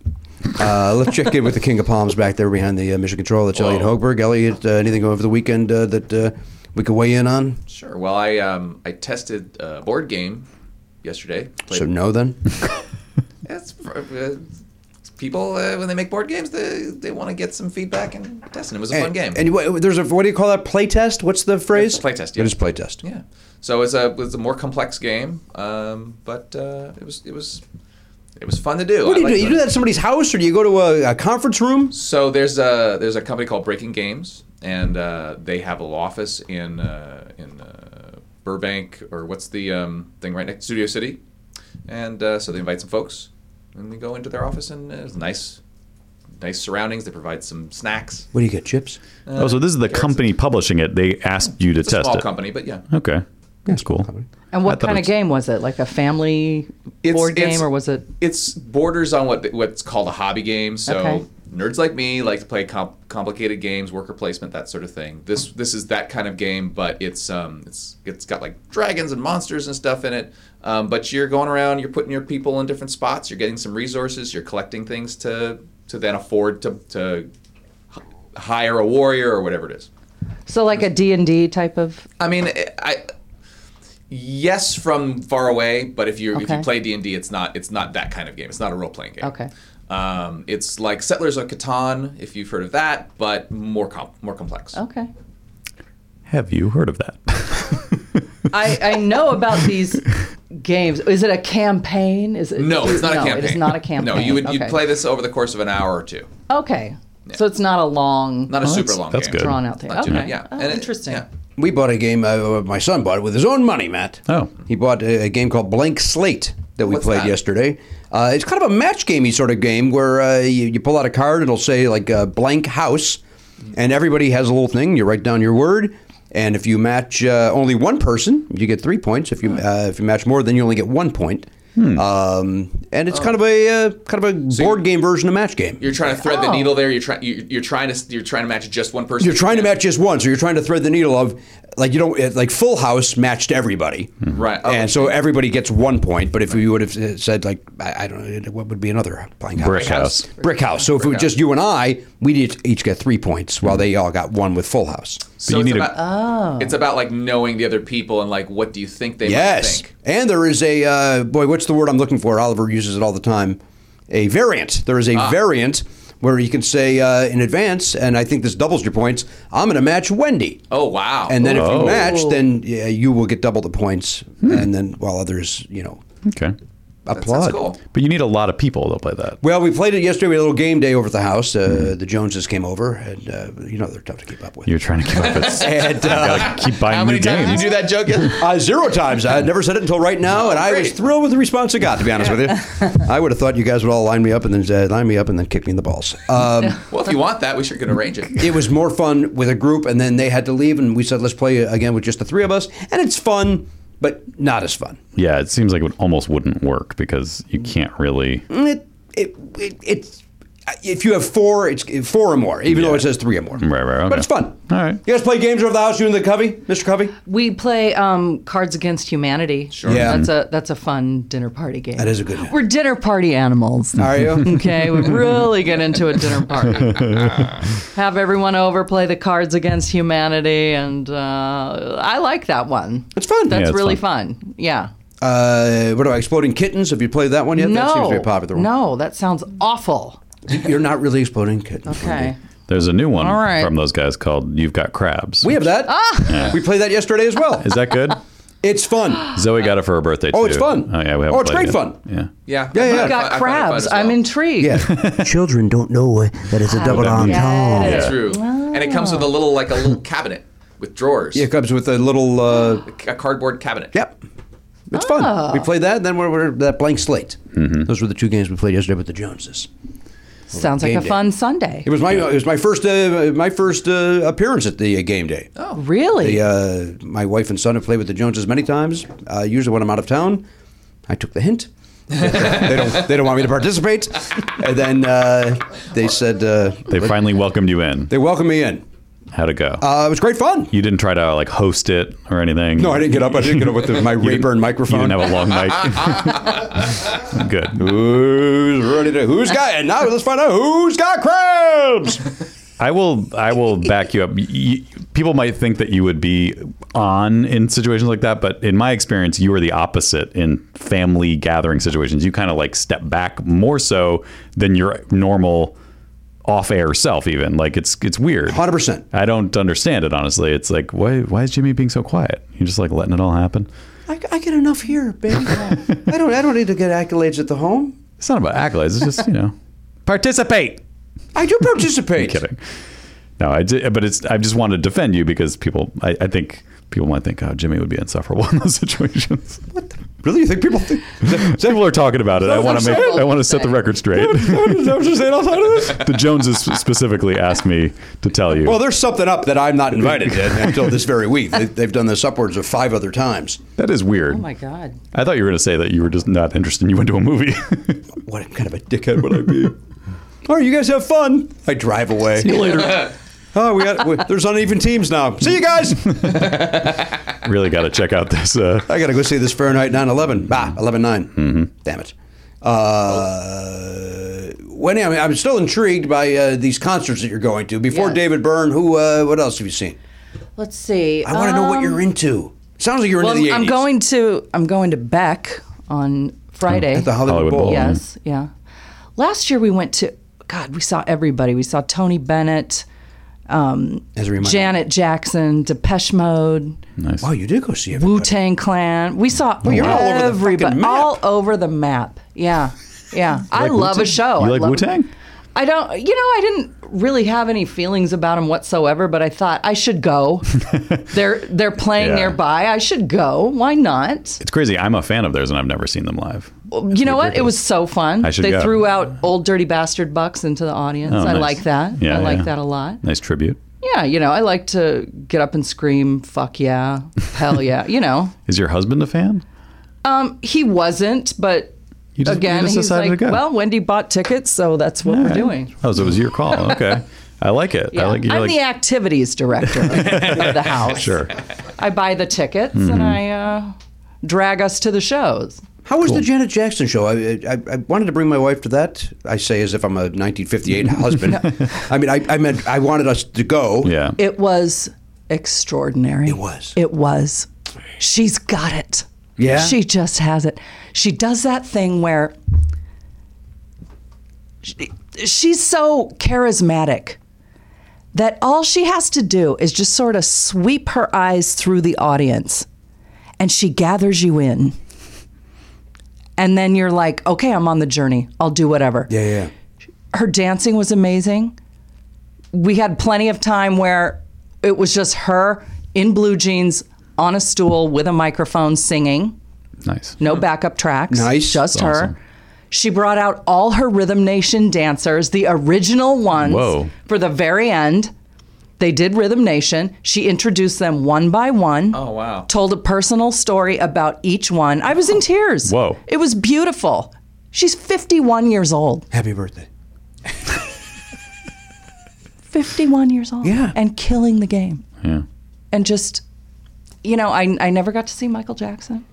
Speaker 1: Uh, let's check in with the King of Palms back there behind the uh, Mission Control. That's Elliot Hogberg. Elliot, uh, anything over the weekend uh, that uh, we could weigh in on?
Speaker 6: Sure. Well, I um, I tested a board game yesterday. Played-
Speaker 1: So no,
Speaker 6: <laughs>
Speaker 1: then.
Speaker 6: It's, uh, people uh, when they make board games, they they want to get some feedback and test, and it was a fun game.
Speaker 1: And what, there's a what do you call that? Play test? What's the phrase?
Speaker 6: play test,
Speaker 1: It
Speaker 6: yeah.
Speaker 1: is play test.
Speaker 6: yeah. So it's a it's a more complex game, um, but uh, it was it was it was fun to do.
Speaker 1: What do
Speaker 6: I
Speaker 1: you do?
Speaker 6: liked
Speaker 1: You
Speaker 6: it.
Speaker 1: do that at somebody's house, or do you go to a, a conference room?
Speaker 6: So there's a there's a company called Breaking Games, and uh, they have a little office in uh, in uh, Burbank or what's the um, thing right next Studio City, and uh, so they invite some folks, and we go into their office, and uh, it's nice, nice surroundings. They provide some snacks.
Speaker 1: What do you get? Chips?
Speaker 3: oh, so this is the company publishing it. They asked you to
Speaker 6: It's a
Speaker 3: test
Speaker 6: small
Speaker 3: it.
Speaker 6: company, but yeah,
Speaker 3: Okay, that's cool.
Speaker 10: And
Speaker 3: I
Speaker 10: what
Speaker 3: thought
Speaker 10: kind
Speaker 3: it
Speaker 10: of
Speaker 3: was-
Speaker 10: game was it? Like a family
Speaker 6: It's-
Speaker 10: board
Speaker 6: it's-
Speaker 10: game, or was it?
Speaker 6: it's borders on what what's called a hobby game. So
Speaker 10: Okay.
Speaker 6: nerds like me like to play comp- complicated games, worker placement, that sort of thing. This this is that kind of game, but it's um it's it's got like dragons and monsters and stuff in it. Um, but you're going around, you're putting your people in different spots, you're getting some resources, you're collecting things to to then afford to to h- hire a warrior or whatever it is.
Speaker 10: So like a D and D type of.
Speaker 6: I mean, eh, I yes from far away, but if you if you
Speaker 10: Okay.
Speaker 6: play D and D, it's not it's not that kind of game. It's not a role playing game.
Speaker 10: Okay.
Speaker 6: Um, it's like Settlers of Catan, if you've heard of that, but more comp- more complex.
Speaker 10: Okay.
Speaker 3: Have you heard of that? <laughs>
Speaker 10: I, I know about these games. Is it a campaign? Is it?
Speaker 6: No, it's not a campaign.
Speaker 10: It is not a campaign.
Speaker 6: <laughs> No, you would
Speaker 10: okay.
Speaker 6: you'd play this over the course of an hour or two.
Speaker 10: Okay. So it's not a long,
Speaker 6: Not a super
Speaker 3: that's-
Speaker 6: long
Speaker 3: that's
Speaker 6: game.
Speaker 3: good.
Speaker 10: drawn out thing.
Speaker 6: Not too
Speaker 10: Oh, okay.
Speaker 6: bad, yeah.
Speaker 10: Oh,
Speaker 6: And it-
Speaker 10: interesting.
Speaker 6: yeah.
Speaker 1: We bought a game. Uh, my son bought it with his own money, Matt.
Speaker 3: Oh.
Speaker 1: He bought a, a game called Blank Slate that we
Speaker 6: What's
Speaker 1: played
Speaker 6: that?
Speaker 1: yesterday. Uh, it's kind of a match gamey sort of game where uh, you, you pull out a card. It'll say like uh, blank house, and everybody has a little thing. You write down your word, and if you match uh, only one person, you get three points. If you uh, if you match more, then you only get one point. Um, and
Speaker 6: Oh.
Speaker 1: it's kind of a uh, kind of a board game version of match game.
Speaker 6: You're trying to thread the
Speaker 10: Oh.
Speaker 6: needle there. You're trying you're, you're trying to you're trying to match just one person.
Speaker 1: You're trying to match just one, so you're trying to thread the needle of like you don't it- like Full House matched everybody,
Speaker 6: Mm-hmm. Right.
Speaker 1: and so everybody gets one point. But if you would have uh, said like I, I don't know what would be another blank house?
Speaker 3: Brick House.
Speaker 1: brick house. So if it was just you and I, we would each get three points, while they all got one with Full House.
Speaker 6: so
Speaker 3: you
Speaker 6: it's
Speaker 3: need a-
Speaker 6: about,
Speaker 10: Oh.
Speaker 6: it's about like knowing the other people and like what do you think they
Speaker 1: Yes,
Speaker 6: might think.
Speaker 1: and there is a uh, boy. What's the word I'm looking for? Oliver uses it all the time. A variant. There is
Speaker 6: Ah.
Speaker 1: a variant where you can say uh, in advance, and I think this doubles your points. I'm going to match Wendy.
Speaker 6: Oh wow.
Speaker 1: And then if you
Speaker 3: Oh. Hmm.
Speaker 1: match, then yeah, you will get double the points, and then while others, you know,
Speaker 3: Okay,
Speaker 6: That
Speaker 1: applaud.
Speaker 6: sounds cool.
Speaker 3: but you need a lot of people to play that.
Speaker 1: Well, we played it yesterday. We had a little game day over at the house. Uh, The Joneses came over, and uh, you know they're tough to keep up with.
Speaker 3: Hmm. You're trying to keep up. With, <laughs>
Speaker 1: and uh,
Speaker 3: gotta
Speaker 6: <laughs>
Speaker 3: keep buying
Speaker 6: How many
Speaker 3: new
Speaker 6: times
Speaker 3: games.
Speaker 6: did you do that
Speaker 1: <laughs>
Speaker 6: joke?
Speaker 1: uh, zero times. I had never said it until right now, and I was
Speaker 6: great.
Speaker 1: thrilled with the response I got. To be honest with
Speaker 3: <laughs>
Speaker 1: you, I would have thought you guys would all line me up and then uh, line me up and then kick me in the balls.
Speaker 3: <laughs>
Speaker 1: Um,
Speaker 6: well, if you want that, we should could arrange it.
Speaker 1: it was more fun with a group, and then they had to leave, and we said let's play again with just the three of us, and it's fun, but not as fun.
Speaker 3: Yeah, it seems like it would- almost wouldn't work because you can't really.
Speaker 1: it, it, it it's if you have four, it's four or more, even though it says three or more.
Speaker 3: Right, right, okay.
Speaker 1: But it's fun.
Speaker 3: All right.
Speaker 1: You guys play games over the house, you and the Covey, Mr. Covey?
Speaker 10: We play um, Cards Against Humanity. Sure.
Speaker 1: Yeah.
Speaker 10: That's a that's a fun dinner party game.
Speaker 1: That is a good
Speaker 10: <laughs>
Speaker 1: one.
Speaker 10: We're dinner party
Speaker 3: <laughs>
Speaker 10: animals.
Speaker 1: Are <laughs> you?
Speaker 10: Okay, we really get into a dinner party. Have everyone over, play the Cards Against Humanity, and uh, I like that one.
Speaker 1: it's fun.
Speaker 10: That's
Speaker 3: Yeah, it's
Speaker 10: really
Speaker 3: fun.
Speaker 10: fun. Yeah.
Speaker 1: Uh, what about Exploding Kittens? Have you played that one yet?
Speaker 10: no.
Speaker 1: That seems to be a popular one.
Speaker 10: No, that sounds awful.
Speaker 1: <laughs> You're not really Exploding Kittens.
Speaker 10: Okay.
Speaker 1: Wendy.
Speaker 3: There's a new one
Speaker 10: All right.
Speaker 3: from those guys called "You've Got Crabs."
Speaker 1: We have that. <laughs> We played that yesterday as well.
Speaker 3: Is that good?
Speaker 1: It's fun.
Speaker 3: Zoe got it for her birthday.
Speaker 1: Oh,
Speaker 3: too.
Speaker 1: it's fun.
Speaker 3: Oh yeah, we haven't
Speaker 1: Oh, it's great
Speaker 3: played it.
Speaker 1: fun.
Speaker 3: Yeah.
Speaker 6: Yeah.
Speaker 1: Yeah, yeah.
Speaker 6: I
Speaker 1: You've
Speaker 6: find-
Speaker 1: got
Speaker 6: I find it fun
Speaker 10: Crabs.
Speaker 6: as well.
Speaker 10: I'm intrigued.
Speaker 1: Yeah. <gasps> Children don't know uh, that it's a double entendre.
Speaker 6: That's true. And it comes with a little like a little cabinet with drawers.
Speaker 1: It comes with a little. Uh,
Speaker 6: A cardboard cabinet.
Speaker 1: yep. It's fun. We played that, and then we're, we're that blank slate.
Speaker 3: Mm-hmm.
Speaker 1: Those were the two games we played yesterday with the Joneses.
Speaker 10: Sounds like
Speaker 1: Game
Speaker 10: a
Speaker 1: day.
Speaker 10: fun Sunday.
Speaker 1: It was my it was my first uh, my first uh, appearance at the uh, game day.
Speaker 10: Oh, really?
Speaker 1: The, uh, my wife and son have played with the Joneses many times. Uh, usually when I'm out of town, I took the hint. they don't they don't want me to participate, and then uh, they said uh,
Speaker 3: They finally welcomed you in.
Speaker 1: they welcomed me in.
Speaker 3: How'd it go?
Speaker 1: Uh, it was great fun.
Speaker 3: you didn't try to like host it or anything.
Speaker 1: No, I didn't get up. I didn't get up with the, my
Speaker 3: <laughs> You didn't-
Speaker 1: Rayburn microphone.
Speaker 3: You didn't have a long mic. Good.
Speaker 1: who's ready to? Who's got? And now let's find out who's got crabs.
Speaker 3: I will. I will back you up. Y- y- people might think that you would be on in situations like that, but in my experience, you are the opposite in family gathering situations. You kind of like step back more so than your normal off-air self. Even like it's it's weird.
Speaker 1: Hundred percent.
Speaker 3: I don't understand it honestly. It's like why why is Jimmy being so quiet? You're just like letting it all happen.
Speaker 1: I, I get enough here,
Speaker 3: <laughs>
Speaker 1: baby. I don't. I don't need to get accolades at the home.
Speaker 3: It's not about accolades. It's just
Speaker 1: <laughs>
Speaker 3: you know participate.
Speaker 1: I do participate. <laughs>
Speaker 3: kidding. No, I did, but it's. I just wanted to defend you because people. I, I think people might think, oh, Jimmy would be insufferable in those <laughs> situations.
Speaker 1: Really, you think people think? <laughs>
Speaker 3: people are talking about it. I want to make. I want to set the record straight.
Speaker 1: <laughs>
Speaker 3: the Joneses specifically asked me to tell you.
Speaker 1: Well, there's something up that I'm not invited <laughs> to until this very week. They, they've done this upwards of five other times.
Speaker 3: that is weird.
Speaker 10: Oh my god.
Speaker 3: I thought you were going to say that you were just not interested. and You went to a movie. <laughs>
Speaker 1: What kind of a dickhead would I <laughs> be? All right, you guys have fun. I drive away. See you later. <laughs> Oh, we got. We, there's uneven teams now. See you guys.
Speaker 3: really got to check out this. Uh,
Speaker 1: I gotta go see this Fahrenheit 9/11. Bah, 11/9. Damn it. Uh, well, anyway, I'm still intrigued by uh, these concerts that you're going to. Before
Speaker 7: Yeah.
Speaker 1: David Byrne, who? Uh, what else have you seen?
Speaker 7: Let's see.
Speaker 1: I want to know what you're into. Sounds like you're
Speaker 7: Um, Well,
Speaker 1: into the 80s.
Speaker 7: I'm going to I'm going to Beck on Friday.
Speaker 1: at the Hollywood,
Speaker 3: Hollywood
Speaker 1: Bowl.
Speaker 3: Bowl. Yeah.
Speaker 7: Yes, yeah. Last year we went to God. We saw everybody. We saw Tony Bennett, um,
Speaker 1: As a reminder.
Speaker 7: Janet Jackson, Depeche Mode,
Speaker 1: Wow, you did go see it.
Speaker 7: Wu Tang Clan. We saw
Speaker 1: you're all over the
Speaker 7: everybody
Speaker 1: fucking map.
Speaker 7: all over the map. Yeah, yeah. I
Speaker 3: like
Speaker 7: love
Speaker 3: Wu-Tang?
Speaker 7: a show.
Speaker 3: You
Speaker 7: I
Speaker 3: like
Speaker 7: love-
Speaker 3: Wu Tang?
Speaker 7: I don't, you know, I didn't really have any feelings about them whatsoever, but I thought I
Speaker 3: <laughs>
Speaker 7: should go. they're they're playing
Speaker 3: Yeah.
Speaker 7: nearby. I should go. Why not?
Speaker 3: It's crazy. I'm a fan of theirs, and I've never seen them live.
Speaker 7: you know what? It was so fun.
Speaker 3: I should
Speaker 7: they
Speaker 3: go.
Speaker 7: threw out old dirty bastard bucks into the audience.
Speaker 3: Oh,
Speaker 7: I
Speaker 3: nice.
Speaker 7: like that.
Speaker 3: Yeah,
Speaker 7: I like
Speaker 3: yeah.
Speaker 7: that a lot.
Speaker 3: Nice tribute.
Speaker 7: Yeah, you know, I like to get up and scream,
Speaker 3: <laughs>
Speaker 7: fuck yeah, hell yeah, you know.
Speaker 3: Is your husband a fan?
Speaker 7: Um, he wasn't, but
Speaker 3: You just- you
Speaker 7: again,
Speaker 3: just
Speaker 7: he's
Speaker 3: decided
Speaker 7: like,
Speaker 3: to go.
Speaker 7: well, Wendy bought tickets, so that's what we're doing.
Speaker 3: Oh, so it was your call. Okay. I like it. I
Speaker 7: Yeah.
Speaker 3: like you.
Speaker 7: I'm
Speaker 3: like,
Speaker 7: the activities
Speaker 3: <laughs>
Speaker 7: director of the house.
Speaker 3: Sure. Mm-hmm.
Speaker 7: I buy the tickets and I uh, drag us to the shows.
Speaker 1: How was the Janet Jackson show? I, I I wanted to bring my wife to that. I say as if I'm a
Speaker 3: <laughs>
Speaker 1: 1958 husband. I mean, I, I meant I wanted us to go.
Speaker 3: Yeah.
Speaker 7: It was extraordinary. It
Speaker 1: was.
Speaker 7: It was. She's got it.
Speaker 1: Yeah?
Speaker 7: She just has it. She does that thing where she, she's so charismatic that all she has to do is just sort of sweep her eyes through the audience and she gathers you in. And then you're like, okay, I'm on the journey. I'll do whatever
Speaker 1: Yeah, yeah.
Speaker 7: her dancing was amazing. We had plenty of time where it was just her in blue jeans on a stool with a microphone singing,
Speaker 3: nice.
Speaker 7: no backup tracks.
Speaker 1: Nice.
Speaker 7: Just her.
Speaker 3: Awesome.
Speaker 7: She brought out all her Rhythm Nation dancers, the original ones
Speaker 3: Whoa.
Speaker 7: for the very end. They did Rhythm Nation. She introduced them one by one.
Speaker 6: Oh, wow.
Speaker 7: Told a personal story about each one. I was in tears.
Speaker 3: Whoa.
Speaker 7: It was beautiful. She's 51 years old.
Speaker 1: Happy birthday.
Speaker 7: 51 years old
Speaker 1: Yeah.
Speaker 7: and killing the game.
Speaker 3: Yeah.
Speaker 7: And just, you know, I, I never got to see Michael Jackson.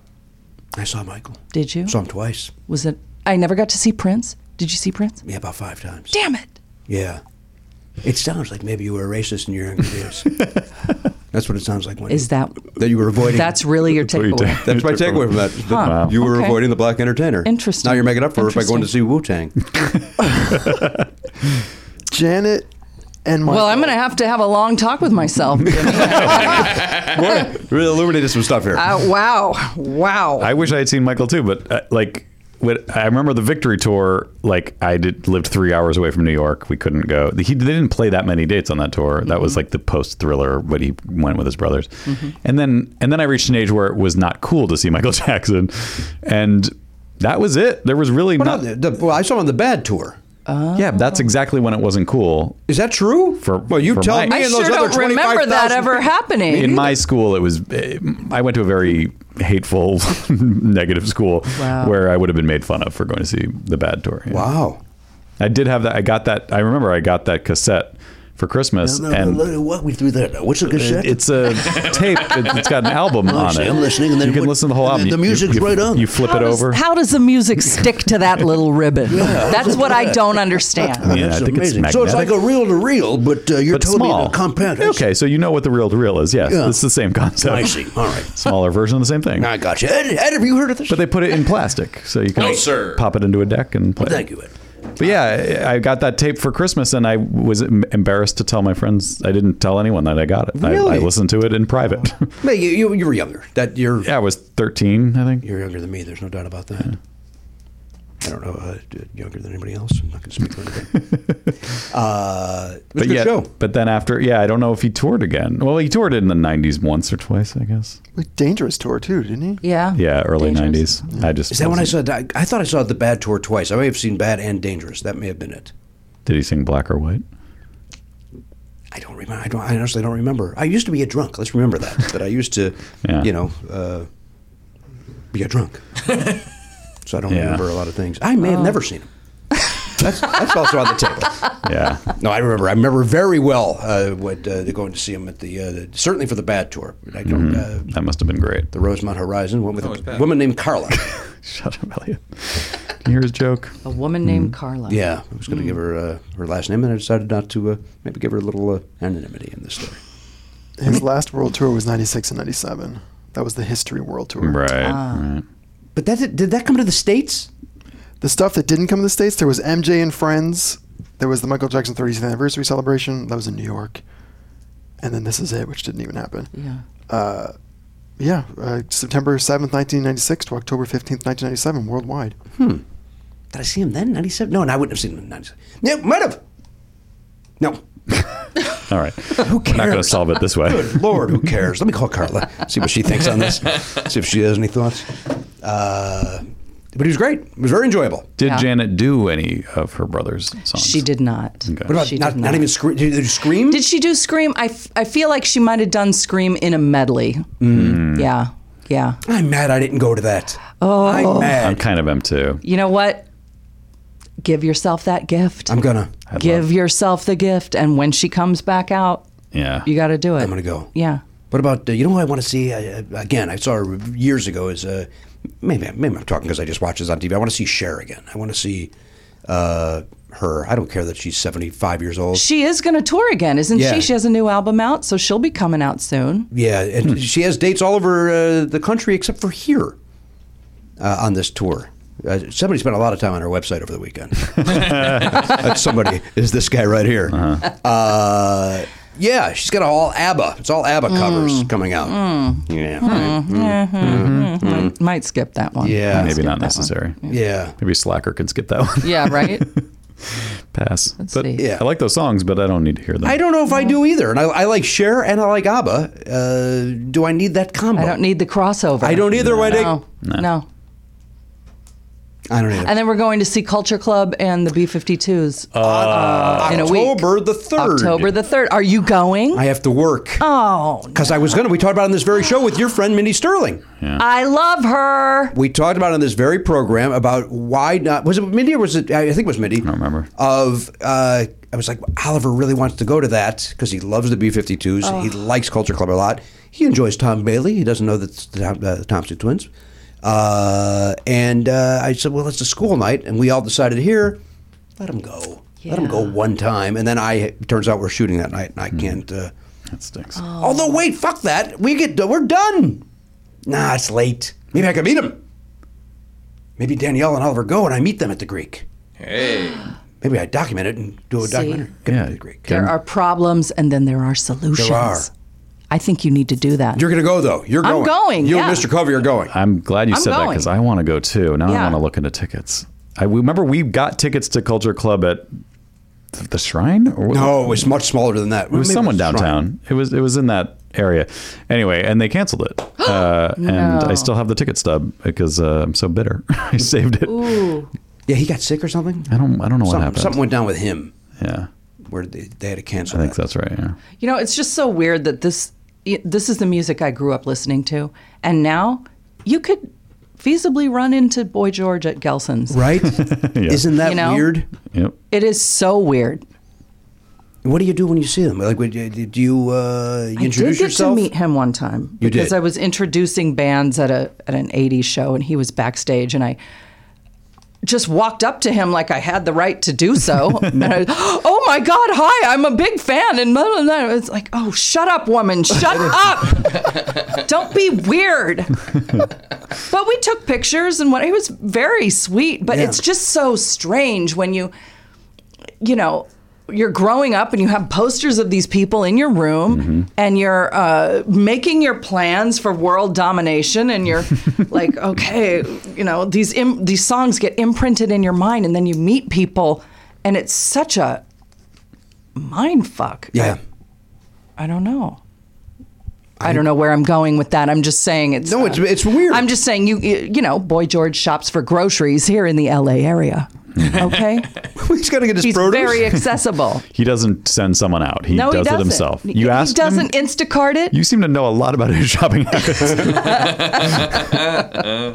Speaker 1: I saw Michael.
Speaker 7: Did you?
Speaker 1: Saw him twice.
Speaker 7: Was it? I never got to see Prince. Did you see Prince?
Speaker 1: Yeah, about five times.
Speaker 7: Damn it.
Speaker 1: Yeah. It sounds like maybe you were a racist in your younger
Speaker 3: <laughs>
Speaker 1: years. That's what it sounds like. Wendy.
Speaker 7: Is that,
Speaker 1: that you were avoiding?
Speaker 7: that's really your
Speaker 3: What you
Speaker 7: takeaway.
Speaker 3: take-
Speaker 1: that's my takeaway from that. that
Speaker 7: Huh,
Speaker 3: Um,
Speaker 1: You were
Speaker 7: okay.
Speaker 1: avoiding the black entertainer.
Speaker 7: Interesting.
Speaker 1: Now you're making up for it by going to see Wu Tang.
Speaker 5: Janet and Michael.
Speaker 7: Well, I'm going to have to have a long talk
Speaker 1: <laughs>
Speaker 7: with myself.
Speaker 1: really illuminated some stuff here.
Speaker 7: Uh, wow. Wow.
Speaker 3: I wish I had seen Michael too, but uh, like, when, I remember the Victory Tour. Like, I did lived three hours away from New York. We couldn't go. He, they didn't play that many dates on that tour. That
Speaker 1: Mm-hmm.
Speaker 3: was like the post Thriller, but he went with his brothers. And then, and then I reached an age where it was not cool to see Michael <laughs> Jackson, and that was it. There was really
Speaker 1: Well,
Speaker 3: not.
Speaker 1: no, the, Oh. well, I saw him on the bad tour.
Speaker 3: yeah, that's exactly when it wasn't cool.
Speaker 1: Is that true?
Speaker 3: For-
Speaker 1: well, you
Speaker 3: for
Speaker 1: tell
Speaker 3: Mike.
Speaker 1: me.
Speaker 7: I
Speaker 1: and
Speaker 7: sure
Speaker 1: those other
Speaker 7: don't remember
Speaker 1: 25,000
Speaker 7: that ever happening.
Speaker 3: in my school it was eh, i went to a very hateful <laughs> negative school
Speaker 7: Wow.
Speaker 3: where i would have been made fun of for going to see the bad tour yeah.
Speaker 1: Wow.
Speaker 3: i did have that i got that i remember i got that cassette for Christmas,
Speaker 4: No,
Speaker 3: and
Speaker 4: no, no, what we threw that? What's the cassette?
Speaker 3: it's a tape. It- It's got an album on
Speaker 4: see,
Speaker 3: it.
Speaker 4: I'm listening, and then
Speaker 3: you can
Speaker 4: what-
Speaker 3: listen to the whole
Speaker 4: and
Speaker 3: album.
Speaker 4: then the
Speaker 3: You-
Speaker 4: music's
Speaker 3: you,
Speaker 4: right on.
Speaker 3: You flip
Speaker 7: how
Speaker 3: it
Speaker 7: does,
Speaker 3: over.
Speaker 7: How does the music stick to that little ribbon? <laughs> That's what I don't understand.
Speaker 3: yeah, I
Speaker 4: That's
Speaker 3: think it's
Speaker 4: amazing. so it's like
Speaker 3: magnetic.
Speaker 4: a reel to reel, but uh, you're
Speaker 3: but
Speaker 4: totally
Speaker 3: small.
Speaker 4: compact.
Speaker 3: Okay, so you know what the reel to reel is. Yes,
Speaker 4: Yeah.
Speaker 3: it's the same concept.
Speaker 4: I see. All right.
Speaker 3: Smaller version of the same thing.
Speaker 4: I got you. Ed, Ed, have you heard of this?
Speaker 3: But they put it in plastic, so you can
Speaker 6: No, sir.
Speaker 3: pop it into a deck and play. it.
Speaker 4: Thank you, Ed.
Speaker 3: But yeah, I I got that tape for Christmas, and I was em- embarrassed to tell my friends. I didn't tell anyone that I got it. I- I,
Speaker 1: Really?
Speaker 3: listened to it in private. <laughs>
Speaker 1: Man, you, you, you were younger. That you're
Speaker 3: yeah, I was 13, I think.
Speaker 1: you're younger than me. There's no doubt about that. I don't know. Uh, younger than anybody else. I'm not going to speak for anybody.
Speaker 3: <laughs>
Speaker 1: uh, it was a
Speaker 3: But
Speaker 1: good
Speaker 3: yeah,
Speaker 1: show.
Speaker 3: but then after, yeah, I don't know if he toured again. Well, he toured in the 90s once or twice, I guess.
Speaker 5: Like dangerous tour too, didn't he?
Speaker 7: <laughs> Yeah.
Speaker 3: Yeah, early
Speaker 7: Dangerous.
Speaker 3: 90s. I just
Speaker 1: Is that when I
Speaker 3: wasn't-
Speaker 1: saw? I, I thought I saw the Bad Tour twice. I may have seen Bad and Dangerous. That may have been it.
Speaker 3: Did he sing Black or White?
Speaker 1: I don't remember. I don't. I honestly don't remember. I used to be a drunk. Let's remember that. that I used to,
Speaker 3: <laughs> Yeah.
Speaker 1: you know, uh, be a drunk.
Speaker 3: <laughs>
Speaker 1: so I don't
Speaker 3: Yeah.
Speaker 1: remember a lot of things. I may have never seen him. That's, that's also on the table.
Speaker 3: Yeah.
Speaker 1: No, I remember. I remember very well uh, what, uh, going to see him at the uh, certainly for the Bad Tour. I don't. Uh,
Speaker 3: that must have been great.
Speaker 1: the Rosemont Horizon went with
Speaker 6: it's
Speaker 1: a
Speaker 6: bad.
Speaker 1: woman named Carla.
Speaker 3: <laughs> Shut up, Elliot. Can you hear his joke?
Speaker 7: A woman
Speaker 3: Mm-hmm.
Speaker 7: named Carla.
Speaker 1: yeah, I was going to give her uh, her last name, and I decided not to. Uh, maybe give her a little uh, anonymity in this story.
Speaker 5: His last world tour was '96 and '97. That was the History World Tour.
Speaker 3: Right. right.
Speaker 1: But that did that come to the states?
Speaker 5: The stuff that didn't come to the states, there was MJ and Friends. There was the Michael Jackson 30th anniversary celebration. That was in New York. And then this is it, which didn't even happen.
Speaker 7: Yeah.
Speaker 5: Yeah, uh, September 7th, 1996 to October 15th, 1997, worldwide.
Speaker 1: Did I see him then? 97? No, and I wouldn't have seen him in 97. No, might have. No.
Speaker 3: All right. Who
Speaker 1: cares?
Speaker 3: Not going to solve it this way.
Speaker 1: Good Lord, who cares? Let me call Carla, see what she thinks on this, see if she has any thoughts. Uh, but he was great. It was very enjoyable.
Speaker 3: Did
Speaker 7: Yeah.
Speaker 3: Janet do any of her brother's songs?
Speaker 7: She did not.
Speaker 1: What about
Speaker 7: She
Speaker 1: not,
Speaker 7: did
Speaker 1: not
Speaker 7: not.
Speaker 1: even scream? Did you scream?
Speaker 7: Did she do Scream? I, f- I feel like she might have done Scream in a medley.
Speaker 3: Mm-hmm.
Speaker 7: Yeah. Yeah.
Speaker 1: I'm mad I didn't go to that. Oh. I'm
Speaker 3: I'm
Speaker 1: mad.
Speaker 3: kind of am too.
Speaker 7: You know what? Give yourself that gift.
Speaker 1: I'm gonna.
Speaker 3: I'd
Speaker 7: Give
Speaker 3: love-
Speaker 7: yourself the gift. And when she comes back out,
Speaker 3: yeah.
Speaker 7: you got to do it.
Speaker 1: I'm gonna go.
Speaker 7: Yeah.
Speaker 1: What about uh, you know who I want to see uh, again? I saw her years ago. Is uh, maybe maybe I'm talking because I just watched this on TV. I want to see Cher again. I want to see uh, her. I don't care that she's 75 years old.
Speaker 7: She is going to tour again, isn't
Speaker 1: Yeah.
Speaker 7: she? She has a new album out, so she'll be coming out soon.
Speaker 1: Yeah, and she has dates all over uh, the country except for here uh, on this tour. Uh, somebody spent a lot of time on her website over the weekend. That's somebody is this guy right here. uh yeah, she's got all ABBA. It's all ABBA covers coming out. Yeah, right.
Speaker 7: Might, might skip that one.
Speaker 1: Mm-hmm. yeah,
Speaker 3: Maybe
Speaker 7: skip
Speaker 3: not
Speaker 7: that one.
Speaker 3: necessary.
Speaker 1: yeah.
Speaker 3: Maybe Slacker can skip that one.
Speaker 7: Yeah,
Speaker 1: <laughs>
Speaker 7: right?
Speaker 3: <laughs> Pass. but
Speaker 7: see.
Speaker 1: Yeah.
Speaker 3: I like those songs, but I don't need to hear them.
Speaker 1: I don't know if I do either. And I, I like Cher and I like ABBA. Uh, do I need that combo?
Speaker 7: I don't need the crossover.
Speaker 1: I don't either. Why do I-
Speaker 7: No. No.
Speaker 1: I don't either.
Speaker 7: And then we're going to see Culture Club and the B 52s uh, in a week.
Speaker 1: October the third.
Speaker 7: October the 3rd. Are you going?
Speaker 1: I have to work.
Speaker 7: oh,
Speaker 1: Because I was going to, we talked about it on this very show with your friend Minnie Sterling.
Speaker 7: I love her.
Speaker 1: We talked about it on this very program about why not, was it Minnie or was it, I think it was Minnie. I don't
Speaker 3: remember.
Speaker 1: Of, uh, I was like, Oliver really wants to go to that because he loves the B 52s. He likes Culture Club a lot. He enjoys Tom Bailey. He doesn't know that it's the, Thom- uh, the Thompson twins. Uh, and uh, I said, well, it's a school night. And we all decided here, let him go. Let him go one time. And then I, it turns out we're shooting that night and I can't. Uh,
Speaker 3: That stinks.
Speaker 1: Although, wait, fuck that. We get we're done. Nah, it's late. Maybe I could meet him. Maybe Danielle and Oliver go and I meet them at the Greek.
Speaker 6: Hey,
Speaker 1: <gasps> Maybe I document it and do a documentary. Get
Speaker 3: Yeah.
Speaker 1: them to the Greek.
Speaker 7: There are problems and then there are solutions.
Speaker 1: are.
Speaker 7: I think you need to do that.
Speaker 1: You're gonna go though. You're going.
Speaker 7: I'm going,
Speaker 1: You
Speaker 7: yeah.
Speaker 1: and Mr. Covey are going.
Speaker 3: I'm glad you
Speaker 7: I'm
Speaker 3: said that
Speaker 7: going.
Speaker 3: because I want to go too. Now I
Speaker 7: Yeah.
Speaker 3: want to look into tickets. I we- remember we got tickets to Culture Club at th- the Shrine. Or what-
Speaker 1: No, it was Oh, much smaller than that.
Speaker 3: it was someone downtown. It was it was in that area. Anyway, and they canceled
Speaker 7: <gasps>
Speaker 3: it. Uh, And I still have the ticket stub because uh, I'm so bitter. <laughs> I saved it.
Speaker 1: Yeah, he got sick or something.
Speaker 3: I don't I don't know what
Speaker 1: Something,
Speaker 3: happened.
Speaker 1: something went down with him
Speaker 3: yeah,
Speaker 1: where they, they had to cancel.
Speaker 3: I think
Speaker 1: that.
Speaker 3: that's right. Yeah.
Speaker 7: You know, it's just so weird that this this is the music I grew up listening to, and now you could feasibly run into Boy George at Gelson's.
Speaker 1: <laughs> Right?
Speaker 3: <laughs> Yeah.
Speaker 1: Isn't that
Speaker 7: You know?
Speaker 1: weird?
Speaker 3: Yep.
Speaker 7: It is so weird.
Speaker 4: What do you do when you see them? Like, would you- do you, uh, you
Speaker 7: I
Speaker 4: introduce
Speaker 7: did get
Speaker 4: yourself?
Speaker 7: to meet him one time
Speaker 1: You
Speaker 7: because
Speaker 1: did.
Speaker 7: I was introducing bands at a at an '80s show, and he was backstage, and I just walked up to him like I had the right to do
Speaker 4: <laughs>
Speaker 7: so. and I, oh my God, hi, I'm a big fan, and blah, blah, blah. it's like, oh, shut up,
Speaker 4: <laughs>
Speaker 7: woman, shut up, don't be weird. but we took pictures and what. It was very sweet, but
Speaker 4: Yeah.
Speaker 7: it's just so strange when you you know you're growing up and you have posters of these people in your room
Speaker 1: Mm-hmm.
Speaker 7: and you're uh, making your plans for world domination and
Speaker 1: <laughs>
Speaker 7: you're like okay you know these Im- these songs get imprinted in your mind and then you meet people and it's such a mind fuck
Speaker 4: Yeah.
Speaker 7: i don't know I, don't know where I'm going with that. I'm just saying it's uh,
Speaker 1: No, it's- it's weird.
Speaker 7: I'm just saying you you you know, Boy George shops for groceries here in the LA
Speaker 1: <laughs>
Speaker 7: area. Okay?
Speaker 4: <laughs>
Speaker 1: He's got to get his
Speaker 7: He's
Speaker 1: produce.
Speaker 7: very accessible.
Speaker 3: He doesn't send someone out. He
Speaker 7: No,
Speaker 3: does
Speaker 7: he doesn't.
Speaker 3: it himself.
Speaker 7: He-
Speaker 3: You asked
Speaker 7: He doesn't
Speaker 3: him.
Speaker 7: Instacart it.
Speaker 3: You seem to know a lot about his <laughs> shopping
Speaker 7: <laughs>
Speaker 3: habits. yeah,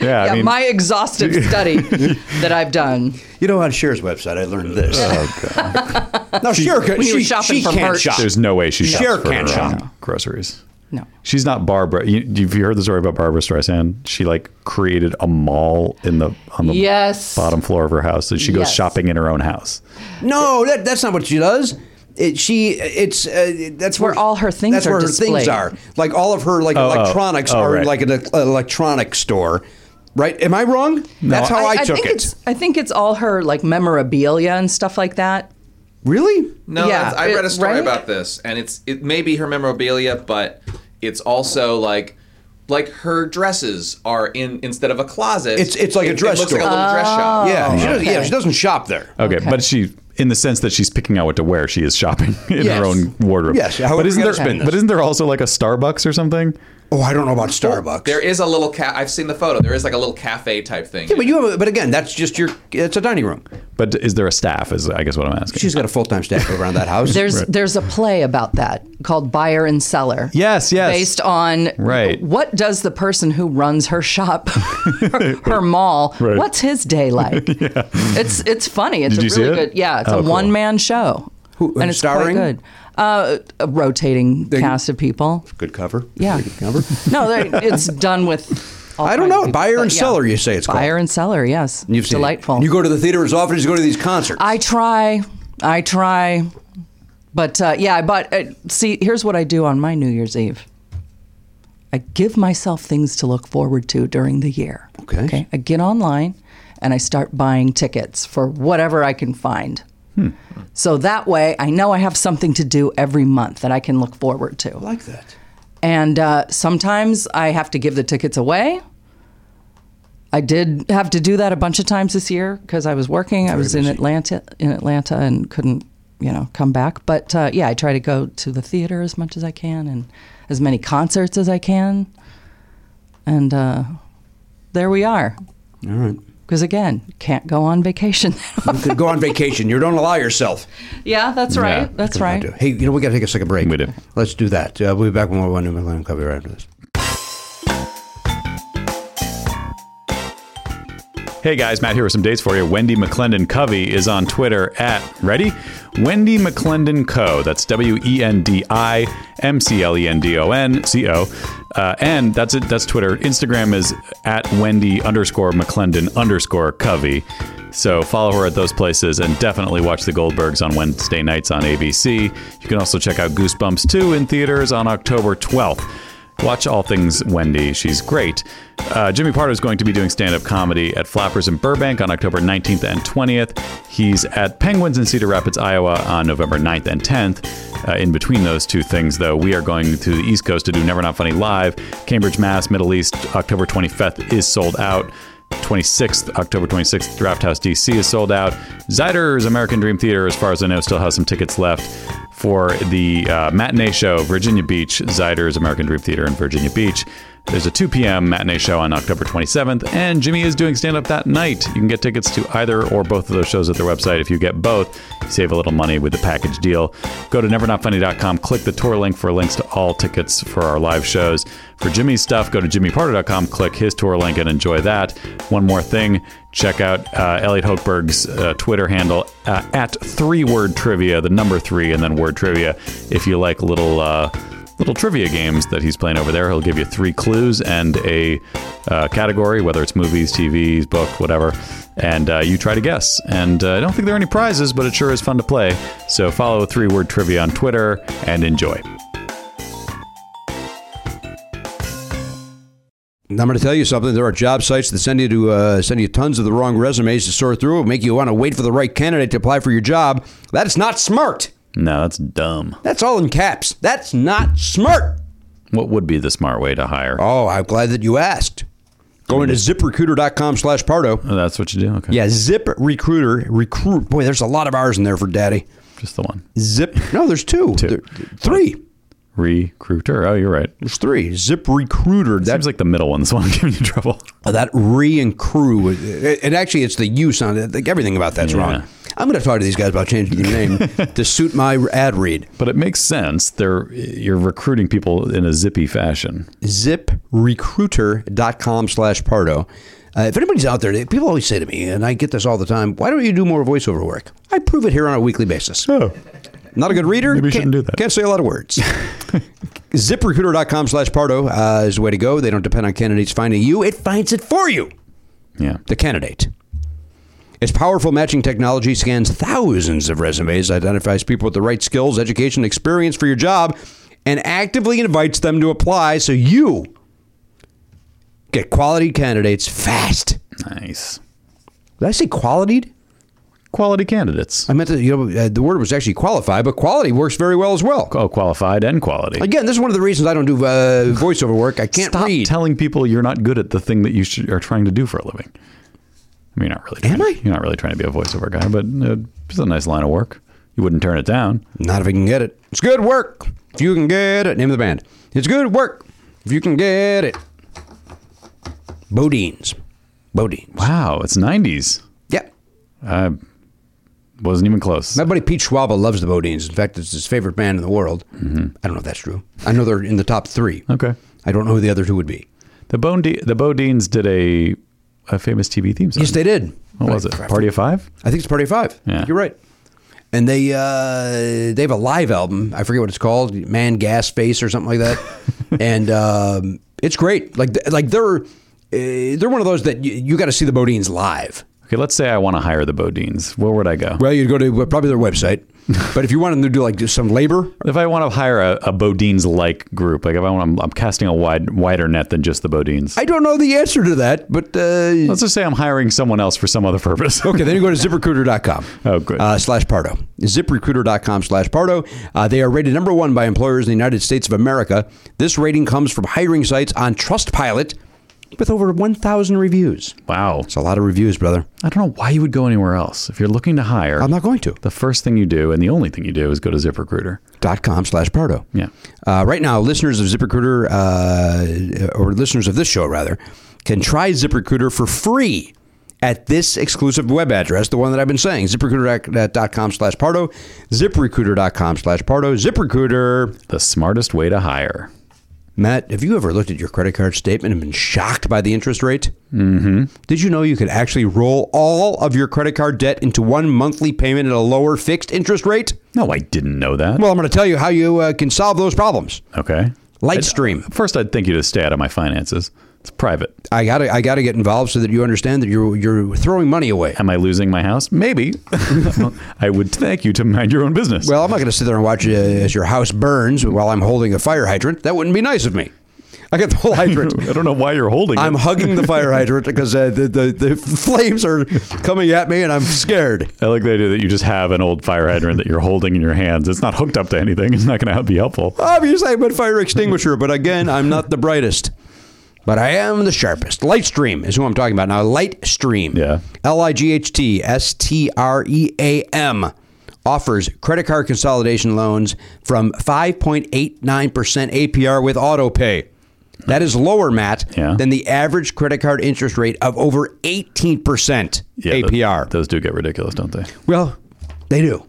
Speaker 7: yeah,
Speaker 3: I mean,
Speaker 7: my exhaustive
Speaker 3: <laughs>
Speaker 7: study that I've done.
Speaker 4: You know, on Cher's website, I learned this. <laughs>
Speaker 1: no, Cher,
Speaker 7: When you were
Speaker 1: she,
Speaker 7: shopping
Speaker 1: she
Speaker 7: for
Speaker 1: can't
Speaker 7: merch.
Speaker 1: shop.
Speaker 3: there's no way she shops
Speaker 1: Cher
Speaker 3: for
Speaker 1: can't
Speaker 3: her
Speaker 1: shop.
Speaker 3: own groceries.
Speaker 7: No.
Speaker 3: She's not Barbara. You, have you heard the story about Barbara Streisand? She like created a mall in the on the
Speaker 7: Yes.
Speaker 3: bottom floor of her house, and she goes
Speaker 7: Yes.
Speaker 3: shopping in her own house.
Speaker 4: No, that, that's not what she does. It, she, it's uh, that's
Speaker 7: Where all her things
Speaker 4: that's
Speaker 7: are
Speaker 4: where her things
Speaker 7: displayed.
Speaker 4: are. Like all of her like
Speaker 3: oh.
Speaker 4: electronics
Speaker 3: Oh,
Speaker 4: are
Speaker 3: right.
Speaker 4: in like an e- electronics store, right? Am I wrong? that's how I, took
Speaker 7: think
Speaker 4: it.
Speaker 7: It's, I think it's all her like memorabilia and stuff like that.
Speaker 4: Really?
Speaker 6: No,
Speaker 7: Yeah,
Speaker 6: it's- I read
Speaker 7: it-
Speaker 6: a story
Speaker 7: right?
Speaker 6: about this, and it's it may be her memorabilia, but it's also like like her dresses are in instead of a closet.
Speaker 4: It's- it's like a
Speaker 6: it-
Speaker 4: dress
Speaker 6: It looks
Speaker 4: store.
Speaker 6: like a little dress shop.
Speaker 1: Oh.
Speaker 4: yeah, she does, yeah, she doesn't shop there.
Speaker 3: Okay, but she, in the sense that she's picking out what to wear, she is shopping <laughs> in
Speaker 4: Yes.
Speaker 3: her own wardrobe.
Speaker 4: Yes, however
Speaker 3: but isn't
Speaker 4: you
Speaker 3: there?
Speaker 4: gotta spin this.
Speaker 3: But isn't there also like a Starbucks or something?
Speaker 4: Oh, I don't know about Starbucks.
Speaker 6: There is a little cat. I've seen the photo. There is like a little cafe type thing.
Speaker 4: yeah,
Speaker 6: <laughs>
Speaker 4: but you have. A, but again, that's just your. It's a dining room.
Speaker 3: But is there a staff? Is I guess what I'm asking.
Speaker 4: She's got a full time staff around that house.
Speaker 7: There's there's a play about that called Buyer and Seller.
Speaker 3: Yes, yes.
Speaker 7: Based on
Speaker 3: Right.
Speaker 7: what does the person who runs her shop, <laughs> her, her mall,
Speaker 3: Right.
Speaker 7: what's his day
Speaker 3: <laughs>
Speaker 7: like? It's it's funny. It's
Speaker 3: Did
Speaker 7: a
Speaker 3: you see
Speaker 7: really
Speaker 3: it?
Speaker 7: good yeah, it's
Speaker 3: Oh,
Speaker 7: a
Speaker 3: cool.
Speaker 7: one man show.
Speaker 4: Who-
Speaker 7: and it's
Speaker 4: starring?
Speaker 7: quite good. Uh, a rotating cast of people.
Speaker 4: good cover.
Speaker 7: Yeah.
Speaker 4: Good cover.
Speaker 7: No, they- it's done with. all
Speaker 4: I don't
Speaker 7: kinds
Speaker 4: know.
Speaker 7: of people,
Speaker 4: Buyer
Speaker 7: but
Speaker 4: and seller, you say it's called.
Speaker 7: buyer and seller. Yes,
Speaker 4: You've seen it.
Speaker 7: delightful.
Speaker 4: You go to the theater as often as you go to these concerts.
Speaker 7: I try, I try, but uh, yeah, I bought. Uh, see, here's what I do on my New Year's Eve. I give myself things to look forward to during the year.
Speaker 4: Okay.
Speaker 7: I get online and I start buying tickets for whatever I can find.
Speaker 4: Hmm.
Speaker 7: So that way, I know I have something to do every month that I can look forward to.
Speaker 4: like that.
Speaker 7: And uh, sometimes I have to give the tickets away. I did have to do that a bunch of times this year because I was working. I was in Atlanta, in Atlanta, and couldn't, you know, come back. But uh, yeah, I try to go to the theater as much as I can and as many concerts as I can. And uh, there we are.
Speaker 4: All right.
Speaker 7: Because again, can't go on vacation. <laughs>
Speaker 4: You could go on vacation. You don't allow yourself.
Speaker 7: yeah, that's right.
Speaker 3: Yeah.
Speaker 7: That's right.
Speaker 4: Hey, you know, we got to take a second break.
Speaker 3: We do.
Speaker 4: Let's do that. Uh, we'll be back when we're one New Millennium Coffee right after this.
Speaker 3: Hey guys, Matt here with some dates for you. Wendy McClendon Covey is on Twitter at ready Wendy McClendon Co. That's W E N D I M C L E N D O N C O, Uh, and that's it. That's Twitter. Instagram is at Wendy underscore McClendon underscore Covey. So follow her at those places, and definitely watch the Goldbergs on Wednesday nights on ABC. You can also check out Goosebumps 2 in theaters on October 12th. Watch all things Wendy. She's great. Uh, Jimmy Pardo is going to be doing stand up comedy at Flappers in Burbank on October 19th and 20th. He's at Penguins in Cedar Rapids, Iowa on November 9th and 10th. Uh, in between those two things, though, we are going to the East Coast to do Never Not Funny Live. Cambridge, Mass, Middle East, October 25th is sold out. 26th, October 26th, Draft House DC is sold out. Zyder's American Dream Theater, as far as I know, still has some tickets left for the uh, matinee show, Virginia Beach, Zyder's American Dream Theater in Virginia Beach. There's a 2 p.m. matinee show on October 27th, and Jimmy is doing stand up that night. You can get tickets to either or both of those shows at their website. If you get both, you save a little money with the package deal. Go to nevernotfunny.com, click the tour link for links to all tickets for our live shows. For Jimmy's stuff, go to jimmyparter.com, click his tour link, and enjoy that. One more thing check out uh, Elliot Hochberg's uh, Twitter handle uh, at three word trivia, the number three, and then word trivia. If you like little. Uh, little trivia games that he's playing over there. He'll give you three clues and a uh, category, whether it's movies, TVs, book, whatever, and uh, you try to guess. And uh, I don't think there are any prizes, but it sure is fun to play. So follow Three Word Trivia on Twitter and enjoy.
Speaker 1: And I'm going to tell you something. There are job sites that send you to uh, send you tons of the wrong resumes to sort through, make you want to wait for the right candidate to apply for your job. That's not smart.
Speaker 3: No, that's dumb.
Speaker 1: That's all in caps. That's not smart.
Speaker 3: What would be the smart way to hire?
Speaker 1: Oh, I'm glad that you asked. Go into ziprecruiter.com slash Pardo.
Speaker 3: Oh, that's what you do. Okay.
Speaker 1: Yeah, zip recruiter, recruit. Boy, there's a lot of R's in there for daddy.
Speaker 3: Just the one.
Speaker 1: Zip. No, there's two.
Speaker 3: Two.
Speaker 1: There- three.
Speaker 3: Recruiter. Oh, you're right.
Speaker 1: There's three. Zip recruiter.
Speaker 3: Seems like the middle one's <laughs> the one giving you trouble.
Speaker 1: Uh, that re and crew, it, it actually it's the you sound. I think everything about that's
Speaker 3: Yeah.
Speaker 1: wrong. I'm going to talk to these guys about changing the
Speaker 3: <laughs>
Speaker 1: name to suit my ad read.
Speaker 3: But it makes sense. They're you're recruiting people in a zippy fashion.
Speaker 1: ZipRecruiter.com slash Pardo. Uh, if anybody's out there, people always say to me, and I get this all the time, why don't you do more voiceover work? I prove it here on a weekly basis.
Speaker 3: Oh.
Speaker 1: Not a good reader.
Speaker 3: Maybe you
Speaker 1: can't-
Speaker 3: shouldn't do that.
Speaker 1: Can't say a lot of
Speaker 3: <laughs>
Speaker 1: words. ZipRecruiter.com slash Pardo uh, is the way to go. They don't depend on candidates finding you, it finds it for you.
Speaker 3: Yeah.
Speaker 1: the candidate. Its powerful matching technology scans thousands of resumes, identifies people with the right skills, education, experience for your job, and actively invites them to apply so you get quality candidates fast.
Speaker 3: Nice.
Speaker 1: Did I say qualityed?
Speaker 3: Quality candidates.
Speaker 1: I meant that you know uh, the word was actually qualified, but quality works very well as well.
Speaker 3: Oh, qualified and quality.
Speaker 1: Again, this is one of the reasons I don't do uh, voiceover work. I can't
Speaker 3: Stop
Speaker 1: read.
Speaker 3: telling people you're not good at the thing that you should, are trying to do for a living. I mean, you're not really. Trying,
Speaker 1: Am I?
Speaker 3: You're not really trying to be a voiceover guy, but uh, it's a nice line of work. You wouldn't turn it down.
Speaker 1: Not if I can get it. It's good work. If you can get it. Name of the band. It's good work. If you can get it. Bodines. Bodines.
Speaker 3: Wow, it's '90s.
Speaker 1: Yeah.
Speaker 3: I wasn't even close.
Speaker 1: My buddy Pete Schwaba loves the Bodines. In fact, it's his favorite band in the world. I don't know if that's true. I know they're in the top three.
Speaker 3: Okay.
Speaker 1: I don't know who the other two would be.
Speaker 3: The Bone De- the Bodines did a a famous TV theme song.
Speaker 1: Yes, they did.
Speaker 3: What was it? Party of Five.
Speaker 1: I think it's Party of Five.
Speaker 3: Yeah.
Speaker 1: You're right. And they uh, they have a live album. I forget what it's called, Man Gas Face or something like that. and um, it's great. Like like they're uh, they're one of those that you, you got to see the Bodines live.
Speaker 3: Okay, let's say I want to hire the Bodines. Where would I go?
Speaker 1: Well, you'd go to probably their website. but if you wanted to do like just some labor,
Speaker 3: If I want to hire a, a Bodines like group, like if I want, I'm casting a wide wider net than just the Bodines.
Speaker 1: I don't know the answer to that. But uh,
Speaker 3: Let's just say I'm hiring someone else for some other purpose. <laughs>
Speaker 1: Okay, then you go to ziprecruiter.com.
Speaker 3: Oh, good.
Speaker 1: Uh, slash Pardo. Ziprecruiter.com slash Pardo. Uh, they are rated number one by employers in the United States of America. This rating comes from hiring sites on Trustpilot with over 1,000 reviews.
Speaker 3: Wow.
Speaker 1: It's a lot of reviews, brother.
Speaker 3: I don't know why you would go anywhere else. If you're looking to hire,
Speaker 1: I'm not going to.
Speaker 3: the first thing you do and the only thing you do is go to ZipRecruiter.
Speaker 1: dot com slash Pardo.
Speaker 3: Yeah.
Speaker 1: Uh, right now, listeners of ZipRecruiter, uh, or listeners of this show rather, can try ZipRecruiter for free at this exclusive web address, the one that I've been saying, ziprecruiter.com slash Pardo, ziprecruiter.com slash Pardo, ZipRecruiter.
Speaker 3: The smartest way to hire.
Speaker 1: Matt, have you ever looked at your credit card statement and been shocked by the interest rate? Mm-hmm. Did you know you could actually roll all of your credit card debt into one monthly payment at a lower fixed interest rate?
Speaker 3: No, I didn't know that.
Speaker 1: Well, I'm going to tell you how you uh, can solve those problems.
Speaker 3: okay.
Speaker 1: Lightstream.
Speaker 3: I'd- first, I'd think you to stay out of my finances. It's private.
Speaker 1: I gotta I gotta get involved so that you understand that you're you're throwing money away.
Speaker 3: Am I losing my house? Maybe. <laughs> I would thank you to mind your own business.
Speaker 1: Well, I'm not gonna sit there and watch uh, as your house burns while I'm holding a fire hydrant. That wouldn't be nice of me. I got the whole hydrant.
Speaker 3: I don't know why you're holding
Speaker 1: I'm
Speaker 3: it.
Speaker 1: hugging the fire hydrant because uh, the, the the flames are coming at me and I'm scared.
Speaker 3: I like the idea that you just have an old fire hydrant that you're holding in your hands. It's not hooked up to anything. It's not going to be helpful.
Speaker 1: Obviously, I'm a fire extinguisher, but again, I'm not the brightest. But I am the sharpest. Lightstream is who I'm talking about now. Lightstream.
Speaker 3: Yeah.
Speaker 1: L I G H T S T R E A M offers credit card consolidation loans from 5.89% APR with auto pay. That is lower, Matt,
Speaker 3: Yeah.
Speaker 1: than the average credit card interest rate of over 18%
Speaker 3: th-
Speaker 1: APR.
Speaker 3: those do get ridiculous, don't they?
Speaker 1: well, they do.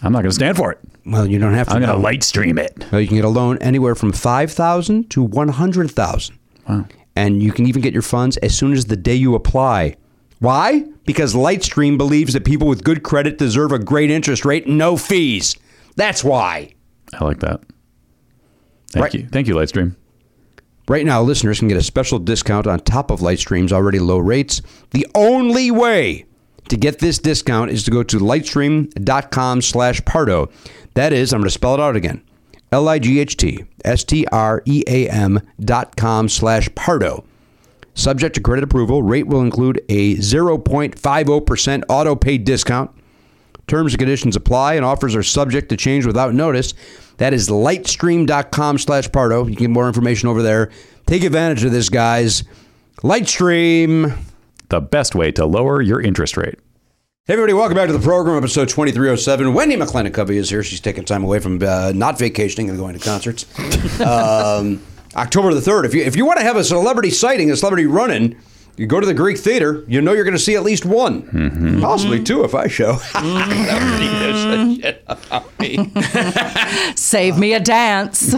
Speaker 3: I'm not going to stand for it.
Speaker 1: Well, you don't have to.
Speaker 3: I'm going
Speaker 1: know.
Speaker 3: to light stream it.
Speaker 1: Well, you can get a loan anywhere from 5000 to 100000 Wow. And you can even get your funds as soon as the day you apply. Why? Because Lightstream believes that people with good credit deserve a great interest rate and no fees. That's why.
Speaker 3: I like that. Thank
Speaker 1: Right.
Speaker 3: you. Thank you, Lightstream.
Speaker 1: Right now, listeners can get a special discount on top of Lightstream's already low rates. The only way to get this discount is to go to lightstream.com slash Pardo. That is, I'm going to spell it out again. L-I-G-H-T-S-T-R-E-A-M E dot com slash Pardo. Subject to credit approval, rate will include a 0.50% auto pay discount. Terms and conditions apply, and offers are subject to change without notice. That is lightstream.com slash Pardo. You can get more information over there. Take advantage of this, guys. Lightstream. Hey,
Speaker 3: The best way to lower your interest rate.
Speaker 1: everybody, welcome back to the program, episode 2307. Wendy McClendon Covey is here. She's taking time away from uh, not vacationing and going to concerts. um, October the 3rd. If you, if you want to have a celebrity sighting, a celebrity run-in, you go to the Greek Theater, you know you're going to see at least one. Possibly two if I show. <laughs>
Speaker 7: Save me a dance.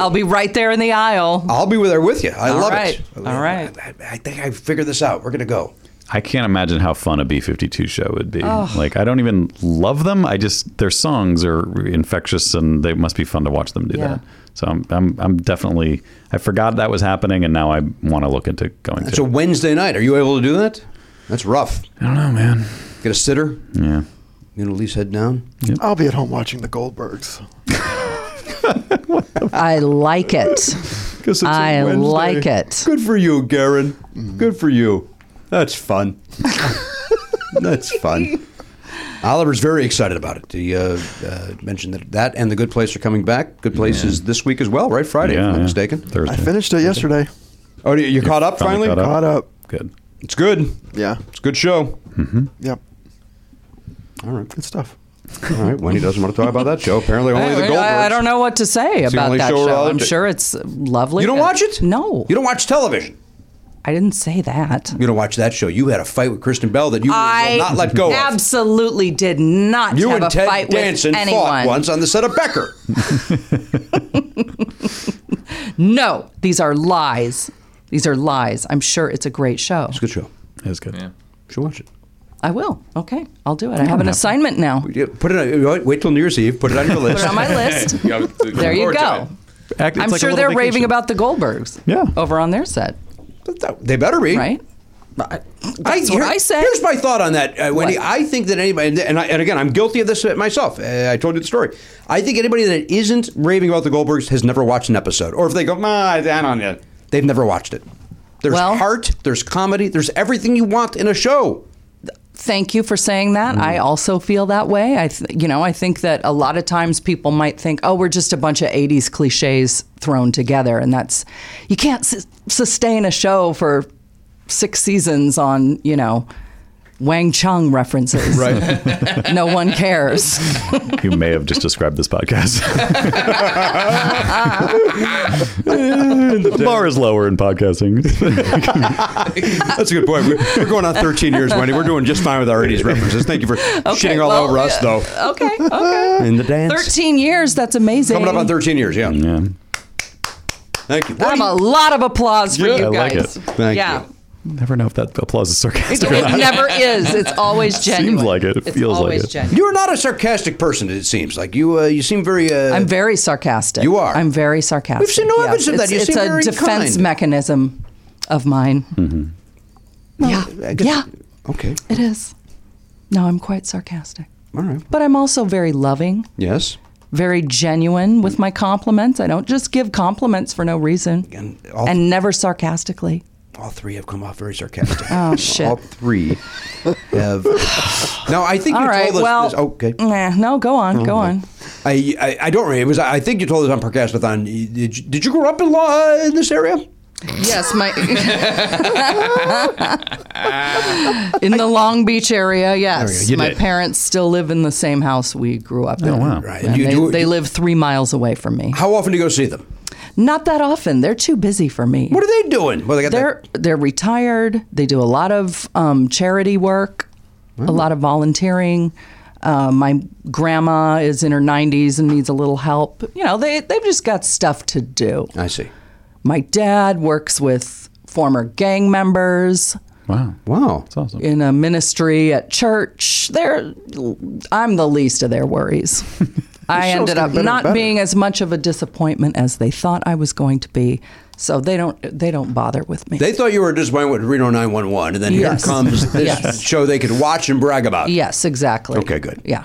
Speaker 7: I'll be right there in the aisle.
Speaker 1: I'll be there with you. I
Speaker 7: All
Speaker 1: love
Speaker 7: right.
Speaker 1: it.
Speaker 7: All right.
Speaker 1: I, I think I figured this out. We're gonna go.
Speaker 3: I can't imagine how fun a B 52 show would be. Like, I don't even love them. I just, their songs are infectious and they must be fun to watch them do
Speaker 7: Yeah.
Speaker 3: that. So I'm, I'm, I'm definitely, I forgot that was happening and now I want to look into going
Speaker 1: It's
Speaker 3: to.
Speaker 1: a Wednesday night. Are you able to do that? That's rough.
Speaker 3: I don't know, man.
Speaker 1: Get a sitter.
Speaker 3: Yeah.
Speaker 1: You know, at least head down.
Speaker 5: I'll be at home watching the Goldbergs.
Speaker 7: I like it.
Speaker 1: Because
Speaker 7: I like it. Mm-hmm.
Speaker 1: Good for you, Garen. Good for you. That's
Speaker 7: <laughs>
Speaker 1: fun. That's fun. Oliver's very excited about it. He uh, uh, mentioned that that and the Good Place are coming back. Good Place is this week as well, right? Friday, if
Speaker 3: yeah,
Speaker 1: I'm not
Speaker 3: yeah.
Speaker 1: mistaken.
Speaker 3: Thursday.
Speaker 5: I finished it yesterday.
Speaker 1: Oh, you you caught up
Speaker 3: finally
Speaker 1: finally.
Speaker 3: caught up.
Speaker 5: Caught up.
Speaker 3: Good.
Speaker 1: It's good.
Speaker 5: Yeah.
Speaker 1: It's a good show.
Speaker 5: Yep.
Speaker 1: All right.
Speaker 5: Good stuff.
Speaker 1: All right. Wendy doesn't want to talk about that show. Apparently, only the
Speaker 7: I,
Speaker 1: Goldbergs.
Speaker 7: I- I don't know what to say
Speaker 1: the
Speaker 7: about
Speaker 1: only
Speaker 7: that
Speaker 1: show
Speaker 7: show.
Speaker 1: around
Speaker 7: I'm
Speaker 1: it.
Speaker 7: sure it's lovely.
Speaker 1: You don't
Speaker 7: and-
Speaker 1: watch it?
Speaker 7: No.
Speaker 1: You don't watch television.
Speaker 7: I didn't say that.
Speaker 1: You don't watch that show. You had a fight with Kristen Bell that you
Speaker 7: I
Speaker 1: will not let go of.
Speaker 7: absolutely did not
Speaker 1: You
Speaker 7: have
Speaker 1: and
Speaker 7: a
Speaker 1: Ted
Speaker 7: fight
Speaker 1: Danson
Speaker 7: with anyone.
Speaker 1: fought once on the set of Becker.
Speaker 7: No, these are lies. These are lies. I'm sure it's a great show.
Speaker 1: It's a good show.
Speaker 3: It was good.
Speaker 6: Yeah.
Speaker 1: You should watch it.
Speaker 7: I will. Okay, I'll do it. I have an assignment now.
Speaker 1: Yeah, Put it. On, wait till New Year's Eve. Put it on your
Speaker 7: Put
Speaker 1: list.
Speaker 7: it on my list.
Speaker 6: Yeah, look
Speaker 7: There you
Speaker 6: forward to
Speaker 7: go.
Speaker 3: Act- it's
Speaker 7: I'm
Speaker 3: like a
Speaker 7: sure
Speaker 3: little
Speaker 7: they're
Speaker 3: vacation.
Speaker 7: raving about the Goldbergs.
Speaker 3: Yeah.
Speaker 7: Over on their set,
Speaker 1: <laughs> they better be
Speaker 7: right? That's
Speaker 1: here-
Speaker 7: what I say.
Speaker 1: Here's my thought on that, uh, Wendy.
Speaker 7: What?
Speaker 1: I think that anybody, and, I, and again, I'm guilty of this myself. Uh, I told you the story. I think anybody that isn't raving about the Goldbergs has never watched an episode, or if they go, "Nah, I don't know," they've never watched it. There's
Speaker 7: Well-
Speaker 1: heart. There's comedy. There's everything you want in a show.
Speaker 7: Thank you for saying that. I
Speaker 3: Mm-hmm.
Speaker 7: also feel that way. I, th- you know, I think that a lot of times people might think, "Oh, we're just a bunch of '80s cliches thrown together," and that's you can't sus- sustain a show for six seasons on, you know, Wang Chung references. Right. <laughs> no one cares.
Speaker 3: You may have just described this podcast. the bar is lower in podcasting.
Speaker 7: <laughs>
Speaker 1: That's a good point. We're, we're going on 13 years, Wendy. We're doing just fine with our 80s references. Thank you
Speaker 7: <laughs>
Speaker 1: for shitting all
Speaker 7: well,
Speaker 1: over us, though.
Speaker 7: okay. Okay.
Speaker 1: In the dance.
Speaker 7: Thirteen years. That's amazing.
Speaker 1: Coming up on 13 years, yeah.
Speaker 3: yeah.
Speaker 1: Thank you.
Speaker 7: I have a lot of applause for you
Speaker 3: I like
Speaker 7: guys.
Speaker 3: it.
Speaker 1: Thank
Speaker 7: yeah.
Speaker 1: you.
Speaker 3: Never know if that applause is
Speaker 7: It,
Speaker 3: sarcastic or
Speaker 7: it
Speaker 3: not.
Speaker 7: never is. It's always genuine.
Speaker 3: like it. It
Speaker 7: It's
Speaker 3: feels like
Speaker 7: always
Speaker 3: it.
Speaker 7: Genuine.
Speaker 1: You're not a sarcastic person, it seems. Like, you uh, you seem very. Uh,
Speaker 7: I'm very sarcastic.
Speaker 1: You are.
Speaker 7: I'm very sarcastic.
Speaker 1: We've seen no evidence of that.
Speaker 7: It's,
Speaker 1: You
Speaker 7: it's
Speaker 1: seem
Speaker 7: a
Speaker 1: very
Speaker 7: defense
Speaker 1: kind.
Speaker 7: mechanism of mine.
Speaker 1: I
Speaker 7: yeah.
Speaker 1: Mm-hmm. guess-
Speaker 7: Yeah,
Speaker 1: Okay.
Speaker 7: it is. No, I'm quite sarcastic.
Speaker 1: All right.
Speaker 7: But I'm also very loving,
Speaker 1: Yes.
Speaker 7: very genuine with my compliments. I don't just give compliments for no reason.
Speaker 1: And all-
Speaker 7: and never sarcastically.
Speaker 1: All three have come off very sarcastic.
Speaker 7: <laughs> Oh, shit.
Speaker 1: All three
Speaker 7: <laughs>
Speaker 1: have. No, I think
Speaker 7: All
Speaker 1: you
Speaker 7: right.
Speaker 1: told us.
Speaker 7: Well, mm.
Speaker 1: this- Oh, okay.
Speaker 7: Nah, no, go on. go on.
Speaker 1: I, I I don't remember. It was. I think you told us on Parkastathon. Did you, did you grow up in law uh, in this area?
Speaker 7: Yes, my in the Long Beach area. Yes,
Speaker 3: You
Speaker 7: my
Speaker 3: did. Oh,
Speaker 7: parents still live in the same house we grew up in.
Speaker 3: wow.
Speaker 1: Right.
Speaker 7: And
Speaker 1: You
Speaker 7: they,
Speaker 1: do-
Speaker 7: they live three miles away from me.
Speaker 1: How often do you go see them?
Speaker 7: Not that often. They're too busy for me.
Speaker 1: What are they doing? Well, they got
Speaker 7: they're
Speaker 1: that.
Speaker 7: they're retired. They do a lot of um, charity work, a lot of volunteering. Uh, my grandma is in her 90s and needs a little help. You know, they they've just got stuff to do.
Speaker 1: I see.
Speaker 7: My dad works with former gang members
Speaker 3: Wow.
Speaker 1: Wow.
Speaker 3: That's awesome.
Speaker 7: in a ministry at church. They're, I'm the least of their
Speaker 1: <laughs>
Speaker 7: worries. I
Speaker 5: show's
Speaker 7: ended
Speaker 5: getting
Speaker 7: up
Speaker 5: better and
Speaker 7: not
Speaker 5: better.
Speaker 7: being as much of a disappointment as they thought I was going to be. So they don't they don't bother with me.
Speaker 1: They thought you were disappointed with Reno 911, and then
Speaker 7: Yes.
Speaker 1: here
Speaker 7: <laughs>
Speaker 1: comes this
Speaker 7: Yes.
Speaker 1: show they could watch and brag about.
Speaker 7: yes, exactly.
Speaker 1: Okay, good.
Speaker 7: Yeah.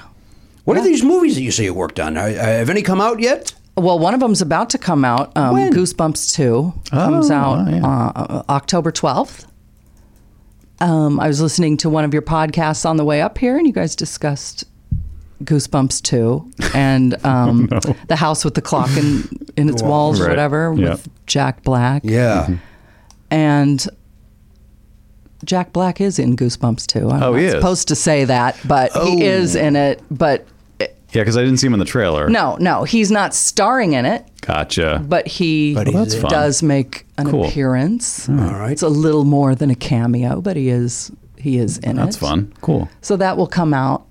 Speaker 1: What are these movies that you say you worked on? Are, uh, have any come out yet?
Speaker 7: Well, one of them's about to come out. Um,
Speaker 1: When?
Speaker 7: Goosebumps Two comes
Speaker 3: Oh,
Speaker 7: out
Speaker 3: oh, yeah.
Speaker 7: uh, October twelfth. Um, I was listening to one of your podcasts on the way up here, and you guys discussed Goosebumps Two
Speaker 3: <laughs> Oh,
Speaker 7: and um, the house with the clock in in its walls, or
Speaker 3: Right.
Speaker 7: whatever,
Speaker 3: Yeah.
Speaker 7: with Jack Black.
Speaker 1: Yeah.
Speaker 7: And Jack Black is in Goosebumps Two. I'm
Speaker 3: Oh,
Speaker 7: not
Speaker 3: he is.
Speaker 7: supposed to say that, but
Speaker 3: Oh.
Speaker 7: he is in it. But
Speaker 3: Yeah, because I didn't see him in the trailer.
Speaker 7: no, no, he's not starring in it.
Speaker 3: Gotcha.
Speaker 7: but he
Speaker 1: But he's Well, that's
Speaker 3: fun.
Speaker 7: does make an
Speaker 3: Cool.
Speaker 7: appearance.
Speaker 1: All right.
Speaker 7: It's a little more than a cameo, but he is he is in it.
Speaker 3: That's fun. Cool.
Speaker 7: So that will come out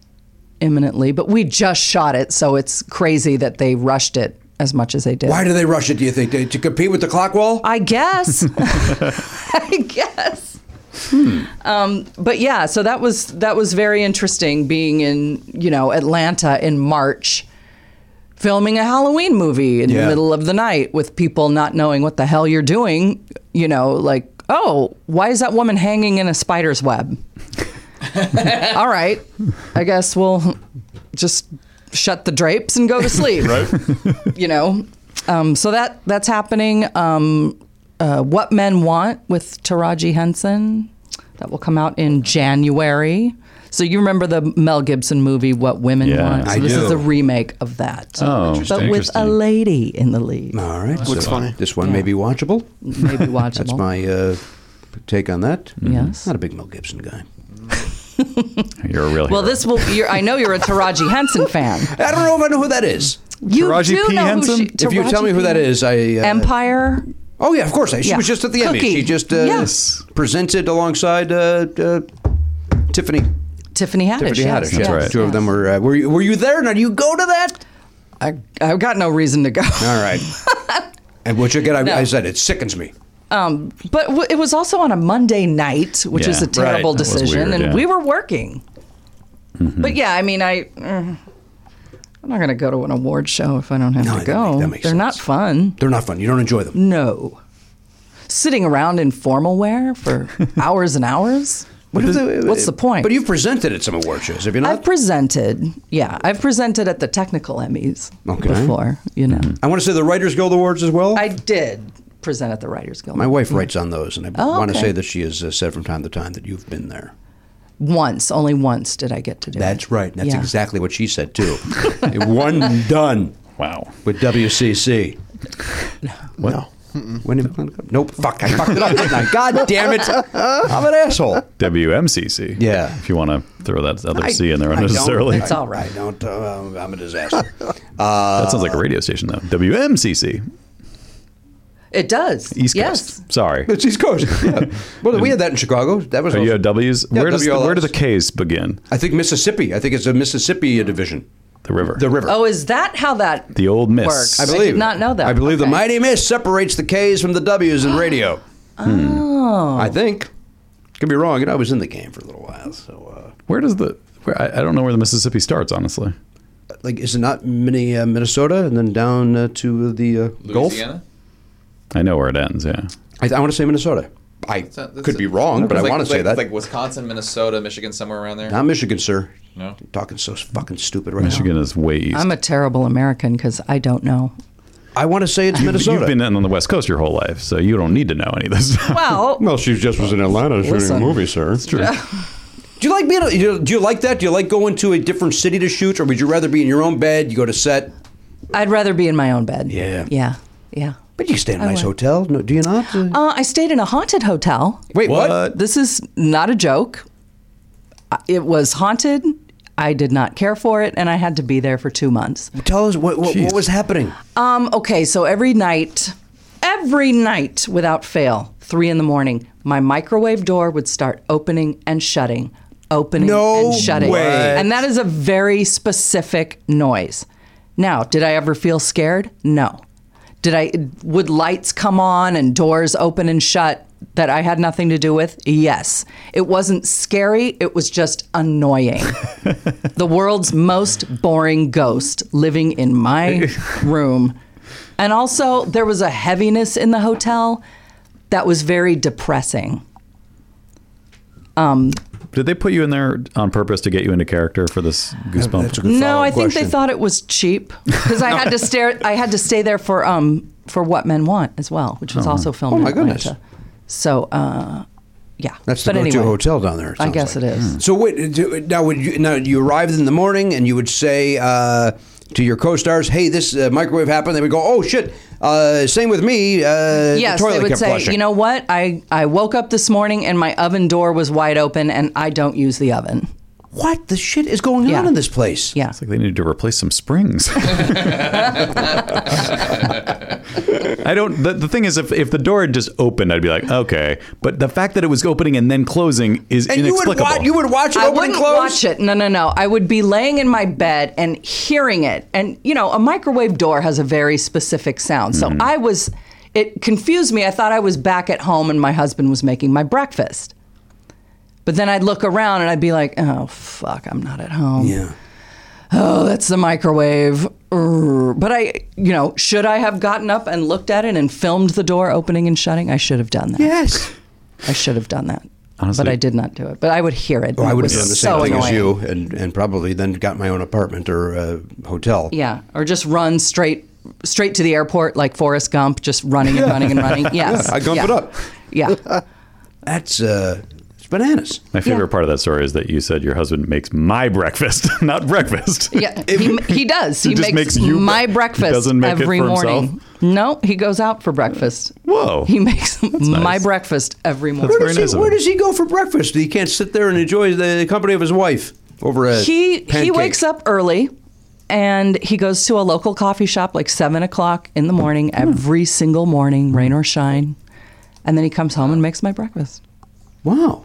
Speaker 7: imminently, but we just shot it, so it's crazy that they rushed it as much as they did.
Speaker 1: Why do they rush it, do you think? To, to compete with the clock wall?
Speaker 7: I guess. <laughs> I guess. Um, but yeah, so that was that was very interesting being in you know Atlanta in March, filming a Halloween movie in
Speaker 1: Yeah.
Speaker 7: the middle of the night with people not knowing what the hell you're doing. You know, like oh, why is that woman hanging in a spider's web? <laughs> All right, I guess we'll just shut the drapes and go
Speaker 1: <laughs>
Speaker 7: to sleep. right. <laughs> You know, um, so that that's happening. Um, uh, what Men Want with Taraji Henson that will come out in January. So you remember the Mel Gibson movie What Women
Speaker 3: Yeah.
Speaker 7: Want? So
Speaker 1: I
Speaker 7: this
Speaker 1: do.
Speaker 7: is a remake of that.
Speaker 3: Oh,
Speaker 7: but with a
Speaker 3: interesting.
Speaker 7: lady in
Speaker 1: <laughs>
Speaker 7: the lead.
Speaker 1: All right.
Speaker 5: Looks funny.
Speaker 1: This one may be watchable.
Speaker 7: Maybe watchable.
Speaker 1: That's my uh, take on that.
Speaker 7: Yes.
Speaker 1: Not a big Mel Gibson guy.
Speaker 3: You're a real
Speaker 7: well,
Speaker 3: hero.
Speaker 7: this will. You're, I know you're a Taraji Henson fan.
Speaker 1: I don't know if I know who that is.
Speaker 7: You
Speaker 3: Taraji
Speaker 7: do
Speaker 3: P.
Speaker 7: know
Speaker 3: Henson?
Speaker 7: who she,
Speaker 1: If you
Speaker 7: Taraji
Speaker 1: tell me who
Speaker 7: P.
Speaker 1: that is, I. Uh,
Speaker 7: Empire.
Speaker 1: Oh, yeah, of course. I, she
Speaker 7: Yeah.
Speaker 1: was just at the Emmy.
Speaker 7: Cookie.
Speaker 1: She just uh,
Speaker 7: Yes.
Speaker 1: presented alongside uh, uh, Tiffany. Tiffany
Speaker 7: Tiffany Haddish. yes,
Speaker 1: Haddish.
Speaker 7: yes,
Speaker 1: That's right. Two of
Speaker 7: yes.
Speaker 1: them were. Uh, were, you, were you there? Now, do you go to that?
Speaker 7: I, I've got no reason to go.
Speaker 1: All right. and which again, I, I said it sickens me.
Speaker 7: Um, <laughs> but w- it was also on a Monday night, which
Speaker 3: Yeah.
Speaker 7: is a terrible
Speaker 3: Right. That was
Speaker 7: decision,
Speaker 3: weird,
Speaker 7: and
Speaker 3: yeah. Mm-hmm.
Speaker 7: we were working. But yeah, I mean, I mm, I'm not going to go to an award show if I don't have
Speaker 1: No,
Speaker 7: to
Speaker 1: that make-
Speaker 7: go.
Speaker 1: that makes
Speaker 7: They're not
Speaker 1: sense.
Speaker 7: fun.
Speaker 1: They're not fun. You don't enjoy them.
Speaker 7: No, sitting around in formal
Speaker 1: <laughs>
Speaker 7: wear for hours and hours.
Speaker 1: What is the- uh,
Speaker 7: what's the point?
Speaker 1: But you've presented at some award shows, have you
Speaker 7: I've
Speaker 1: not?
Speaker 7: presented, yeah, I've presented at the technical Emmys
Speaker 1: Okay.
Speaker 7: before. You know,
Speaker 3: Mm-hmm.
Speaker 1: I want to say the Writers Guild Awards as well.
Speaker 7: I did present at the Writers Guild
Speaker 1: My wife writes on those, and I
Speaker 7: Oh,
Speaker 1: want to
Speaker 7: okay.
Speaker 1: say that she has uh, said from time to time that you've been there.
Speaker 7: once, only once did I get to do it.
Speaker 1: That's right. That's
Speaker 7: Yeah.
Speaker 1: exactly what she said
Speaker 7: <laughs>
Speaker 1: too. One done
Speaker 3: wow.
Speaker 1: with WCC.
Speaker 5: No.
Speaker 1: When did- nope. Fuck. I fucked it up, didn't I? God damn
Speaker 3: <laughs>
Speaker 1: it! I'm an asshole.
Speaker 3: WMCC.
Speaker 1: Yeah.
Speaker 3: If you want to throw that other
Speaker 1: I-
Speaker 3: C in there
Speaker 1: I don't-
Speaker 3: unnecessarily.
Speaker 7: It's all
Speaker 1: I
Speaker 7: right.
Speaker 1: don't. Uh, I'm a disaster. uh,
Speaker 3: that sounds like a radio station, though. WMCC.
Speaker 7: It does.
Speaker 3: East
Speaker 7: yes.
Speaker 3: Coast. Sorry.
Speaker 1: It's East Coast. Yeah. Well, we had that in Chicago. That was.
Speaker 3: Oh, you
Speaker 1: also-
Speaker 3: have W's?
Speaker 1: Yeah,
Speaker 3: where, does the, where do
Speaker 1: WLS.
Speaker 3: the K's begin?
Speaker 1: I think Mississippi. I think it's a Mississippi division.
Speaker 3: The river.
Speaker 1: The river.
Speaker 7: Oh, is that how that?
Speaker 3: The old miss.
Speaker 7: Works.
Speaker 1: I
Speaker 7: I
Speaker 1: believe.
Speaker 7: did not know that.
Speaker 1: I believe the
Speaker 7: Okay.
Speaker 1: mighty miss separates the K's from the W's in
Speaker 7: <gasps>
Speaker 1: radio. oh. I think. Could be wrong. You know, I was in the game for a little while, so
Speaker 3: Where does the. Where, I, I don't know where the Mississippi starts, honestly.
Speaker 1: uh, like, is it not mini uh, Minnesota and then down uh, to the uh, Gulf?
Speaker 6: Louisiana?
Speaker 3: I know where it ends, yeah.
Speaker 1: I, I want to say Minnesota. I
Speaker 6: That's- that's-
Speaker 1: could be wrong, but I
Speaker 6: It's like-
Speaker 1: want to say
Speaker 6: like-
Speaker 1: that.
Speaker 6: It's like Wisconsin, Minnesota, Michigan, somewhere around there.
Speaker 1: not Michigan, sir.
Speaker 6: No.
Speaker 1: I'm talking so fucking stupid right
Speaker 3: Michigan is way east.
Speaker 7: I'm a terrible American because I don't know.
Speaker 1: now. I want to say it's Minnesota.
Speaker 3: You've been in on the West Coast your whole life, so you don't need to know any of this stuff.
Speaker 7: Well,
Speaker 1: <laughs> well, she just was in Atlanta
Speaker 7: Listen. movie,
Speaker 1: sir.
Speaker 3: It's true.
Speaker 1: Do you like being? Do you, do you like that? Do you like going to a different city to shoot, or would you rather be in your own bed? You go to set,
Speaker 7: I'd rather be in my own bed.
Speaker 1: Yeah.
Speaker 7: Yeah. Yeah.
Speaker 1: but you stay in a nice
Speaker 7: would.
Speaker 1: hotel. No, do you not?
Speaker 7: Uh, I stayed in a haunted hotel.
Speaker 1: Wait, what?
Speaker 3: Uh,
Speaker 7: This is not a joke. Uh, It was haunted. I did not care for it, and I had to be there for two months.
Speaker 1: Tell us what what, what was happening.
Speaker 7: Um, okay, so every night every night without fail, three in the morning, my microwave door would start opening and shutting, opening
Speaker 1: No
Speaker 7: and shutting.
Speaker 1: way.
Speaker 7: And that is a very specific noise. Now, did I ever feel scared? No. Did I would lights come on and doors open and shut that I had nothing to do with? Yes. It wasn't scary, it was just annoying. <laughs> the world's most boring ghost living in
Speaker 1: <laughs>
Speaker 7: my room. And also, there was a heaviness in the hotel that was very depressing.
Speaker 3: Did they put you in there on purpose to get you into character for this goosebump?
Speaker 1: That's a good
Speaker 7: No,
Speaker 1: follow-up
Speaker 7: I think they
Speaker 1: question.
Speaker 7: thought it was cheap because I
Speaker 1: <laughs>
Speaker 7: had to stare. I had to stay there for um for what men want as well, which was also filmed.
Speaker 1: Oh, my
Speaker 7: in Atlanta.
Speaker 1: goodness.
Speaker 7: So, uh, yeah.
Speaker 1: That's the
Speaker 7: but
Speaker 1: go-to
Speaker 7: anyway,
Speaker 1: hotel down there. it
Speaker 7: I
Speaker 1: sounds
Speaker 7: guess
Speaker 1: like. Hmm.
Speaker 7: it is.
Speaker 1: So wait, do- now would you, now you arrived in the morning and you would say uh, to your co-stars, "Hey, this uh, microwave happened." They would go, "Oh shit!" Uh, same with me. Uh,
Speaker 7: yes,
Speaker 1: the toilet
Speaker 7: they would
Speaker 1: kept
Speaker 7: say,
Speaker 1: flushing.
Speaker 7: you know what? I I woke up this morning and my oven door was wide open, and I don't use the oven.
Speaker 1: what the shit is going
Speaker 7: Yeah.
Speaker 1: on in this place?
Speaker 7: Yeah.
Speaker 3: It's like they needed to replace some springs. I don't. The, the thing is, if, if the door had just opened, I'd be like, okay. But the fact that it was opening and then closing is
Speaker 1: And you would
Speaker 3: inexplicable.
Speaker 1: watch. You would watch it
Speaker 7: I
Speaker 1: open and
Speaker 7: wouldn't
Speaker 1: close.
Speaker 7: watch it. No, no, no. I would be laying in my bed and hearing it. And you know, a microwave door has a very specific sound. So
Speaker 1: Mm-hmm.
Speaker 7: I was it confused me. I thought I was back at home and my husband was making my breakfast. But then I'd look around and I'd be like, "Oh fuck, I'm not at home."
Speaker 1: Yeah.
Speaker 7: Oh, that's the microwave. Err. But I, you know, should I have gotten up and looked at it and filmed the door opening and shutting? I should have done that.
Speaker 1: Yes.
Speaker 7: I should have done that.
Speaker 3: Honestly. Oh,
Speaker 7: but I did not do it. But I would hear it.
Speaker 1: Well, I
Speaker 7: It
Speaker 1: would have
Speaker 7: was
Speaker 1: done the same
Speaker 7: so
Speaker 1: thing as
Speaker 7: annoying.
Speaker 1: you, and, and probably then got my own apartment or uh, hotel.
Speaker 7: Yeah, or just run straight straight to the airport like Forrest Gump, just running and running
Speaker 3: <laughs>
Speaker 7: and running. Yes,
Speaker 1: I gump
Speaker 7: yeah.
Speaker 1: it up.
Speaker 7: Yeah,
Speaker 1: That's uh, it's bananas.
Speaker 3: My favorite part of that story is that you said your husband makes my breakfast, <laughs> not breakfast. <laughs>
Speaker 7: yeah. He, he does. He,
Speaker 3: He just makes
Speaker 7: makes,
Speaker 3: you
Speaker 7: my
Speaker 3: bre-
Speaker 7: breakfast
Speaker 3: He doesn't make it
Speaker 7: every
Speaker 3: for
Speaker 7: morning.
Speaker 3: himself?
Speaker 7: No, he goes out for breakfast.
Speaker 3: Whoa.
Speaker 7: He makes my
Speaker 3: nice.
Speaker 7: breakfast every morning.
Speaker 1: Where does,
Speaker 3: Very nice
Speaker 1: he,
Speaker 3: of
Speaker 1: where
Speaker 3: him.
Speaker 1: does he go for breakfast? He can't sit there and enjoy the company of his wife over a
Speaker 7: he he
Speaker 1: pancake.
Speaker 7: wakes up early and he goes to a local coffee shop like seven o'clock in the morning
Speaker 1: Hmm.
Speaker 7: every single morning rain or shine and then he comes home and makes my breakfast
Speaker 1: Wow.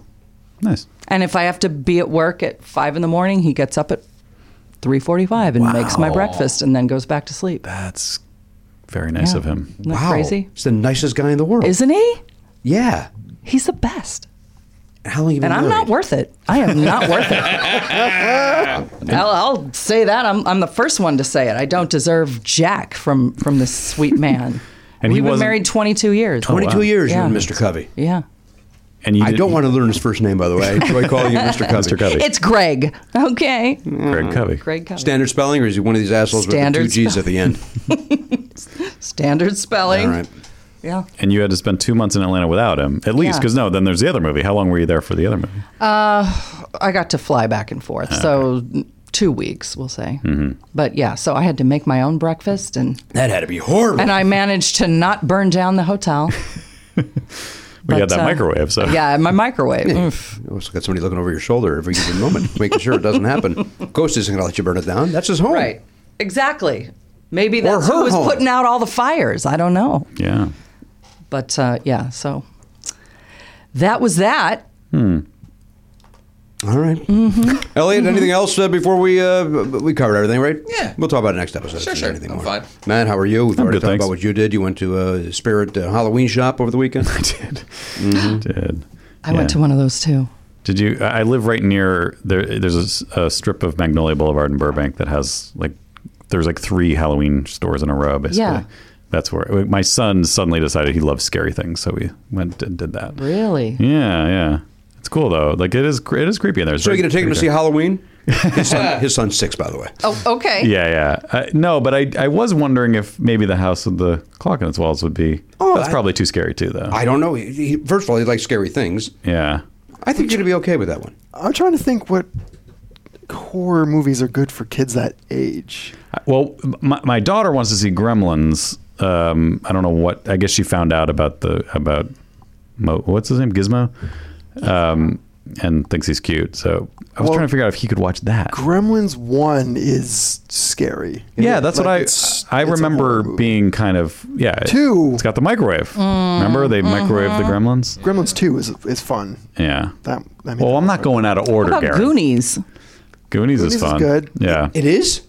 Speaker 3: nice.
Speaker 7: and if i have to be at work at five in the morning he gets up at 3.45 and makes my
Speaker 1: Wow.
Speaker 7: breakfast and then goes back to sleep
Speaker 3: That's very nice
Speaker 7: Yeah.
Speaker 3: of him.
Speaker 7: isn't that
Speaker 1: Wow.
Speaker 7: crazy
Speaker 1: He's the nicest guy in the world.
Speaker 7: isn't he
Speaker 1: yeah.
Speaker 7: he's the best
Speaker 1: How long have you been
Speaker 7: and i'm not
Speaker 1: married?
Speaker 7: worth it i am not worth it I'll, I'll say that I'm, I'm the first one to say it i don't deserve jack from from this sweet man
Speaker 3: And he
Speaker 7: we've been
Speaker 3: wasn't-
Speaker 7: married 22 years
Speaker 1: 22 years, you
Speaker 7: Yeah.
Speaker 1: and Mr. Covey.
Speaker 7: yeah
Speaker 3: And you
Speaker 1: I don't want to learn his first name, by the way. I
Speaker 7: <laughs>
Speaker 1: enjoy calling you Mr. Covey.
Speaker 3: Mr. Covey.
Speaker 7: it's greg <laughs> okay
Speaker 3: Greg Covey.
Speaker 7: greg Covey.
Speaker 1: Standard spelling, or is he one of these assholes
Speaker 7: Standard
Speaker 1: with the two G's at the end?
Speaker 7: standard
Speaker 1: All
Speaker 7: spelling
Speaker 1: right.
Speaker 7: yeah
Speaker 3: And you had to spend two months in Atlanta without him, at least.
Speaker 7: Yeah.
Speaker 3: Because no, then there's the other movie. How long were you there for the other movie?
Speaker 7: I got to fly back and forth. So two weeks, we'll say. But yeah, so I had to make my own breakfast and
Speaker 1: That had to be horrible.
Speaker 7: and I managed to not burn down the hotel.
Speaker 3: We had
Speaker 7: But,
Speaker 3: that
Speaker 7: uh,
Speaker 3: microwave. So
Speaker 7: Yeah, my microwave. Oof.
Speaker 1: You also got somebody looking over your shoulder every given moment, making sure it doesn't
Speaker 7: <laughs>
Speaker 1: happen. Ghost isn't going to let you burn it down. That's his home.
Speaker 7: Right. Exactly. Maybe
Speaker 1: Or
Speaker 7: that's
Speaker 1: her
Speaker 7: who was
Speaker 1: home.
Speaker 7: putting out all the fires. I don't know.
Speaker 3: yeah.
Speaker 7: But uh, yeah, so that was that.
Speaker 1: All right. Elliot, anything else uh, before we uh, we covered everything, right?
Speaker 6: Yeah.
Speaker 1: We'll talk about it next episode. if
Speaker 6: Sure,
Speaker 1: there's
Speaker 6: sure.
Speaker 1: Anything
Speaker 6: I'm
Speaker 1: more.
Speaker 6: fine.
Speaker 1: Matt, how are you? We've already
Speaker 3: good,
Speaker 1: talked
Speaker 3: thanks.
Speaker 1: about what you did. You went to a Spirit uh, Halloween shop over the weekend.
Speaker 3: <laughs> I did. Did.
Speaker 7: I went to one of those too.
Speaker 3: Did you? I I live right near there. There's a s- a, strip of Magnolia Boulevard in Burbank that has like there's like three Halloween stores in a row. Basically,
Speaker 7: Yeah.
Speaker 3: that's where my son suddenly decided he loves scary things, so we went and did that. Mm.
Speaker 7: Really?
Speaker 3: Yeah, yeah. It's cool though. Like it is, cre- it is creepy in there.
Speaker 1: So you going to take him to see Halloween?
Speaker 3: <laughs>
Speaker 1: His, son, his son's six, by the way.
Speaker 7: Oh, okay.
Speaker 3: Yeah, yeah. Uh, no, but I, I was wondering if maybe the house with the clock on its walls would be.
Speaker 1: Oh,
Speaker 3: that's
Speaker 1: I-
Speaker 3: probably too scary too, though.
Speaker 1: I don't know. He, he, first of all, he likes scary things.
Speaker 3: yeah.
Speaker 1: I think you're going to be okay with that one.
Speaker 5: I'm trying to think what horror movies are good for kids that age.
Speaker 3: Well, my, my daughter wants to see Gremlins. Um, I don't know what. I guess she found out about the about Mo, what's his name, Gizmo, um, and thinks he's cute. So I was
Speaker 5: Well,
Speaker 3: trying to figure out if he could watch that.
Speaker 5: Gremlins One is scary.
Speaker 3: Yeah, that's
Speaker 5: Like,
Speaker 3: what I
Speaker 5: it's-
Speaker 3: I
Speaker 5: it's a
Speaker 3: remember
Speaker 5: horror movie.
Speaker 3: being kind of yeah. it-
Speaker 5: Two.
Speaker 3: It's got the microwave.
Speaker 7: Mm-hmm.
Speaker 3: Remember they microwaved the gremlins?
Speaker 5: Gremlins Two is is fun.
Speaker 3: Yeah.
Speaker 5: That I mean,
Speaker 3: Well, I'm not going out of order,
Speaker 7: How about
Speaker 3: Gary.
Speaker 7: Goonies?
Speaker 3: Goonies,
Speaker 5: Goonies
Speaker 3: is
Speaker 5: is
Speaker 3: fun.
Speaker 5: good.
Speaker 3: Yeah.
Speaker 1: It is.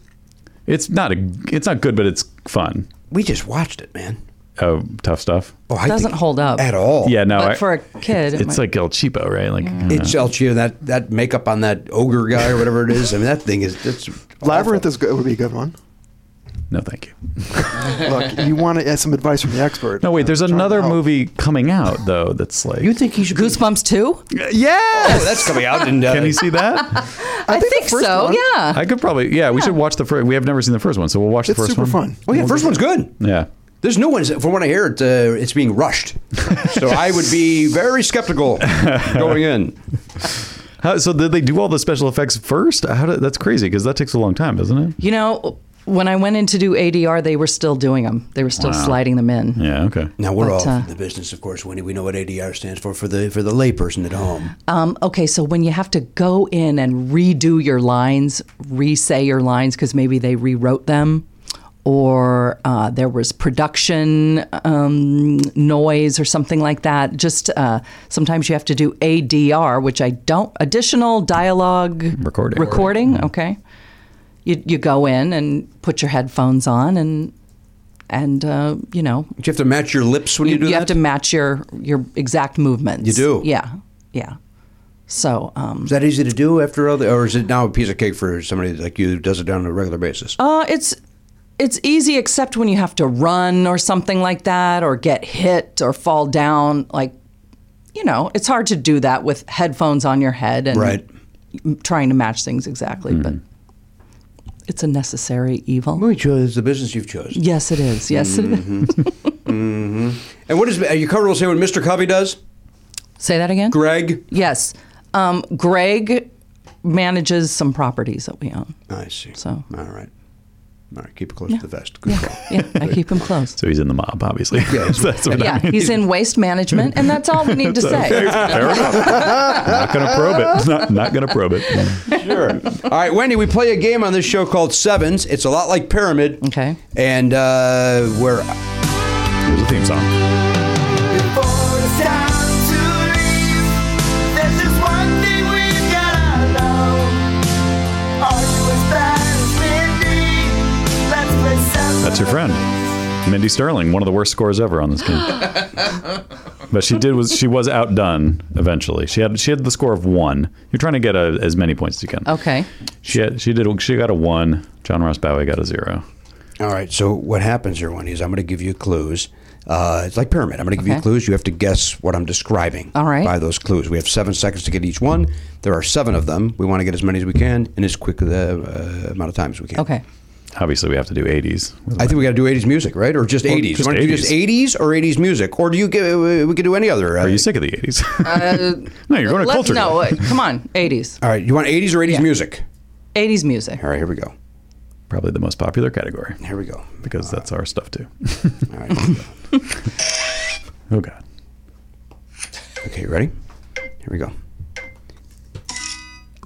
Speaker 3: it's not a, it's not good, but it's fun.
Speaker 1: We just watched it, man.
Speaker 3: Oh, tough stuff.
Speaker 1: Oh, I
Speaker 7: Doesn't
Speaker 1: think-
Speaker 7: hold up.
Speaker 1: at all.
Speaker 3: Yeah, no.
Speaker 7: But
Speaker 3: I-
Speaker 7: for a kid, it
Speaker 3: it's
Speaker 7: might-
Speaker 3: like El Cheapo, right? Like I don't
Speaker 1: It's
Speaker 3: know.
Speaker 1: El Chio, that that makeup on that ogre guy or whatever it is. I mean, that thing is that's
Speaker 5: Labyrinth is good. Would be a good one.
Speaker 3: no, thank you.
Speaker 7: <laughs>
Speaker 5: Look, you want to get some advice from the expert.
Speaker 3: No, wait. There's
Speaker 5: Trying to
Speaker 3: another
Speaker 5: help.
Speaker 3: movie coming out though. That's like
Speaker 1: You
Speaker 3: <laughs>
Speaker 1: think he should?
Speaker 7: Goosebumps too.
Speaker 1: Oh, that's coming out in. Uh,
Speaker 3: Can he see that?
Speaker 7: I, think,
Speaker 5: the first
Speaker 7: so.
Speaker 5: one-
Speaker 7: Yeah.
Speaker 3: I could probably. Yeah, we should watch the first. We have never seen the first one, so we'll watch
Speaker 5: It's
Speaker 3: the first
Speaker 5: super
Speaker 3: one.
Speaker 5: fun.
Speaker 1: Oh yeah, first one's good.
Speaker 3: Yeah.
Speaker 1: There's new ones. From what I hear, it, uh, it's being rushed. So I would be very skeptical going in.
Speaker 3: How, so did they do all the special effects first? How did, that's crazy because that takes a long time, doesn't it?
Speaker 7: You know, when I went in to do ADR, they were still doing them. They were still sliding them in.
Speaker 3: Yeah. Okay.
Speaker 1: Now we're
Speaker 7: But,
Speaker 1: all
Speaker 7: uh,
Speaker 1: in the business, of course, Winnie. We know what ADR stands for for the for the layperson at home.
Speaker 7: Um, okay, so when you have to go in and redo your lines, re-say your lines because maybe they rewrote them, or uh, there was production um, noise or something like that. Just uh, sometimes you have to do ADR, which I don't. Additional dialogue
Speaker 3: Recording.
Speaker 7: Recording. Okay. You you go in and put your headphones on and and uh, you know
Speaker 1: Do you have to match your lips when you, do
Speaker 7: you
Speaker 1: that?
Speaker 7: have to match your your exact movements.
Speaker 1: You do?
Speaker 7: Yeah, yeah. So, um,
Speaker 1: Is that easy to do after all? The, or is it now a piece of cake for somebody like you who does it on a regular basis?
Speaker 7: uh, it's it's easy except when you have to run or something like that, or get hit or fall down. Like, you know, it's hard to do that with headphones on your head and
Speaker 1: Right.
Speaker 7: trying to match things exactly. But
Speaker 1: Mm-hmm.
Speaker 7: it's a necessary evil.
Speaker 1: Well, you chose the business you've chosen.
Speaker 7: Yes, it is. Yes, it
Speaker 1: Mm-hmm.
Speaker 7: is.
Speaker 1: And what is? Are you comfortable saying what Mr. Covey does?
Speaker 7: Say that again.
Speaker 1: Greg.
Speaker 7: Yes, um, Greg manages some properties that we own.
Speaker 1: I see.
Speaker 7: So.
Speaker 1: all right, all right. Keep it close to the vest. Good call.
Speaker 7: Yeah, I keep
Speaker 1: <laughs>
Speaker 7: him close.
Speaker 3: So he's in the mob, obviously. <laughs> that's what
Speaker 7: Yeah,
Speaker 3: I mean.
Speaker 7: he's in waste management, and that's all we need to say.
Speaker 3: <laughs> Fair enough. not gonna probe it. Not, not gonna probe it.
Speaker 1: Sure. All right, Wendy, we play a game on this show called Sevens. It's a lot like Pyramid.
Speaker 7: Okay.
Speaker 1: And uh, we're
Speaker 3: There's a theme song. That's your friend, Mindy Sterling. One of the worst scores ever on this game. but she did was she was outdone eventually. She had she had the score of one. You're trying to get a, as many points as you can.
Speaker 7: Okay.
Speaker 3: She had, she did she got a one. John Ross Bowie got a zero.
Speaker 1: all right. So what happens here, Wendy, is I'm going to give you clues. Uh, it's like Pyramid. I'm going to give you
Speaker 7: Okay.
Speaker 1: clues. You have to guess what I'm describing.
Speaker 7: All right.
Speaker 1: By those clues, we have seven seconds to get each one. There are seven of them. We want to get as many as we can in as quick uh, uh, amount of time as we can.
Speaker 7: Okay.
Speaker 3: Obviously, we have to do 80s.
Speaker 1: I think we got to do 80s music, right? Or just 80s?
Speaker 3: just
Speaker 1: you want to do just 80s or 80s music? Or do you get, uh, we could do any other? Uh,
Speaker 3: Are you sick of the 80s? <laughs> no, you're going to
Speaker 7: Uh, Let-
Speaker 3: culture.
Speaker 7: No, uh, come on. 80s.
Speaker 1: all right. You want 80s or 80s
Speaker 7: Yeah.
Speaker 1: music?
Speaker 7: 80s music.
Speaker 1: All right. Here we go.
Speaker 3: Probably the most popular category
Speaker 1: Here we go.
Speaker 3: because that's our stuff too. <laughs>
Speaker 1: All right.
Speaker 7: <laughs>
Speaker 1: Here we go.
Speaker 3: oh God.
Speaker 1: Okay, you ready? Here we go.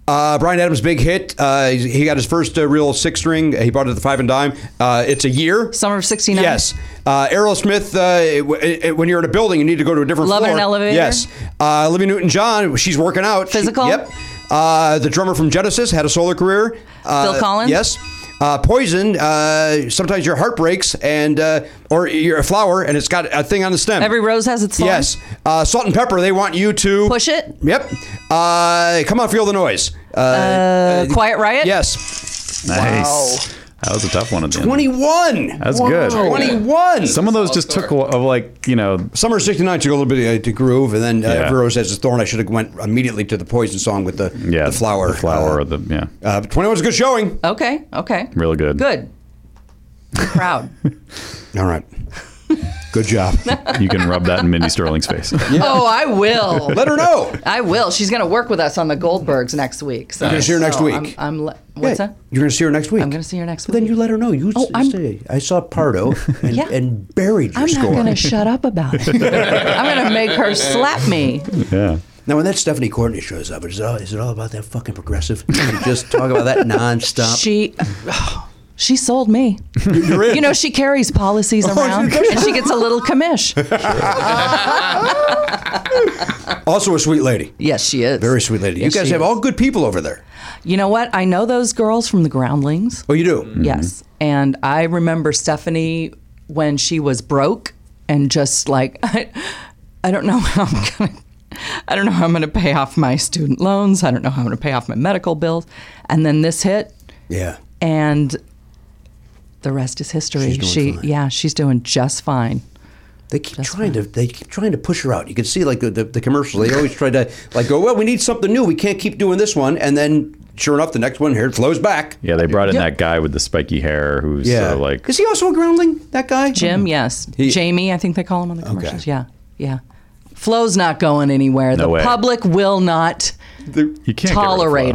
Speaker 1: Uh, Brian Adams' big hit. Uh, he he got his first uh, real six string. He bought it at the five and dime. Uh, it's a year.
Speaker 7: Summer of 69.
Speaker 1: Yes. Uh, Aerosmith. Uh, w- it- when you're in a building, you need to go to a different
Speaker 7: Love in
Speaker 1: floor.
Speaker 7: an Elevator?
Speaker 1: Yes. Uh, Olivia Newton-John. She's working out. She-
Speaker 7: Physical?
Speaker 1: yep. Uh, the drummer from Genesis had a solo career. Uh,
Speaker 7: Phil Collins?
Speaker 1: Yes. Uh, poison. Uh, sometimes your heart breaks, and uh, or you're a flower, and it's got a thing on the stem.
Speaker 7: Every rose has its thorn.
Speaker 1: Yes. Uh, salt and pepper. They want you to
Speaker 7: Push it.
Speaker 1: Yep. Uh, come on, feel the noise. Uh,
Speaker 7: Uh, Quiet Riot.
Speaker 1: yes.
Speaker 3: Nice. That was a tough one. At the end.
Speaker 1: Twenty-one.
Speaker 3: That's good.
Speaker 1: Twenty-one.
Speaker 3: Some of those just took a, of like you know
Speaker 1: Summer of '69 took a little bit uh, to groove, and then uh,
Speaker 3: Yeah.
Speaker 1: Every Rose Has Its Thorn. I should have went immediately to the Poison song with the
Speaker 3: yeah
Speaker 1: the flower.
Speaker 3: the flower
Speaker 1: Uh,
Speaker 3: or the yeah
Speaker 1: uh, but 21 is a good showing.
Speaker 7: Okay. Okay.
Speaker 3: really good
Speaker 7: Good.
Speaker 1: <laughs>
Speaker 7: I'm proud.
Speaker 1: All
Speaker 7: <laughs>
Speaker 1: right. Good job.
Speaker 3: You can rub that in Mindy Sterling's face.
Speaker 7: Oh, I will.
Speaker 1: <laughs> Let her
Speaker 7: <laughs>
Speaker 1: know.
Speaker 7: I will. She's going to work with us on the Goldbergs next week. So,
Speaker 1: You're gonna see her next
Speaker 7: so
Speaker 1: week?
Speaker 7: I'm, I'm le- what's
Speaker 1: Yeah,
Speaker 7: that?
Speaker 1: You're going to see her next week.
Speaker 7: I'm going to see her next week.
Speaker 1: Then you let her know. You s-
Speaker 7: I'm-
Speaker 1: say, I saw
Speaker 7: <laughs>
Speaker 1: Pardo and,
Speaker 7: Yeah.
Speaker 1: and buried your
Speaker 7: I'm
Speaker 1: score. <laughs>
Speaker 7: not going to shut up about it. I'm going to make her slap me.
Speaker 3: Yeah.
Speaker 11: Now, when that Stephanie Courtney shows up, is it all, is it all about that fucking progressive? You just talk about that nonstop.
Speaker 7: She. <sighs> She sold <laughs> me. You know, she carries policies around and Oh, she gets a little commish.
Speaker 1: Also a sweet lady.
Speaker 7: <laughs> Yes, she is.
Speaker 1: Very sweet lady.
Speaker 7: Yes,
Speaker 1: you guys
Speaker 7: she
Speaker 1: have
Speaker 7: is.
Speaker 1: all good people over there.
Speaker 7: You know what? I know those girls from the
Speaker 11: Mm-hmm.
Speaker 7: Groundlings.
Speaker 1: Oh, you do?
Speaker 7: Yes. And I remember Stephanie when she was broke and just like <laughs> I, I don't know how I'm going to I don't know how I'm going to pay off my student loans. I don't know how I'm going to pay off my medical bills. And then this hit
Speaker 1: Yeah.
Speaker 7: and the rest is history.
Speaker 11: She's doing
Speaker 7: she
Speaker 11: fine.
Speaker 7: yeah, she's doing just fine.
Speaker 11: They keep trying to they keep trying to push her out. You can see like the, the, the commercials. They always try to like go, well, we need something new. We can't keep doing this one. And then sure enough, the next one here it flows back.
Speaker 3: Yeah, they brought in that guy with the spiky hair who's sort of like
Speaker 11: is he also a groundling? That guy,
Speaker 7: Jim, yes.
Speaker 11: He-
Speaker 7: Jamie, I think they call him on the commercials. Yeah. Yeah. Flow's not going anywhere.
Speaker 3: No
Speaker 7: the
Speaker 3: way.
Speaker 7: public will not
Speaker 3: you can't
Speaker 7: Tolerate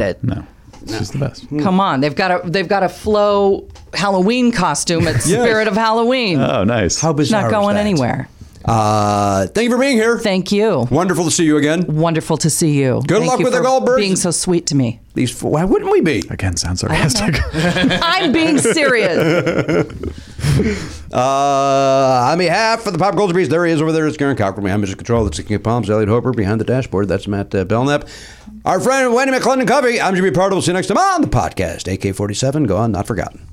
Speaker 3: get rid
Speaker 7: it.
Speaker 3: of Flo. No, it's just the best.
Speaker 7: Come on, they've got a they've got a flow Halloween costume.
Speaker 1: <laughs>
Speaker 7: It's Spirit of Halloween.
Speaker 3: Oh, nice.
Speaker 1: How bizarre.
Speaker 7: Not
Speaker 1: is
Speaker 7: going
Speaker 1: that?
Speaker 7: anywhere.
Speaker 1: Uh, thank you for being here.
Speaker 7: Thank you.
Speaker 1: Wonderful to see you again.
Speaker 7: Wonderful to see you.
Speaker 1: Good
Speaker 7: Thank
Speaker 1: luck
Speaker 7: you
Speaker 1: with
Speaker 7: for
Speaker 1: the Goldbergs.
Speaker 7: Being so sweet
Speaker 1: <laughs>
Speaker 7: to me.
Speaker 1: These four, why wouldn't we be?
Speaker 3: Again, sounds sarcastic.
Speaker 7: I'm being serious.
Speaker 1: Uh, on behalf of the Pop Culture Beast, there he is over there. It's Garen Cochran behind Mr. Control. That's the King of Palms, Elliot Hopper behind the dashboard. That's Matt uh, Belknap. Our friend Wendy McClendon Covey. I'm Jimmy Pardo. We'll see you next time on the podcast. AK 47, go on, not forgotten.
Speaker 3: <laughs>